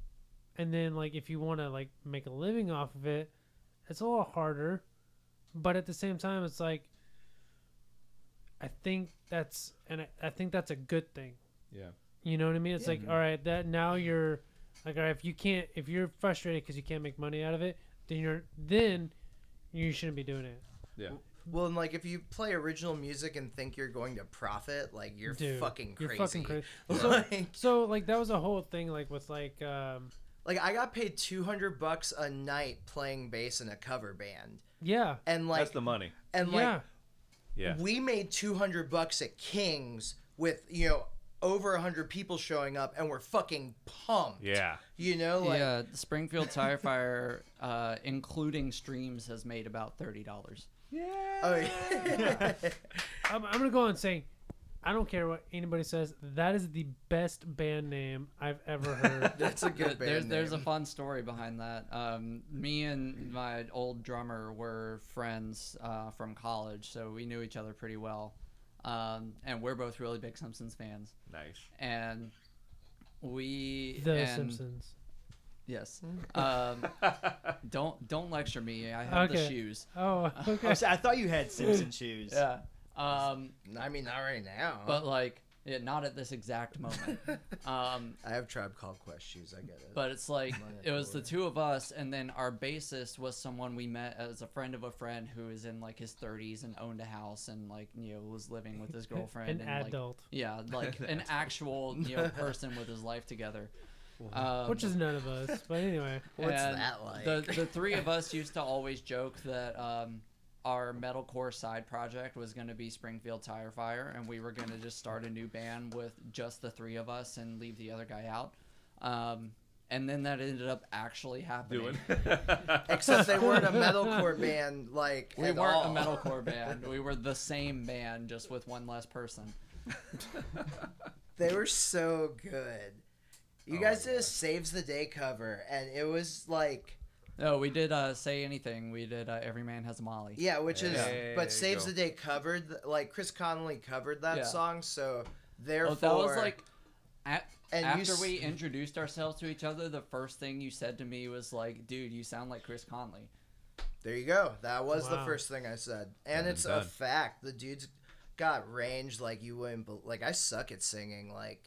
B: and then like if you want to like make a living off of it it's a little harder but at the same time it's like i think that's and i, I think that's a good thing
A: Yeah.
B: you know what i mean it's like all right that now you're like all right if you can't if you're frustrated because you can't make money out of it then you're then you shouldn't be doing it
A: Yeah.
C: Well, and like if you play original music and think you're going to profit, like you're
B: Dude,
C: fucking crazy.
B: you're fucking crazy
C: like,
B: So like that was a whole thing like with like um
C: like I got paid two hundred bucks a night playing bass in a cover band,
B: yeah
C: and like
A: That's the money.
C: and like
B: yeah
A: Yeah.
C: we made 200 bucks at King's with, you know, over 100 people showing up and we're fucking pumped.
A: Yeah.
C: You know, like,
D: yeah, the Springfield Tire Fire, uh, including streams, has made about thirty dollars.
C: oh, yeah.
B: I'm, I'm gonna go on saying I don't care what anybody says that is the best band name I've ever heard
C: that's a good band.
D: there's there's a
C: name.
D: fun story behind that. Um, me and my old drummer were friends uh, from college, so we knew each other pretty well, um, and we're both really big Simpsons fans.
A: Nice.
D: And we
B: The
D: and-
B: Simpsons
D: Yes. Um, don't don't lecture me. I have the
B: Okay.
D: shoes.
B: oh
E: I,
B: okay
E: was- I thought you had Simpson shoes.
D: Yeah. Um,
C: I mean, not right now.
D: but like, yeah, not at this exact moment. Um,
C: I have Tribe Called Quest shoes. I get it.
D: But it's like it was the
C: Maniacal.
D: two of us, and then our bassist was someone we met as a friend of a friend who is in like his 30s and owned a house and like you know was living with his girlfriend.
B: an
D: and, like-
B: adult
D: yeah, like an actual you know person with his life together. Um,
B: which is none of us but anyway
C: What's
D: and
C: that like?
D: The the three of us used to always joke that um, our metalcore side project was going to be Springfield Tire Fire, and we were going to just start a new band with just the three of us and leave the other guy out. Um, and then that ended up actually happening.
A: Doing.
C: Except they weren't a metalcore band, like,
D: We
C: at
D: weren't
C: all.
D: a metalcore band. We were the same band, just with one less person.
C: They were so good. You
A: Oh
C: guys
A: my
C: did a Saves the Day cover, and it was like,
D: No, we did uh, say anything. We did uh, Every Man Has a Molly.
C: Yeah, which is
A: Yeah. There you
C: but Saves
A: go.
C: the Day covered th- like Chris Connolly covered that
D: Yeah.
C: song, so therefore
D: Oh, that was like. a
C: And you
D: after
C: s-
D: we introduced ourselves to each other, the first thing you said to me was like, "Dude, you sound like Chris Conley."
C: there you go. That was the
B: Wow.
C: first thing I said, and
A: Done
C: it's
A: and
C: a
A: done.
C: fact. The dude's got range like you wouldn't. bel like I suck at singing like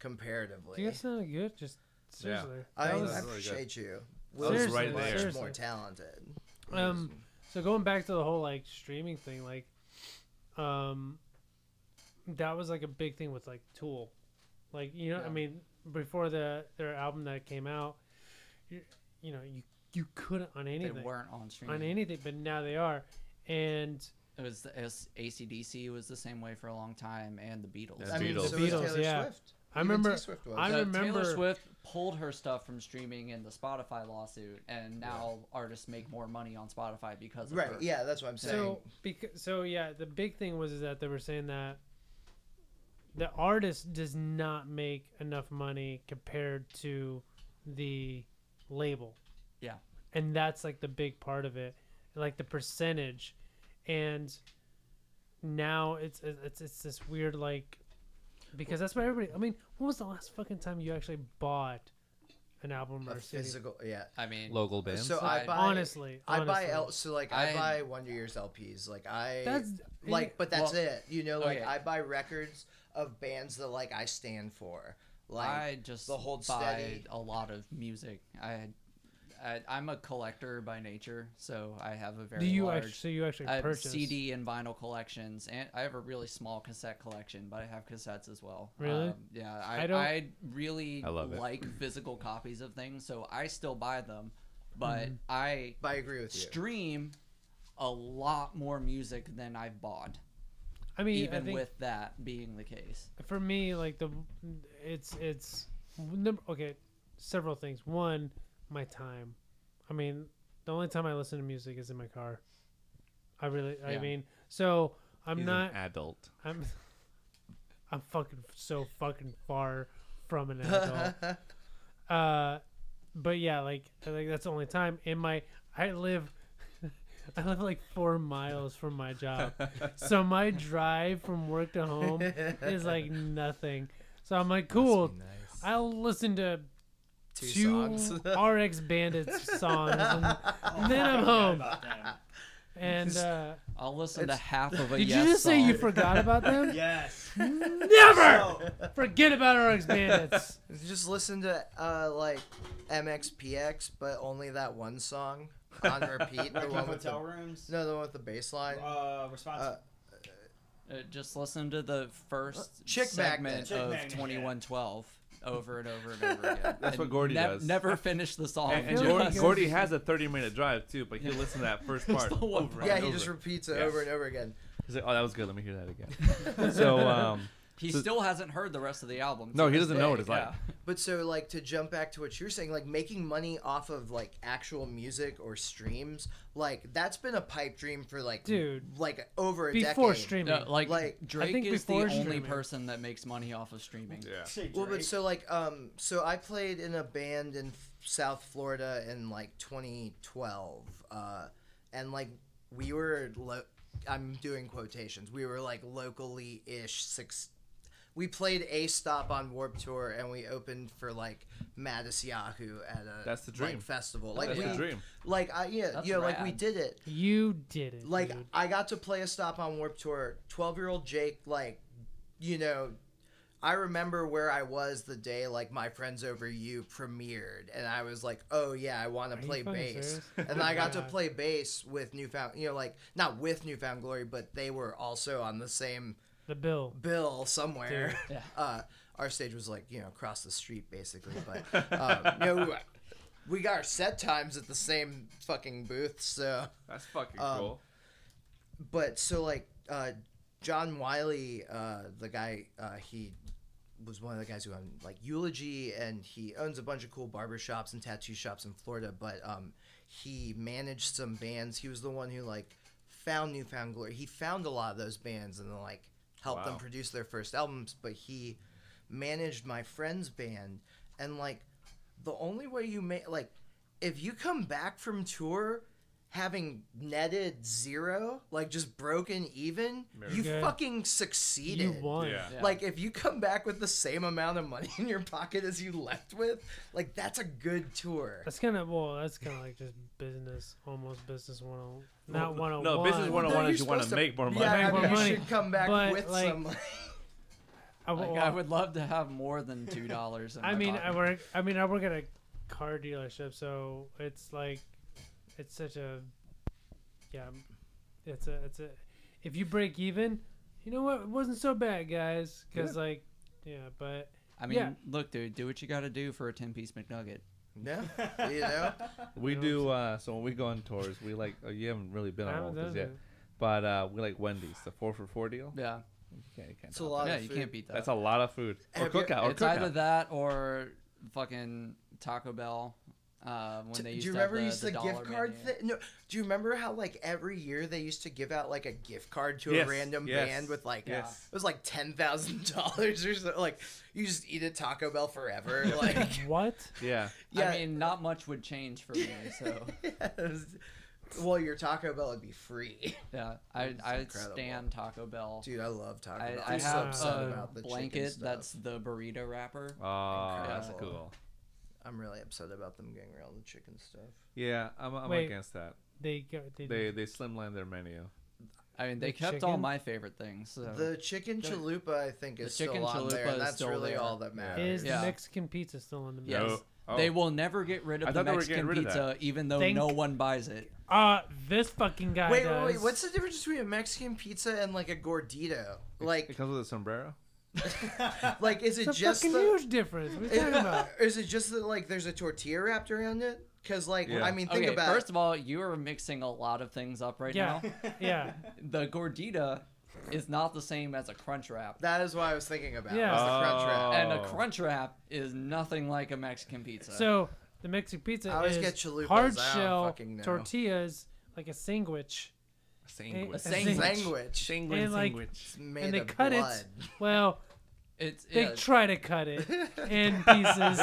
C: comparatively.
B: you guys sounded good just seriously
C: I,
B: That
A: mean,
B: was-
C: I
A: really good.
C: appreciate you.
A: was
C: Will's
A: right
C: much
A: there.
C: more
B: Seriously.
C: talented.
B: Um, so going back to the whole like streaming thing, like, um, that was like a big thing with like Tool, like you know, I
D: Yeah.
B: mean, before the their album that came out, you, you know, you you couldn't on anything
D: They weren't on stream.
B: on anything, but now they are, and
D: It was as ACDC was the same way for a long time, and the Beatles.
A: Yeah,
C: I mean,
A: Beatles.
C: so was
B: Beatles,
C: Taylor
B: yeah.
C: Swift.
B: I
C: Even
B: remember-
C: Taylor Swift was.
B: I
D: So
B: remember-
D: Taylor Swift pulled her stuff from streaming in the Spotify lawsuit, and now artists make more money on Spotify because of
C: right.
D: her.
C: Yeah, that's what I'm saying.
B: so because so yeah, the big thing was is that they were saying that the artist does not make enough money compared to the label.
D: Yeah.
B: And that's like the big part of it, like the percentage, and now it's it's it's this weird like because that's what everybody. I mean, when was the last fucking time you actually bought an album or
C: A
B: a CD?
C: physical, yeah.
D: I mean,
A: Local bands.
C: So I
D: I-
C: buy
B: honestly,
C: I buy
B: honestly.
C: L, so like I,
D: I-
C: buy Wonder Years LPs. Like I
B: That's
C: like, but that's
D: Well-
C: it. You know, like
D: Okay.
C: I buy records of bands that like I stand for. Like
D: I just
C: the Hold
D: buy
C: Steady.
D: a lot of music. I, I, I'm a collector by nature, so I have a very
B: do you
D: large
B: actually so you actually
D: I have
B: purchase
D: CD and vinyl collections, and I have a really small cassette collection, but I have cassettes as well.
B: Really?
D: Um, yeah, I,
B: I
D: I,
B: don't-
D: really
A: I love it.
D: like physical copies of things, so I still buy them, but
B: Mm-hmm.
D: I
C: but I agree with you.
D: stream a lot more music than I've bought,
B: I mean, I
D: even
B: think
D: with that being the case.
B: for me, like the it's it's number okay, several things. One, my time. I mean, the only time I listen to music is in my car. I really, I
D: Yeah.
B: mean, so I'm
A: He's
B: not.
A: an adult.
B: I'm I'm fucking so fucking far from an adult. uh, but yeah, like I think that's the only time in my I live I live like four miles from my job, so my drive from work to home is like nothing. So I'm like, cool. I'll listen to
C: Two
B: two
C: songs.
B: RX Bandits songs, and,
E: Oh,
B: then I'm home. And uh,
D: I'll listen to half of a
B: did
D: yes
B: you just say you
D: song.
B: forgot about them?
E: Yes.
B: Never
E: So,
B: forget about RX Bandits.
C: Just listen to uh like MXPX, but only that one song on repeat. the
E: Rocky
C: one with
E: Hotel
C: the,
E: Rooms.
C: no, the one with the bass line.
E: Uh, responsible.
C: Uh,
D: Uh, just listen to the first
C: Chick Magnet.
D: segment
E: Chick
D: of
E: Magnet, yeah.
D: 2112 over and over and over again.
A: That's what
D: And
A: Gordy does.
D: Never finish the song.
A: And, and
B: feel
A: Gor-
B: like
A: Gordy,
B: it's-
A: has a 30 minute drive too, but he listens to that first
D: It's
A: part.
D: the one
A: over
D: part.
A: and
C: yeah, he
A: over.
C: just repeats it
A: Yeah.
C: over and over again.
A: He's like, oh, that was good. Let me hear that again. so, um,
D: He
A: So-
D: still hasn't heard the rest of the album.
A: no,
D: to
A: he
D: this
A: doesn't know what
D: day.
A: it's like.
D: Yeah.
C: But so like to jump back to what you were saying, like making money off of like actual music or streams, like that's been a pipe dream for like
B: Dude.
C: like over a
B: Before
C: decade.
B: streaming,
D: No, like,
C: Like, I
D: Drake
B: think
D: is the
B: before
D: only
B: streaming-
D: person that makes money off of streaming.
E: shit,
C: Well, but
E: Drake.
C: so like um, so I played in a band in F- South Florida in like 2012, uh, and like we were, lo- I'm doing quotations. We were like locally ish six. We played a stop on Warp Tour, and we opened for like Mattis Yahoo at a
A: That's the
C: like,
A: dream.
C: festival. Like
A: That's
C: we,
A: the dream.
C: like I yeah,
D: That's
C: you know, like we
D: rad.
C: did it.
B: You did it.
C: Like
B: dude.
C: I got to play a stop on Warp Tour. Twelve year old Jake, like, you know, I remember where I was the day like my friends over you premiered, and I was like, oh yeah, I want to
B: you
C: play
B: fucking
C: bass,
B: serious?
C: and I got to
B: Yeah.
C: play bass with Newfound, you know, like not with Newfound Glory, but they were also on the same
B: the bill.
C: bill somewhere.
D: Dude, yeah.
C: Uh, our stage was like you know across the street basically, but um, you know. We got our set times at the same fucking booth, so
A: That's fucking
C: Um,
A: cool.
C: but so like uh, John Wiley, uh, the guy uh, he was one of the guys who owned like Eulogy, and he owns a bunch of cool barber shops and tattoo shops in Florida. But um, he managed some bands. He was the one who like found Newfound Glory. He found a lot of those bands and then like helped them
A: Wow.
C: produce their first albums. But he managed my friend's band, and like the only way you make like if you come back from tour having netted zero like just broken even you
B: Good.
C: fucking succeeded
B: You won.
A: Yeah.
D: Yeah.
C: like if you come back with the same amount of money in your pocket as you left with like that's a good tour
B: That's kind of well. That's kind of like just business, almost business one hundred.
A: Well,
B: Not one hundred.
A: No, business
C: But
A: 101
C: you're
A: is you want
C: supposed
A: to make more money.
C: yeah, I
B: Make more
C: mean, you
B: money.
C: should come back
B: But,
C: with
B: like,
C: some money
B: I,
A: oh
D: Like,
B: well,
D: I would love to have more than two dollars.
B: I mean, I work. I mean, I work at a car dealership, so it's like, it's such a, yeah, it's a, it's a. If you break even, you know what? It wasn't so bad, guys. Because like, yeah, but
D: I mean,
B: yeah.
D: look, dude, do what you got to do for a ten-piece McNugget.
C: no you know
A: We do, uh, so when we go on tours, we like, oh, you haven't really been
B: I
A: on
B: haven't
A: one of
B: done
A: those yet,
B: it.
A: but uh, we like Wendy's, the four for four deal.
D: Yeah,
A: Yeah, you can't
C: it's a
A: top
C: lot
D: yeah,
C: of
D: you
C: food.
D: can't beat
A: that.
D: that.
A: That's a lot of food. Or
C: Have you-
A: cookout. Or
D: it's either
A: cookout.
D: that or fucking Taco Bell. uh, when
C: T-
D: they
C: do
D: used
C: you
D: to
C: remember
D: have
C: used
D: the,
C: the,
D: the
C: gift card
D: thing?
C: thing? No. Do you remember how like every year they used to give out like a gift card to
A: Yes,
C: a random
A: yes,
C: band with like
A: yes.
C: it was like ten thousand dollars or so. Like you just eat at Taco Bell forever. like
B: What?
A: Yeah.
C: yeah,
D: I mean, not much would change for me. So
C: yeah, it was- well your Taco Bell would be free,
D: yeah, I
C: It's
D: I
C: incredible.
D: stand Taco Bell.
C: dude. I love Taco
D: I,
C: Bell.
D: I
C: I'm so
D: have
C: upset
D: a
C: about the chicken
D: blanket
C: stuff.
D: that's the burrito wrapper.
A: Oh, that's
C: Incredible.
A: cool.
C: I'm really upset about them getting rid of all the chicken stuff.
A: Yeah, I'm, I'm
B: Wait.
A: against that.
B: They got they,
A: They they slimline their menu.
D: I mean, they
B: The
D: kept all
B: chicken?
D: my favorite things. So.
C: The chicken
D: The-
C: chalupa, I think,
D: the
C: is
D: chicken
C: still on there,
D: chalupa
C: and
D: is
C: that's
D: still
C: really
D: there.
C: all that
A: Yeah.
C: matters.
B: is
D: Yeah.
B: the Mexican pizza still in the
D: Yes.
B: menu?
A: No. Oh.
D: They will never get rid of
A: I
D: the
A: thought they were getting
D: Mexican
A: rid of
D: pizza,
A: that.
D: even though
B: Think-
D: no one buys it.
B: Uh this fucking guy
C: Wait, wait,
B: does.
C: wait, what's the difference between a Mexican pizza and like a gordito?
A: it
C: Like,
A: comes with a sombrero.
C: like is it
B: it's a
C: just
B: fucking
C: the,
B: huge difference. What are you talking
C: is,
B: about?
C: is it just that like there's a tortilla wrapped around it? Because like
A: Yeah.
C: I mean, think
D: okay,
C: about
D: first of all, you are mixing a lot of things up right
B: Yeah.
D: now.
B: Yeah.
D: The gordita is not the same as a crunch wrap.
C: that is what I was thinking about.
B: Yeah.
C: was the crunch wrap.
A: Oh.
D: And a crunch wrap is nothing like a Mexican pizza.
B: So the Mexican pizza
C: I always
B: is
C: get chalupas,
B: hard
C: I don't
B: shell
C: fucking know.
B: tortillas like a sandwich.
A: Sanguine.
B: A
D: sandwich.
C: Sandwich.
B: And, like-
C: It's made
B: and they
C: of
B: cut
C: blood.
B: it. Well,
D: it's
B: they
D: yeah,
B: try to cut it in pieces,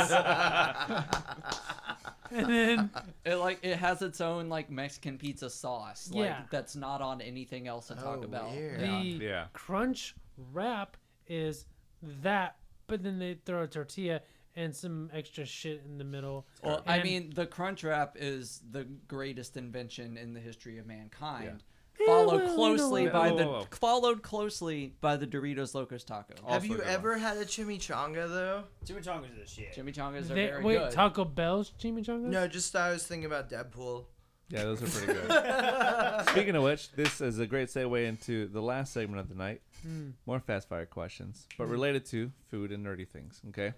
B: and then
D: it like it has its own like Mexican pizza sauce. Like
B: Yeah.
D: that's not on anything else at Taco
C: Oh,
D: Bell.
C: weird.
B: the
D: Yeah.
A: Yeah.
B: crunch wrap is that, but then they throw a tortilla and some extra shit in the middle.
D: Well, I
B: And-
D: mean, the crunch wrap is the greatest invention in the history of mankind.
B: Yeah, well,
D: Followed
B: you know
D: closely
B: what?
D: by
A: Whoa,
D: the
A: whoa, whoa.
D: followed closely by the Doritos Locos Taco.
C: Have
A: Also
C: you
A: good one.
C: ever had a chimichanga though?
E: Chimichangas is the shit.
D: Chimichangas are
B: They-
D: very
B: wait,
D: good.
B: Taco Bell's chimichangas?
C: No, just I was thinking about Deadpool.
A: Yeah, those are pretty good. Speaking of which, this is a great segue into the last segment of the night. More fast fire questions, but related to food and nerdy things. Okay,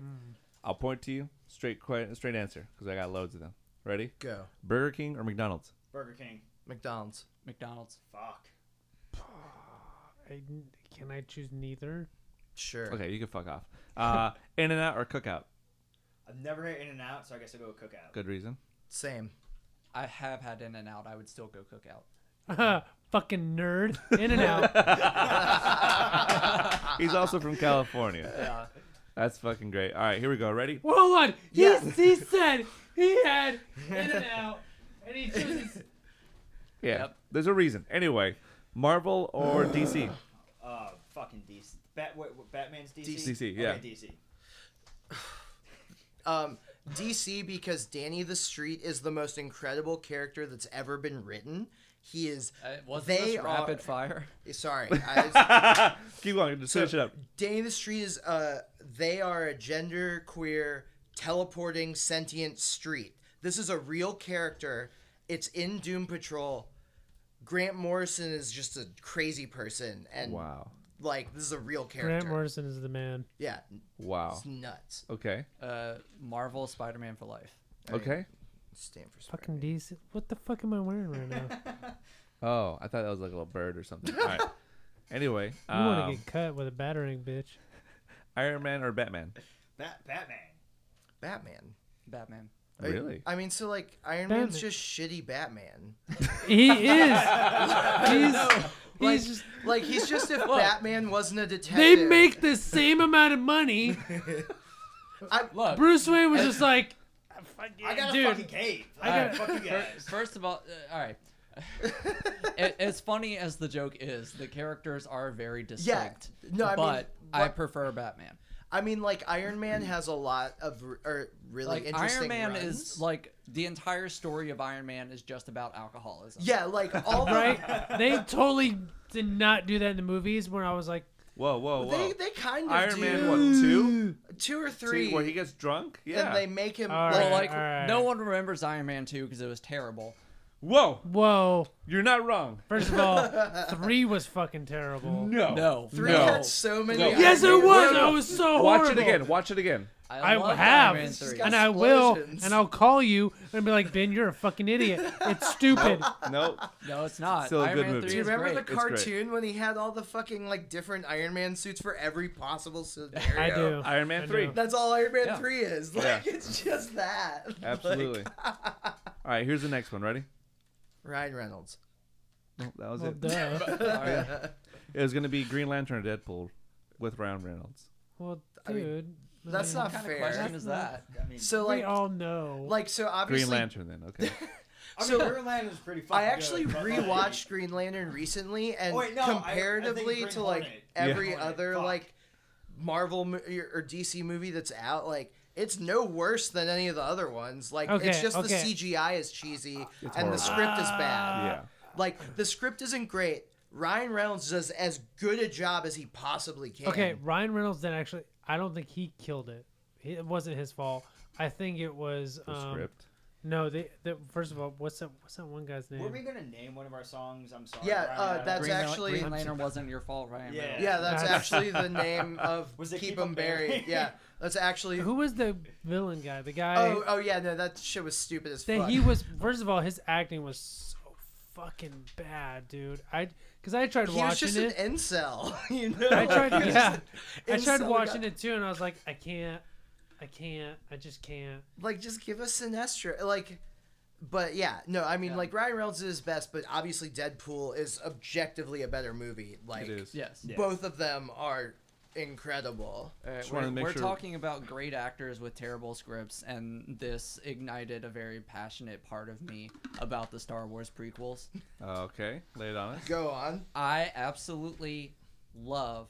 A: I'll point to you straight, que- straight answer because I got loads of them. Ready?
C: Go
A: Burger King or McDonald's?
E: Burger King.
C: McDonald's.
D: McDonald's.
E: Fuck.
B: I, can I choose neither?
C: Sure.
A: Okay, you can fuck off. Uh, In and Out or Cookout?
E: I've never had In and Out, so I guess I'll go with Cookout.
A: Good reason.
C: Same.
D: I have had In and Out. I would still go cook out.
B: fucking nerd. In and out.
A: He's also from California. That's fucking great. All right, here we go. Ready?
B: Well, hold on. Yes, he said he had In and Out, and he chooses.
A: Yeah.
D: Yep.
A: There's a reason. Anyway, Marvel or DC?
E: Uh, fucking DC. Bat, what, what, Batman's DC?
A: DC, yeah.
E: Okay, DC.
C: Um, DC because Danny the Street is the most incredible character that's ever been written. He is.
D: Uh, was
C: They
D: this
C: are-
D: rapid fire?
C: Sorry, I
A: Keep going. Just finish it up.
C: Danny the Street is. Uh, they are a gender queer teleporting sentient street. This is a real character. It's in Doom Patrol. Grant Morrison is just a crazy person, and
A: Wow.
C: like this is a real
B: Grant
C: character.
B: Morrison is the man.
C: yeah,
A: Wow.
C: it's nuts.
A: Okay.
D: Uh, Marvel Spider-Man for life.
A: Okay.
C: Stanford.
B: Fucking DC. What the fuck am I wearing right now?
A: Oh, I thought that was like a little bird or something. All right. Anyway,
B: You want
A: um,
B: to get cut with a battering, bitch.
A: Iron Man or Batman?
E: Bat, Batman.
C: Batman.
D: Batman.
C: I-
A: Really?
C: I mean, so like Iron Man's
B: Batman.
C: just shitty Batman.
B: He is. He's, he's just.
C: Like he's just if Batman wasn't a detective.
B: They make the same amount of money.
C: I,
D: Look,
B: Bruce Wayne was just like, fuck
E: I got
B: yeah,
E: a
B: dude.
E: fucking cape. I
B: I
E: got fuck you guys.
D: First of all, uh, all right. A- as funny as the joke is, the characters are very distinct.
C: No, I mean,
D: but I
C: what-
D: prefer Batman.
C: I mean, like Iron Man has a lot of r- or really
D: Like
C: interesting.
D: Iron Man
C: runs.
D: is like the entire story of Iron Man is just about alcoholism.
C: yeah, like all the,
B: Right? They totally did not do that in the movies where I was like,
A: Whoa, whoa, whoa.
C: They they kind of
A: Iron
C: do
A: Man, what, two?
C: two or
A: Three,
C: three,
A: where he gets drunk? Yeah.
C: and they make him
B: All
D: Well,
B: right.
C: like,
D: like
B: alright.
D: no one remembers Iron Man 2 because it was terrible.
A: Whoa,
B: whoa.
A: you're not wrong.
B: First of all, three was fucking terrible.
A: No.
D: No.
C: three
A: No.
C: had so many.
A: No.
B: Yes,
C: Iron
B: it
C: Man
B: was.
C: movies.
B: I was so
A: Watch
B: horrible.
A: it again. Watch it again.
B: I
D: love
B: have,
D: Iron Man 3.
B: and I will,
C: Explosions.
B: and I'll call you and be like, Ben, you're a fucking idiot. It's stupid.
A: Nope.
D: No, it's not.
A: Still a
D: Iron
A: good
D: Man
A: movie.
D: 3
A: Do
C: Do you
D: is
C: remember
D: great.
C: the
A: It's great.
C: cartoon when he had all the fucking like different Iron Man suits for every possible scenario?
B: I do.
A: Iron Man
B: I
A: 3.
B: know.
C: That's all Iron Man
D: Yeah.
C: 3 is. Like, it's just that. Like,
A: Absolutely. All right, here's the next one. Ready?
C: Ryan Reynolds.
A: Oh, that was
B: Well,
A: it.
B: duh.
A: It was going to be Green Lantern or Deadpool with Ryan Reynolds.
B: Well,
C: I mean,
B: dude.
C: That's
B: I mean,
C: not
D: What kind of
C: fair.
D: question is that?
E: I mean,
C: So,
B: we
C: like,
B: all know.
C: like so obviously.
A: Green Lantern, then. Okay.
E: I mean,
C: so-
E: Green Lantern is pretty. Fucking
C: I actually
E: good, but, like,
C: rewatched Green Lantern recently, and
E: Oh, wait, no, I- I think
C: comparatively
E: Green
C: to like
E: Hornet.
C: every
E: Green Hornet,
C: other
E: fuck.
C: like Marvel mo- or or DC movie that's out, like it's no worse than any of the other ones. Like it's
B: Okay,
C: just
B: okay.
C: the CGI is cheesy and
A: horrible.
C: the script is bad.
A: yeah.
C: Like the script isn't great. Ryan Reynolds does as good a job as he possibly can.
B: Okay, Ryan Reynolds then actually, I don't think he killed it. He- It wasn't his fault. I think it was.
A: The
B: um,
A: script.
B: No, they, they. First of all, what's that? What's that one guy's
E: Were
B: name?
E: we gonna name one of our songs? I'm sorry.
C: Yeah,
E: Ryan
C: uh,
E: Reynolds.
C: that's
D: Green, Lan-
C: actually-
D: Green Lantern wasn't your fault, Ryan.
E: Yeah.
D: Reynolds.
C: Yeah, that's
B: That's-
C: actually the name of
E: Was it
C: Keep 'Em Buried. Yeah, that's actually.
B: Who was the villain guy? The guy
C: Oh, oh yeah, no, that shit was stupid as
B: that
C: fuck.
B: he was. First of all, his acting was so fucking bad, dude. I because I tried
C: He was
B: watching
C: just
B: it.
C: an incel, you know.
B: I tried.
C: He was
B: yeah, I
C: just an
B: tried
C: incel
B: watching
C: guy.
B: it too, and I was like, I can't. I can't. I just can't.
C: Like, just give us Sinestro. Like, but yeah, no, I mean,
D: Yeah.
C: like Ryan Reynolds is his best, but obviously Deadpool is objectively a better movie. Like,
A: It is.
D: Yes.
E: Yeah.
C: both of them are incredible.
A: Just wanted
D: We're,
A: to make
D: we're
A: sure.
D: talking about great actors with terrible scripts, and this ignited a very passionate part of me about the Star Wars prequels.
A: Uh, okay. Lay it on us.
C: Go on.
D: I absolutely love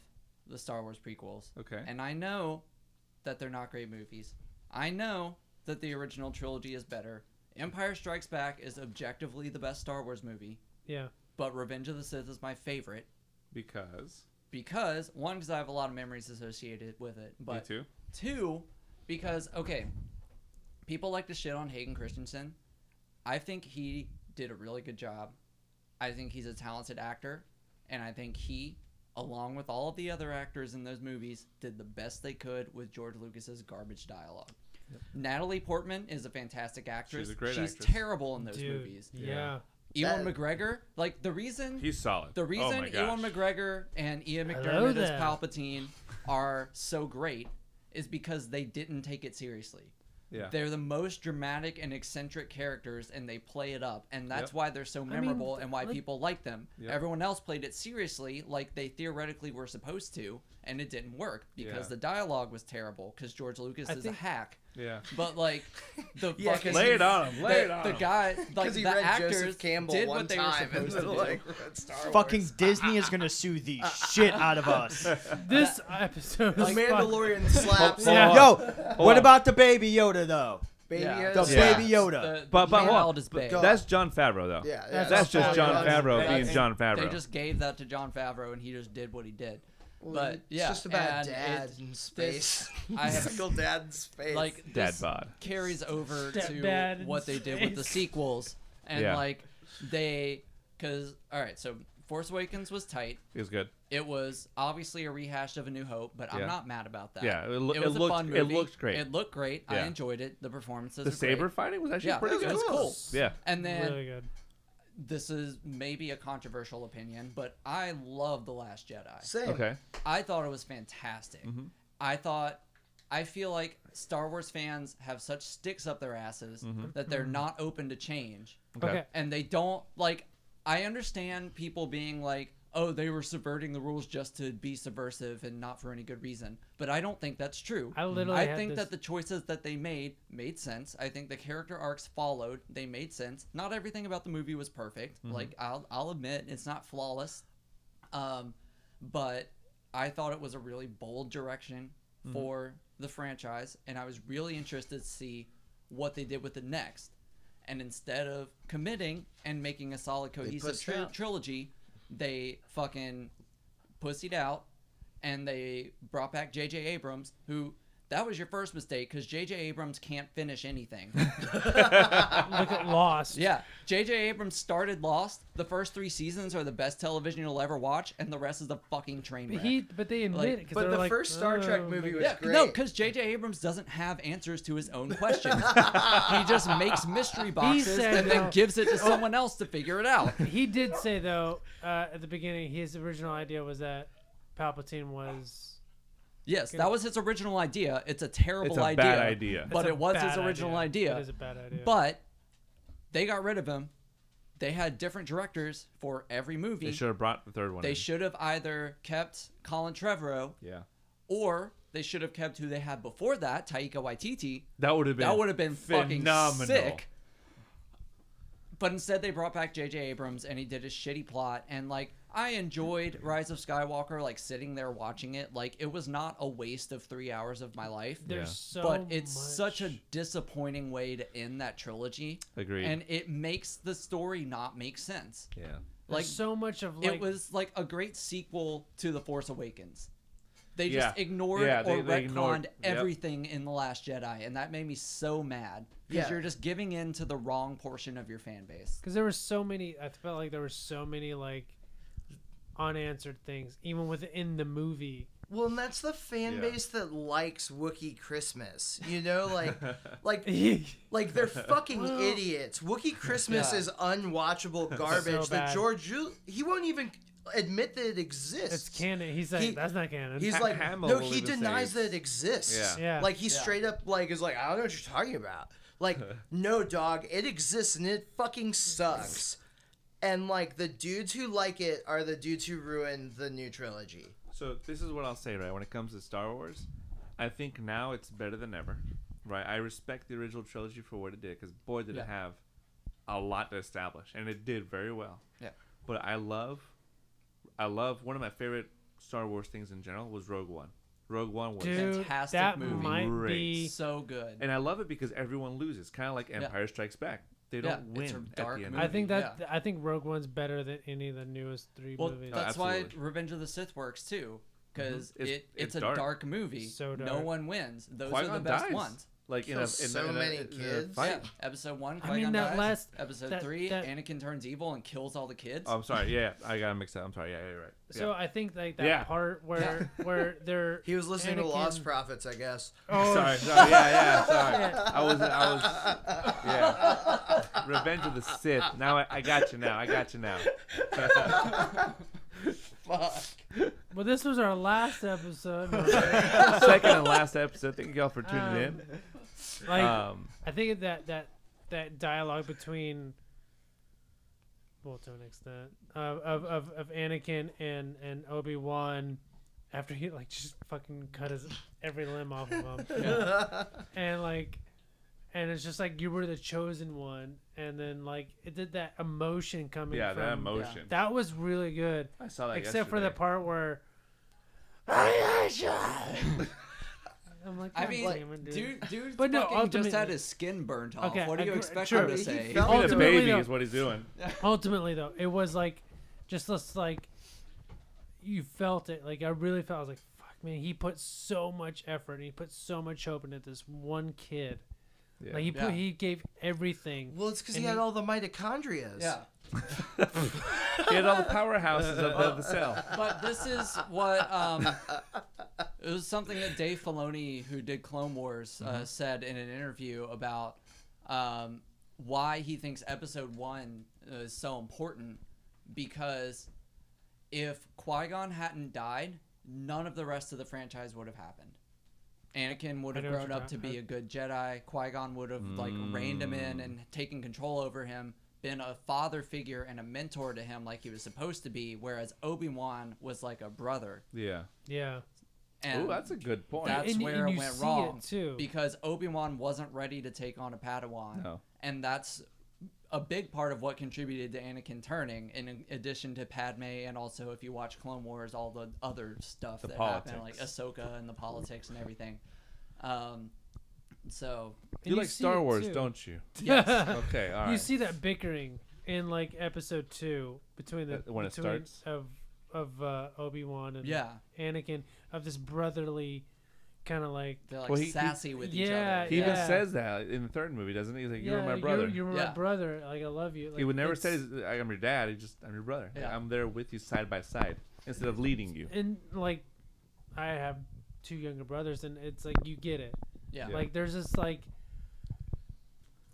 D: the Star Wars prequels.
A: Okay.
D: And I know that they're not great movies. I know that the original trilogy is better. Empire Strikes Back is objectively the best Star Wars movie,
B: Yeah.
D: but Revenge of the Sith is my favorite
A: Because.
D: because one, because I have a lot of memories associated with it,
A: Me
D: but
A: too.
D: two, because okay, people like to shit on Hayden Christensen. I think he did a really good job. I think he's a talented actor, and I think he, along with all of the other actors in those movies, did the best they could with George Lucas's garbage dialogue. Natalie Portman is a fantastic actress.
A: She's a great
D: She's
A: actress.
D: terrible in those
B: Dude.
D: movies.
B: Yeah.
D: Ewan
C: That-
D: McGregor, like the reason
A: He's solid.
D: the
A: oh
D: reason
A: my
D: Ewan
A: gosh.
D: McGregor and Ian
B: Hello
D: McDermott as
B: there.
D: Palpatine are so great is because they didn't take it seriously.
A: Yeah.
D: They're the most dramatic and eccentric characters, and they play it up, and that's
A: Yep.
D: why they're so memorable and why
B: like-
D: people like them.
A: Yep.
D: Everyone else played it seriously, like they theoretically were supposed to, and it didn't work because
A: Yeah.
D: the dialogue was terrible. Because George Lucas
B: I
D: is
B: think-
D: a hack,
A: Yeah.
D: but like the
C: Yeah, 'cause
D: fucking
A: Lay it on him. Lay
D: the,
A: it on
D: the
A: him.
D: guy, like
C: Because
D: the
C: he read
D: actors
C: Joseph Campbell
D: did
C: one
D: what they
C: time,
D: were
C: and
D: supposed
C: then,
D: to do.
C: like, read Star
E: Fucking
C: Wars.
E: Disney is gonna sue the shit out of us.
B: This episode.
C: The
B: is
C: Mandalorian slaps
A: Hold on.
E: Yo,
A: Hold
E: what
A: on.
E: about the Baby Yoda though?
C: Baby
D: Yeah.
C: Yoda
E: The
A: Yeah.
E: Baby Yoda.
D: The,
A: But
D: the
A: but hold
D: child
A: on.
D: is big.
A: But That's John Favreau though.
C: Yeah, yeah.
B: That's
A: That's just
B: Favreau.
A: John Favreau
D: That's-
A: being John Favreau.
D: They just gave that to John Favreau, and he just did what he did.
C: Well,
D: but yeah,
C: it's just about
D: and
C: a dad
D: it-
C: in space.
D: I have-
C: Single dad in space.
D: like
A: Dad
D: this
A: bod.
D: carries over
B: Stepdad
D: to
B: in
D: what they did with the
B: space.
D: sequels, and
A: Yeah.
D: like they, because all right, so Force Awakens was tight.
A: It was good.
D: It was obviously a rehash of A New Hope, but
A: Yeah.
D: I'm not mad about that.
A: Yeah, it loo- it
D: was
A: looked-
D: a fun
A: it
D: movie.
A: looked great.
D: It looked great. I
A: Yeah.
D: enjoyed it. The performances.
A: The
D: are great.
A: saber fighting was actually
D: Yeah,
A: pretty
D: it
A: good.
D: was cool.
A: Yeah.
D: And then
B: Really good.
D: this is maybe a controversial opinion, but I love The Last Jedi.
C: Same.
A: Okay.
D: I thought it was fantastic. I thought I feel like Star Wars fans have such sticks up their asses that
B: Mm-hmm.
D: they're not open to change.
A: Okay.
B: Okay.
D: And they don't like I understand people being like, "Oh, they were subverting the rules just to be subversive and not for any good reason." But I don't think that's true.
B: I literally
D: I
B: had
D: think
B: this-
D: that the choices that they made made sense. I think the character arcs followed. They made sense. Not everything about the movie was perfect. Like I'll I'll admit it's not flawless. Um, but I thought it was a really bold direction for the franchise, and I was really interested to see what they did with the next. And instead of committing and making a solid cohesive
C: pushed
D: tri-
C: out.
D: trilogy, they fucking pussied out, and they brought back J.J. Abrams, who That was your first mistake because J.J. Abrams can't finish anything.
B: Look at Lost.
D: yeah, J.J. Abrams started Lost. The first three seasons are the best television you'll ever watch, and the rest is a fucking train
B: But
D: wreck.
B: he, but they admit
D: Like-
B: it because
C: But the
B: like,
C: first Star Trek
B: "Oh,
C: movie
B: my
C: was
D: yeah,
C: great.
D: no, because J.J. Abrams doesn't have answers to his own questions. he just makes mystery boxes
B: said
D: and then
B: no. Oh.
D: gives it to someone else to figure it out.
B: He did say though uh, at the beginning his original idea was that Palpatine was
D: Yes, that was his original idea. It's a terrible
A: It's a
D: idea.
A: bad idea.
D: But
B: It's a
D: it was his
B: bad
D: original idea.
B: It is a bad idea.
D: But they got rid of him. They had different directors for every
A: They
D: movie.
A: should have brought the third one.
D: They
A: in.
D: should have either kept Colin Trevorrow
A: Yeah.
D: or they should have kept who they had before that, Taika Waititi.
A: That would have been.
D: That would have been
A: phenomenal.
D: fucking sick. But instead, they brought back J.J. Abrams, and he did a shitty plot. And like, I enjoyed Rise of Skywalker, like sitting there watching it. Like, it was not a waste of three hours of my life.
B: there's
A: Yeah.
B: so
D: but it's
B: much-
D: such a disappointing way to end that trilogy.
A: Agreed.
D: And it makes the story not make sense.
A: Yeah.
B: there's
D: Like,
B: so much of like
D: it was like a great sequel to The Force Awakens. They just
A: Yeah.
D: ignored
A: Yeah, they-
D: or
A: they
D: retconned
A: ignored- yep.
D: everything in The Last Jedi, and that made me so mad because
C: Yeah.
D: you're just giving in to the wrong portion of your fan base.
B: because there were so many. I felt like there were so many like unanswered things even within the movie.
C: Well, and that's the fan
A: Yeah.
C: base that likes Wookiee Christmas. You know, like, like,
B: yeah,
C: like they're fucking
B: Well-
C: idiots. Wookiee Christmas
D: Yeah.
C: is unwatchable garbage that
B: bad.
C: George Lu- he won't even admit that it exists.
B: it's canon. He's like
C: He-
B: that's not canon.
C: He's
A: Ha-
C: like,
A: Hamill
C: no,
A: will
C: he
A: even say
C: denies that
A: it's-
C: it exists.
A: Yeah.
B: Yeah.
C: Like he
D: Yeah.
C: straight up like is like, I don't know what you're talking about. Like, no, dog, it exists and it fucking sucks. And like the dudes who like it are the dudes who ruined the new trilogy.
A: So this is what I'll say, right? When it comes to Star Wars, I think now it's better than ever, right? I respect the original trilogy for what it did, because boy, did
D: Yeah.
A: it have a lot to establish, and it did very well.
D: Yeah.
A: But I love, I love one of my favorite Star Wars things in general was Rogue One. Rogue One was,
B: Dude,
D: fantastic
B: that
D: movie.
B: might
A: Great.
B: be
D: So good.
A: and I love it because everyone loses, kind of like Empire Strikes Back. They
D: Yeah,
A: don't
D: it's a
A: win at
D: dark
A: the end. of
B: I
D: movie.
A: it.
B: think that I think Rogue One's better than any of the newest three
D: well, uh,
B: movies.
D: that's
A: Absolutely.
D: why Revenge of the Sith works too, because
A: Mm-hmm. It's-
D: it, it's,
A: it's
D: a dark,
A: dark.
D: movie.
B: So
D: No
B: dark.
D: one wins. Those are the
A: Qui-Gon
D: best
A: dies.
D: ones.
A: Like in a, in,
C: Kills so
A: in a-
C: many
A: in a
C: kids.
A: fight.
D: Yeah. Episode one,
B: I
D: Qui-Gon
B: mean, that
D: dies.
B: last-
D: Episode
B: that-
D: three,
B: that-
D: Anakin turns evil and kills all the kids.
A: Oh, I'm sorry. Yeah, I got mixed up. I'm sorry. Yeah, yeah, you're right. Yeah.
B: So I think like that
A: Yeah.
B: part where where they're
C: He was listening to
B: Anakin-
C: Lost Prophets, I guess.
B: Oh,
A: sorry, sorry, yeah, yeah, sorry. I was, I was, yeah. Revenge of the Sith. Now I, I got you. Now I got you. Now.
C: Fuck.
B: Well, this was our last episode.
A: Second and last episode. Thank y'all for tuning
B: Um,
A: in.
B: like
A: Um,
B: I think that that that dialogue between, well, to an extent, of of of, of Anakin and and Obi Wan, after he like just fucking cut his every limb off of him, and like, and it's just like you were the chosen one, and then like it did that emotion coming.
A: yeah,
B: from,
A: that emotion.
B: That was really good,
A: I saw that.
B: except for the
A: yesterday.
B: part where. I'm like,
D: I
B: "God
D: mean,
B: damn it,
D: like, dude, dude,
B: But no,
D: fucking just had
B: ultimately-
D: his skin burnt off.
B: Okay,
D: what do you
B: agree-
D: expect
B: true.
D: him to
B: He
D: say?
C: felt-
A: Being a
B: Ultimately,
A: baby
B: though-
A: is what he's doing.
B: ultimately though it was like just this like you felt it like i really felt i was like fuck man he put so much effort and he put so much hope into this one kid
A: Yeah.
B: like he put,
D: Yeah.
B: he gave everything
C: Well, it's because he
B: And
C: had
B: he-
C: all the mitochondria.
D: Yeah,
A: He had all the powerhouses of the, the cell.
D: but this is what um, it was something that Dave Filoni, who did Clone Wars, uh, said in an interview about um, why he thinks Episode One uh, is so important because if Qui Gon hadn't died, none of the rest of the franchise would have happened. Anakin would
B: I
D: have
B: know what
D: grown
B: you're
D: up to
B: talking-
D: be a good Jedi. Qui Gon would have like reined him in
A: Mm.
D: and taken control over him, been a father figure and a mentor to him like he was supposed to be. Whereas Obi Wan was like a brother.
A: Yeah.
B: yeah
D: And
A: Oh, that's a good point.
D: that's
B: And-
D: where
B: and
D: it
B: you
D: went
B: see it,
D: wrong
B: too.
D: because Obi Wan wasn't ready to take on a Padawan,
A: No.
D: and that's a big part of what contributed to Anakin turning. In addition to Padme, and also if you watch Clone Wars, all the other stuff that happened, like
A: politics.
D: Ahsoka and the politics and everything. Um, so
A: you,
B: And
A: like
B: see
A: Star
B: it,
A: Wars,
B: too.
A: don't you?
D: yes,
A: Okay. All right.
B: you see that bickering in like episode two between the
A: Uh, when it
B: between
A: starts?
B: of of uh, Obi Wan and
D: Yeah.
B: Anakin of this brotherly kind of like
D: They're like
A: Well, he- he-
D: sassy with each
B: Yeah,
D: other.
A: He even
B: yeah.
A: says that in the third movie, doesn't he? He's like, "You were
B: yeah,
A: my brother."
B: You, were my
D: Yeah.
B: brother. Like I love you. Like,
A: he would never say,
B: it's-
A: "I'm your dad." He just, "I'm your brother.
D: Yeah.
A: I'm there with you side by side instead of leading you."
B: and like I have two younger brothers, and it's like you get it.
D: Yeah.
A: Yeah.
B: Like there's this like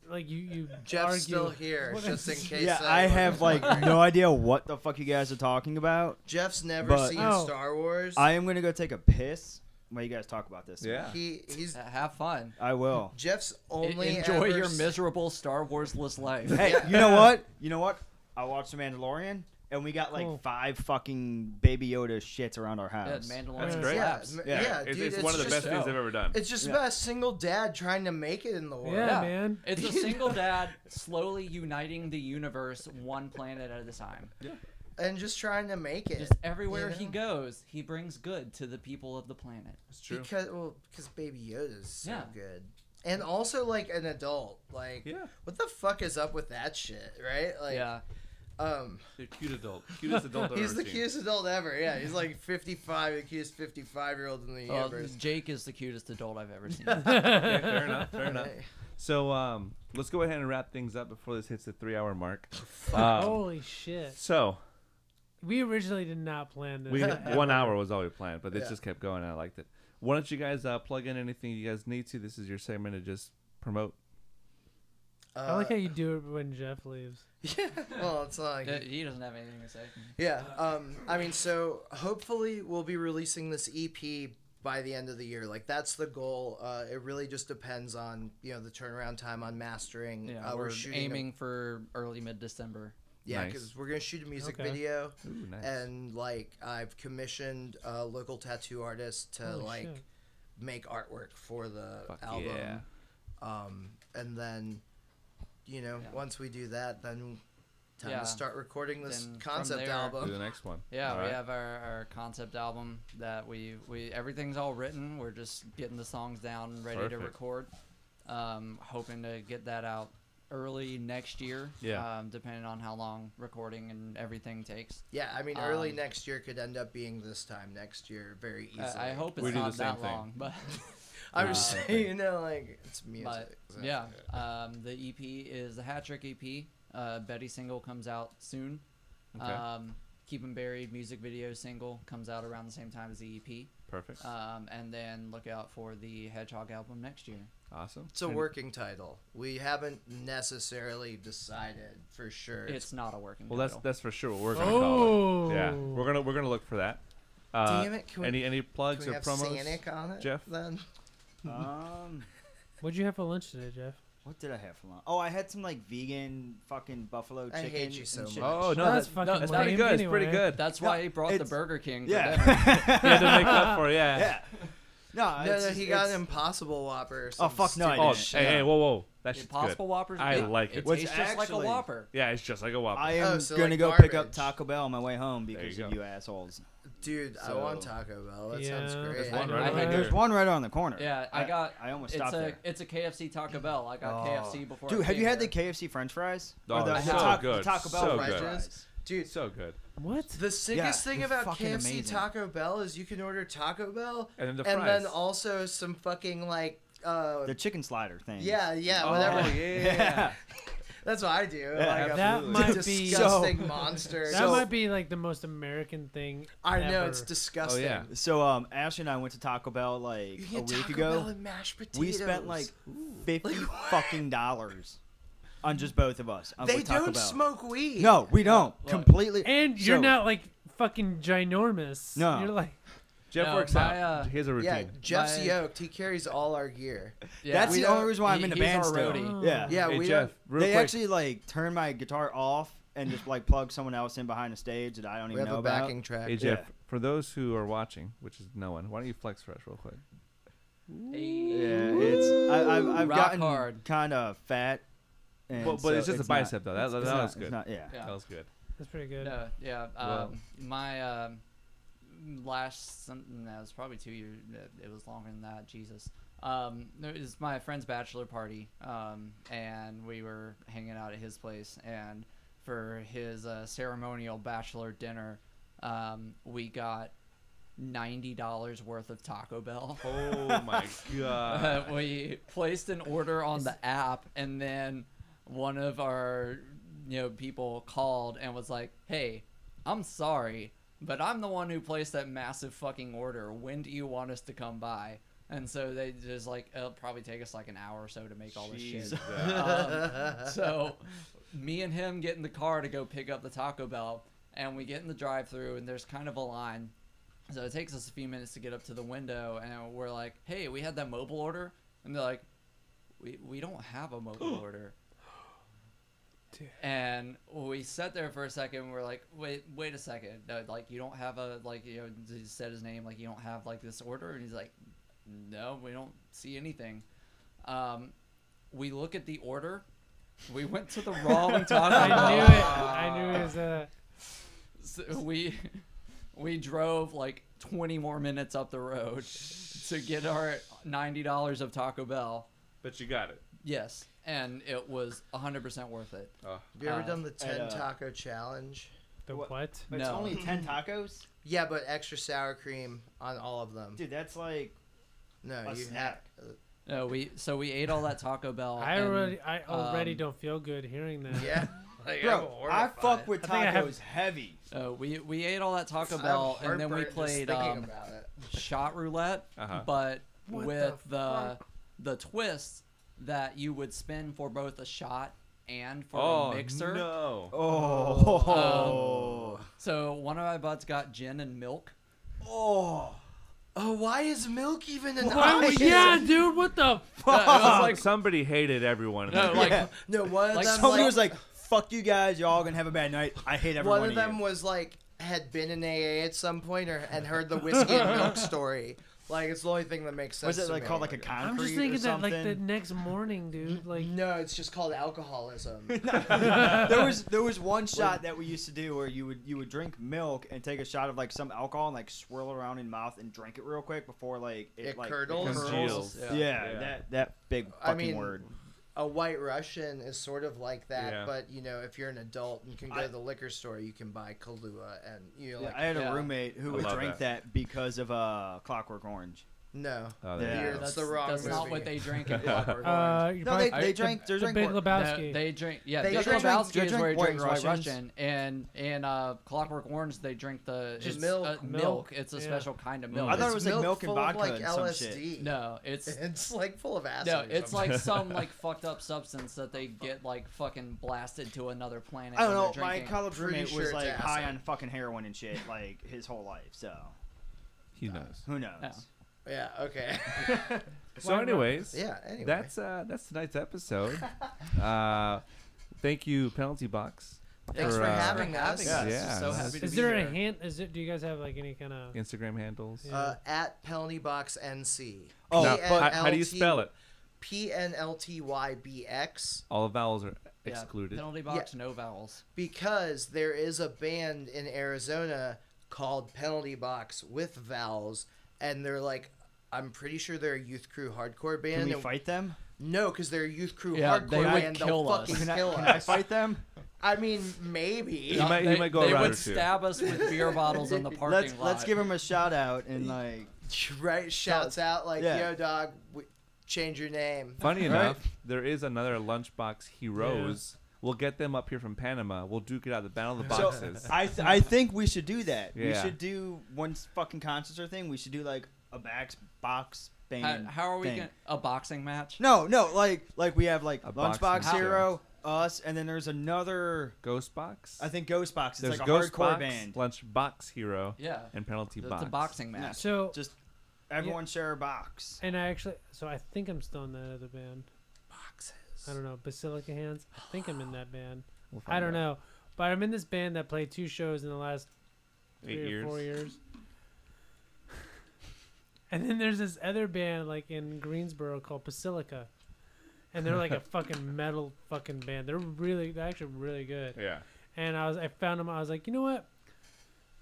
B: like you you
C: Jeff's
B: argue.
C: still here,
B: What
C: just in
B: is-
C: case.
E: Yeah,
C: uh,
E: I have like
C: wasn't wondering.
E: no idea what the fuck you guys are talking about.
C: Jeff's never
E: But-
C: seen
B: Oh.
C: Star Wars.
E: I am gonna go take a piss while you guys talk about this.
A: Yeah.
C: he he's
D: Uh, Have fun.
E: I will.
C: Jeff's
D: E-
C: only
D: Enjoy
C: ever
D: your
C: s-
D: miserable Star Wars-less life.
E: Hey,
C: Yeah.
E: you know what? You know what? I watched The Mandalorian, and we got like
B: Cool.
E: five fucking Baby Yoda shits around our
D: Yeah,
E: house.
D: Mandalorian
A: That's
B: Yeah.
A: great.
C: Yeah,
D: slaps.
C: m-
A: Yeah,
C: yeah,
A: it's,
C: dude,
A: it's one of the
C: just-
A: best things I've ever done.
C: It's just
E: Yeah.
C: about a single dad trying to make it in the world.
B: Yeah,
D: Yeah.
B: man.
D: It's a single dad slowly uniting the universe one planet at a time.
C: and just trying to make it.
D: Just everywhere
C: you
D: he
C: know?
D: goes, he brings good to the people of the planet.
A: It's true.
C: Because well, because Baby Yoda's so
D: Yeah.
C: good, and also like an adult. Like,
A: Yeah.
C: what the fuck is up with that shit, right? Like,
D: yeah.
C: um,
A: They're cute adult, cutest adult I've
C: he's
A: ever
C: the
A: seen.
C: cutest adult ever. Yeah, he's like fifty five, the cutest fifty five year old in the
D: Well,
C: universe.
D: Jake is the cutest adult I've ever seen.
A: Okay, fair enough. Fair enough.
C: Right.
A: So um, let's go ahead and wrap things up before this hits the three-hour mark.
C: Oh.
A: Um,
B: Holy shit.
A: so
B: We originally did not plan this.
A: we
B: at
A: one
B: all.
A: hour was all we planned, but this
C: Yeah.
A: just kept going. and I liked it. Why don't you guys uh, plug in anything you guys need to? This is your segment to just promote.
C: Uh,
B: I like how you do it when Jeff leaves.
C: yeah. Well, it's not like
D: Uh, he doesn't have anything to say.
C: Yeah. Um, I mean, so hopefully we'll be releasing this EP by the end of the year. Like that's the goal. Uh, it really just depends on you know the turnaround time on mastering.
D: Yeah,
C: uh,
D: we're,
C: shooting a-
D: aiming for early mid December.
C: yeah,
A: Nice.
C: because we're gonna shoot a music
B: Okay.
C: video,
A: Ooh, nice.
C: and like I've commissioned a local tattoo artist to
B: Holy
C: like
B: shit.
C: make artwork for the
A: Fuck
C: album.
A: yeah.
C: Um, and then, you know,
D: Yeah.
C: once we do that, then time
D: Yeah.
C: to start recording this
D: Then from
C: concept
D: there-
A: Do the
C: album.
A: next one.
D: Yeah,
A: All
D: we
A: right.
D: have our, our concept album that we we everything's all written. We're just getting the songs down, ready to
A: Perfect.
D: record. Um, hoping to get that out early next year.
A: Yeah.
D: Um, depending on how long recording and everything takes.
C: Yeah, I mean, early
D: Um,
C: next year could end up being this time next year very easily.
D: I, I hope it's
A: We do the
D: not
A: same
D: that
A: thing.
D: long, but
C: I'm just
A: Uh,
C: saying, you know, like it's music.
D: but
C: so-
D: yeah. Um, the EP is the Hat Trick EP. Uh, Betty single comes out soon.
A: Okay.
D: Um, Keep 'em Buried music video single comes out around the same time as the E EP.
A: Perfect.
D: Um, and then look out for the Hedgehog album next year.
A: awesome.
C: It's a
A: And-
C: working title. We haven't necessarily decided for sure.
D: It's not a working
A: Well, that's
D: title.
A: that's for sure what we're gonna call it. Yeah,
B: Oh.
A: we're gonna we're gonna look for that. Uh,
C: Damn it, can we-
A: any any
C: Can
A: plugs
C: we
A: or
C: have
A: promos?
C: Sanic on it,
A: Jeff?
C: Then
E: Um,
B: What'd you have for lunch today, Jeff?
E: what did I have for lunch? Oh, I had some like vegan fucking buffalo
C: I
E: chicken.
C: hate you so
E: and shit.
C: much.
A: Oh no, that's,
B: That's fucking
A: no, that's pretty
B: lame
A: good. It's pretty
B: anyway.
A: good.
D: That's
E: No,
D: why he brought the
E: it's-
D: Burger King. for dinner.
A: He
E: Yeah.
A: had to make up for it, yeah.
E: yeah. No,
C: no,
E: it's
C: no,
E: just-
C: he got
E: it's-
C: an Impossible Whopper. Or
E: Oh,
C: some
E: fuck no, I
C: stupid
A: Oh,
E: didn't.
C: shit.
A: hey, hey, whoa, whoa, that
D: The
A: shit's
D: Impossible
A: good.
D: Whoppers.
A: I
D: yeah,
A: like it.
D: It
E: Which
D: tastes just like
E: actually-
D: a Whopper.
A: Yeah, it's just like a Whopper.
E: I am
C: Oh, so,
E: gonna
C: like,
E: go pick up
C: garbage.
E: Taco Bell on my way home because
A: you
E: of
A: go.
E: you assholes.
C: dude, I
E: So-
C: want Taco Bell. Oh, That sounds
B: Yeah.
C: great.
A: There's
C: I
A: one
C: know.
A: right
D: I
A: over
D: had-
A: here.
E: There's one right on the corner.
D: Yeah, I, got.
E: I almost
D: it's
E: stopped
D: a
E: there. Oh.
D: it's a KFC Taco Bell. I got KFC before. I
E: Dude, have
D: came
E: you had the
D: here.
E: KFC French fries?
A: Oh,
E: Or the,
D: it's
E: the
D: so
E: Tac-
A: good,
E: the Taco Bell
A: so
E: French
C: good.
E: fries.
C: dude.
A: so good.
B: What?
C: The sickest
E: Yeah,
C: thing
E: they're
C: about
E: fucking
C: KFC
E: amazing.
C: Taco Bell is you can order Taco Bell
A: And then the
C: and then
A: fries.
C: also some fucking like uh
E: The chicken slider thing.
C: yeah yeah
A: Oh,
C: whatever
A: yeah.
C: that's what I do like a
B: That
A: absolutely.
B: might be
C: disgusting
E: So-
C: monster
B: that
E: so-
B: might be like the most American thing.
C: I know
B: ever.
C: it's disgusting
A: Oh, yeah.
E: So um, Ashley and I went to Taco Bell like
C: you get
E: a week
C: Taco
E: ago.
C: Bell and mashed potatoes
E: we spent like fifty fucking dollars on just both of us. on-
C: they
E: with Taco
C: don't
E: Bell.
C: smoke weed
E: No, we don't.
D: look.
E: Completely.
B: And you're
E: So-
B: not like fucking ginormous.
E: No.
B: You're like
A: Jeff
D: No,
A: works
D: my,
A: out.
D: uh,
A: Here's a routine.
C: yeah Jeff's
D: My-
C: yoked he carries all our gear
D: Yeah.
E: That's
C: We
E: the
C: don't-
E: only reason why I'm
D: he-
E: in the
D: he's
E: band
D: our
E: still.
D: roadie.
B: oh.
E: Yeah.
C: yeah
A: hey
C: we
A: Jeff,
C: don't-
A: real
E: they
A: quick.
E: actually like turn my guitar off and just like plug someone else in behind the stage that I don't
C: we
E: even
C: have
E: know
C: a
E: about.
C: backing track
A: hey Jeff,
E: yeah.
A: for those who are watching, which is no one, why don't you flex for us real quick?
E: Yeah,
D: Hey.
E: it's I, I've, I've
D: Rock
E: gotten
D: hard.
E: kind of fat. and
A: But- but
E: so
A: it's just a
E: not-
A: bicep, though. That-
E: it's-
A: that-
E: it's
A: that
E: not-
A: was
E: it's
A: good.
E: not- yeah.
D: Yeah.
A: That was good.
B: that's pretty good.
D: No, yeah.
A: Wow.
D: Um, my um, last, some, no, it was probably two years. It was longer than that. Jesus. Um, no, it was my friend's bachelor party, um, and we were hanging out at his place, and for his uh, ceremonial bachelor dinner, um, we got ninety dollars worth of Taco Bell.
A: Oh my
D: Uh,
A: god.
D: we placed an order on the app, and then one of our you know people called and was like, "Hey, I'm sorry, but I'm the one who placed that massive fucking order. When do you want us to come by?" And so they just like it'll probably take us like an hour or so to make all this shit. Um, so me and him get in the car to go pick up the Taco Bell, and we get in the drive-through, and there's kind of a line. So it takes us a few minutes to get up to the window, and we're like, "Hey, we had that mobile order," and they're like, "We we don't have a mobile order." And we sat there for a second. and We're like, "Wait, wait a second! No, like, you don't have a like, you know, he said his name. Like, you don't have like this order." And he's like, "No, we don't see anything." Um, we look at the order. We went to the wrong Taco
B: I
D: Bell
B: knew it. I knew it was uh,
D: so we we drove like 20 more minutes up the road to get our $90 of Taco Bell.
A: but you got it.
D: Yes, and it was 100% worth it.
A: Oh.
C: Have you ever
D: Uh,
C: done the ten
E: uh,
C: taco challenge?
B: the
E: What?
B: what?
E: But It's
D: No.
E: only ten tacos,
C: Yeah, but extra sour cream on all of them.
E: dude. That's like
C: no,
E: a
C: Uh, you
E: snack.
D: No, Uh, we so we ate all that Taco Bell.
B: I
D: Oh, and
B: already, I already
D: um,
B: don't feel good hearing that.
C: have. Yeah. Like, I'm
E: Bro, I
C: horrified.
E: fuck with
B: I think I have-
E: tacos heavy.
D: uh, we we ate all that Taco
C: I'm
D: Bell, and then we
C: heartburned just
D: played
C: thinking
D: um,
C: about it.
D: shot roulette,
A: Uh-huh.
D: but
B: What
D: with
B: the
D: the the, twist that you would spin for both a shot and for
A: Oh,
D: a mixer.
A: no.
C: Oh.
E: Oh,
D: So one of my buds got gin and milk.
E: oh,
C: Oh, why is milk even an
B: Why-
C: option?
B: yeah, dude, what the
D: No, it was
A: Like
D: like
A: somebody hated everyone.
D: no, like
E: Yeah.
C: No, one of
D: Like,
C: them.
D: somebody
E: Somebody
C: like-
E: was like, "Fuck you guys, y'all gonna have a bad night." I hate everyone.
C: one of them
E: you.
C: was like had been in AA at some point or and heard the whiskey and milk story. Like it's the only thing that makes sense.
E: Was it
C: to
E: like
C: me.
E: called like a
B: I'm
E: concrete
B: just thinking
E: or
B: that
E: something?
B: like the next morning, dude. Like
C: No, it's just called alcoholism.
E: there was there was one shot that we used to do where you would you would drink milk and take a shot of like some alcohol and like swirl it around in mouth and drink it real quick before like it,
C: It
E: like
C: curdles?
A: Congeals.
E: Yeah,
A: Yeah.
E: that that big
C: I
E: fucking
C: mean,
E: word.
C: a White Russian is sort of like that,
A: Yeah.
C: but you know, if you're an adult and can go
E: I-
C: to the liquor store, you can buy Kahlua and you know,
E: Yeah,
C: like
E: I had
D: Yeah.
E: a roommate
A: I
E: who would
A: love
E: drink that. because of uh, Clockwork Orange.
C: no,
A: Oh,
E: Yeah.
A: there you
C: beer.
A: go.
C: That's
D: that's,
C: the wrong
D: that's not
C: movie.
D: what they drink in
A: Yeah.
D: Clockwork
B: uh,
D: Orange.
B: you
E: No, they,
B: probably
E: they
D: I-
E: drank.
B: the
E: There's a
B: Big
E: big
D: No,
B: Lebowski.
D: they drink. Yeah,
C: They
D: Big
C: drink-
D: Lebowski
E: they
D: is
E: drink
D: where he
E: White
D: drinks White
E: Russians.
D: Russian, and and uh, Clockwork Orange they drink the
C: Just
D: it's,
C: milk.
D: uh, milk.
B: Milk.
D: It's a
B: Yeah.
D: special kind of
A: I
D: milk.
E: I thought
C: It's
E: it was like milk and
C: full of,
E: vodka
C: like
E: and some
C: LSD.
E: shit.
D: no, it's
C: It's like full of acid.
D: no,
C: or
D: it's
C: something.
D: like some like fucked up substance that they get like fucking blasted to another planet.
E: I don't
D: when
E: know.
D: they're
E: My
D: drinking.
E: college
C: Pretty
E: roommate
C: sure
E: was
C: it's
E: like high
C: acid.
E: on fucking heroin and shit like his whole life. So
A: He knows.
E: who knows?
D: Yeah.
C: yeah, okay,
A: So, anyways,
C: yeah. Anyway,
A: that's uh, that's tonight's episode. uh, thank you, Penalty Box.
C: thanks
A: for,
C: for,
A: uh,
C: having us.
D: us.
A: Yeah.
D: Just so
A: Yeah.
D: happy to
B: Is
D: be
B: there
D: here.
B: a hint? Is it? Do you guys have like any kind of?
A: Instagram handles.
B: Yeah.
C: Uh, at Penalty Box NC.
E: Oh,
A: Now,
E: P
A: how, how do you spell it?
C: P N L T Y B X
A: All the vowels are
D: Yeah,
A: excluded.
D: Penalty box, no vowels.
C: because there is a band in Arizona called Penalty Box with vowels, and they're like, I'm pretty sure they're a youth crew hardcore band.
E: Can we
C: and-
E: fight them?
C: No, because they're a youth crew
D: Yeah,
C: hardcore
D: they would
C: band.
D: kill
C: they'll
D: us.
C: fucking
E: Can I,
C: kill
E: can I
C: us.
E: fight them?
C: I mean, maybe.
A: Yeah. might- he
D: they
A: might go a
D: they
A: route
D: would
A: or two.
D: stab us with beer bottles in the parking
E: Let's
D: lot.
E: let's give him a shout out and like
C: Right? Shouts out like,
E: Yeah.
C: yo, dog, w- change your name.
A: Funny
E: Right.
A: enough, there is another Lunchbox Heroes. We'll get them up here from Panama. We'll duke it out the Battle of the
E: So,
A: Boxes.
E: I th- I think we should do that. We
A: Yeah.
E: should do one s- fucking concert or thing. We should do like a box box
D: How,
E: band.
D: how are we
E: thing.
D: gonna a boxing match?
E: No, no, like like we have like
A: A boxing
E: Lunchbox
D: match.
E: Hero, us, and then there's another.
A: Ghost Box?
E: I think Ghost Box. It's
A: There's
E: like a
A: Ghost
E: hardcore
A: Box,
E: band.
A: Lunchbox Hero,
D: Yeah,
A: and Penalty
D: it's
A: Box.
D: a boxing match.
B: So
E: Just everyone share a box.
B: and I actually, so I think I'm still in that other band. I
C: Boxes.
B: don't know, Basilica Hands. I think I'm in that band.
A: We'll
B: I
A: find
B: don't
A: out.
B: know, but I'm in this band that played two shows in the last three
A: Eight
B: or
A: years.
B: four years. and then there's this other band like in Greensboro called Basilica, and they're like a fucking metal fucking band. They're really, they're actually really good.
A: Yeah.
B: And I was, I found them. I was like, you know what?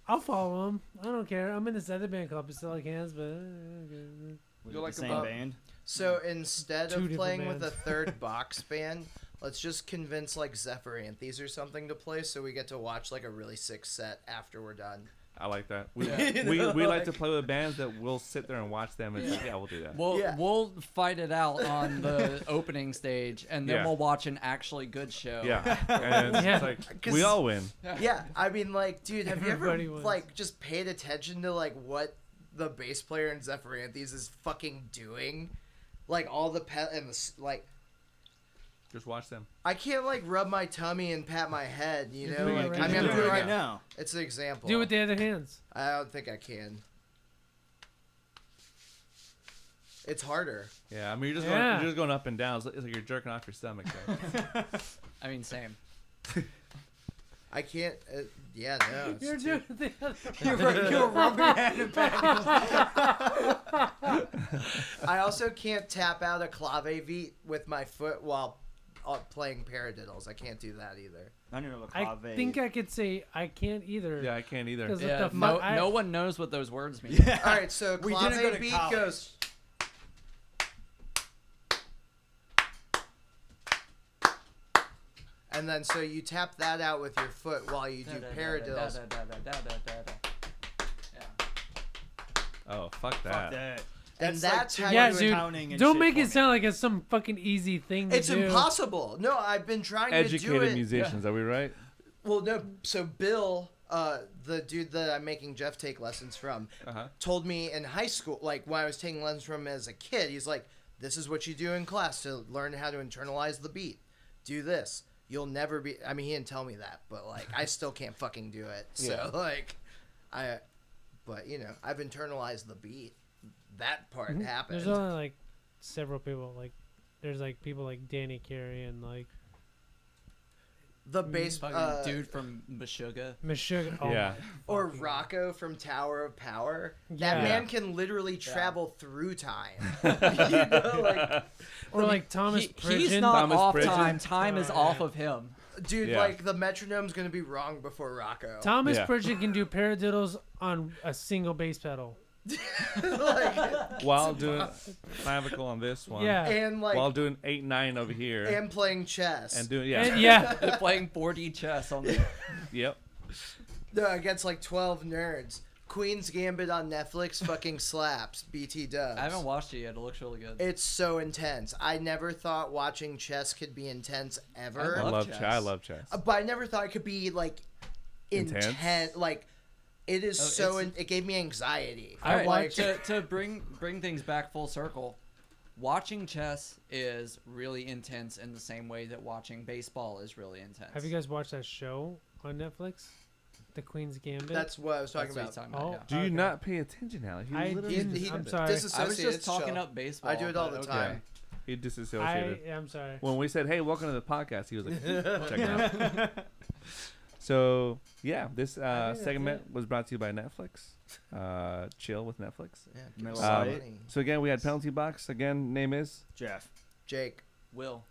B: I'll follow them. I don't care. I'm in this other band called Basilica Hands, but uh, okay.
E: Was
C: You're
E: it
C: like a
E: the same
C: bu-
E: band.
C: So instead
B: Two
C: of
B: different
C: playing with a
B: bands.
C: third box band, let's just convince like Zephyranthes or something to play so we get to watch like a really sick set after we're done.
A: I like that. We,
D: Yeah.
A: we,
C: You
A: we
C: know,
A: like
C: like-
A: to play with bands that we'll sit there and watch them and say, yeah, we'll do that.
D: We'll
C: Yeah.
D: we'll fight it out on the opening stage, and then
A: Yeah.
D: we'll watch an actually good show.
A: yeah. And it's
B: Yeah.
A: like,
C: 'Cause-
A: we all win.
C: yeah, I mean, like, dude, have
B: Everybody
C: you ever
B: wins.
C: like just paid attention to like what the bass player in Zephyranthes is fucking doing? Like all the pet and the s- like,
A: Just watch them.
C: I can't like rub my tummy and pat my head, you know.
B: doing it
C: Like,
B: right
C: I mean, I'm
A: now.
C: doing it right
E: right
C: now.
E: now.
C: It's an example.
B: Do it with the other hands.
C: I don't think I can. It's harder.
A: Yeah, I mean, you're just,
B: Yeah.
A: going, you're just going up and down. It's like, it's like you're jerking off your stomach. though.
D: I mean, same.
C: I can't. Uh, yeah, no. it's-
B: You're doing it the other.
E: You're rubbing your hand in back.
C: I also can't tap out a clavivite with my foot while uh, playing paradiddles. I can't do that either.
E: I knew it was
B: I
E: clave.
B: think I could say I can't either.
A: yeah, I can't either.
B: 'Cause- What
D: Yeah,
B: the
D: no,
B: fuck? I-
D: no one knows what those words mean.
E: Yeah.
C: All right, so
E: We didn't go to
C: clavivite
E: college.
C: goes. And then so you tap that out with your foot while you do paradiddles.
A: oh, fuck that.
E: Fuck that.
C: And that's how
E: like
B: Yeah,
C: you
B: dude.
E: counting and
B: Don't
E: shit
B: make
E: for
B: it
E: me.
B: sound like it's some fucking easy thing to
C: It's
B: do.
C: impossible. No, I've been trying to do
A: Educated
C: it.
A: musicians, are we right?
C: Well, no. So Bill, uh, the dude that I'm making Jeff take lessons from,
A: Uh-huh.
C: told me in high school, like when I was taking lessons from him as a kid, he's like, "This is what you do in class to learn how to internalize the beat. Do this. You'll never be." I mean, he didn't tell me that, but like, I still can't fucking do it. So
A: Yeah.
C: like, I. But you know, I've internalized the beat. That part happened.
B: There's only like several people. Like there's like people like Danny Carey and like
C: the bass
D: Fucking
C: uh,
D: dude from Meshuggah.
B: Meshuggah. Oh,
A: yeah.
C: Or Rocco from Tower of Power.
B: Yeah.
C: That man can literally travel through time. you know, like,
B: Or like Thomas
D: He-
B: Pridgeon.
D: he's not
A: Thomas
D: off
A: Pridgeon?
D: time. Time is off of him.
C: dude,
A: Yeah.
C: like the metronome's gonna be wrong before Rocco.
B: Thomas
A: Yeah.
B: Pridgeon can do paradiddles on a single bass pedal.
C: like,
A: While doing clavicle on this one.
B: Yeah.
C: and like
A: While doing 8 9 over here.
C: and playing chess.
A: and doing, yeah.
B: And yeah,
D: They're playing 4D chess on the.
A: yep.
C: no, against like twelve nerds. Queen's Gambit on Netflix fucking slaps. BT dubs.
D: I haven't watched it yet. It looks really good.
C: it's so intense. I never thought watching chess could be intense ever.
A: I
D: Love
A: love chess.
D: chess.
A: I love chess.
C: Uh, but I never thought it could be like
A: Intense?
C: intense. Like it is
D: Oh,
C: so.
D: it's-
C: In, it gave me anxiety.
D: All right,
C: like,
D: to, to bring bring things back full circle, watching chess is really intense in the same way that watching baseball is really intense.
B: have you guys watched that show on Netflix, The Queen's Gambit?
C: that's what I was talking
D: That's what he's
C: about.
D: talking
B: Oh.
D: about?
A: Do
D: yeah.
A: you
B: Okay.
A: not pay attention, Allie? He
B: I
A: literally
B: didn't.
A: just
C: he-
A: said
B: I'm
A: that.
B: sorry.
C: Disassociate
D: I was just
C: it's
D: talking
C: chill.
D: up baseball.
C: I do it all
D: but
C: the
D: okay.
C: time.
A: He disassociated.
B: I, I'm sorry.
A: when we said, "Hey, welcome to the podcast," he was like, "Check it out." So yeah, this uh,
B: think that's
A: segment was brought to you by Netflix. Uh, chill with Netflix.
C: Yeah, give us
E: Middle
C: some
A: of
E: the
C: money.
A: So again, we had penalty box. Again, name is
E: Jeff.
C: Jake.
D: Will.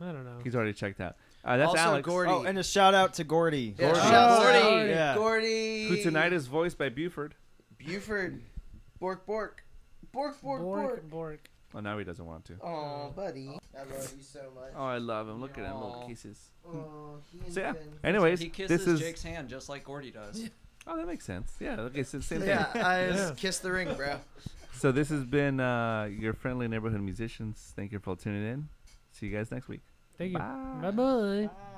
B: I don't know.
A: he's already checked out. Uh, that's
C: also
A: Alex,
C: Gordy.
E: Oh, and a shout out to Gordy.
C: Yeah,
A: Gordy.
C: shout out
B: Gordy.
E: Yeah.
C: Gordy.
A: who tonight is voiced by Buford.
C: Buford. Bork Bork. Bork Bork Bork.
B: Bork, Bork.
A: Oh, now he doesn't want to.
C: Oh, buddy. I love you so
A: Oh,
C: much.
A: I love him. Look at him, little
D: Aw.
A: kisses.
C: Oh, he and
A: So yeah.
C: Finn.
A: Anyways,
D: he kisses
A: this is.
D: Jake's hand just like Gordy does.
A: Oh, that makes sense. Yeah. Okay. So same thing.
C: Yeah, I
B: Yeah.
C: kiss the ring, bro.
A: So this has been uh, your friendly neighborhood musicians. Thank you for tuning in. See you guys next week.
B: Thank you.
A: Bye.
B: Bye bye.
E: Bye.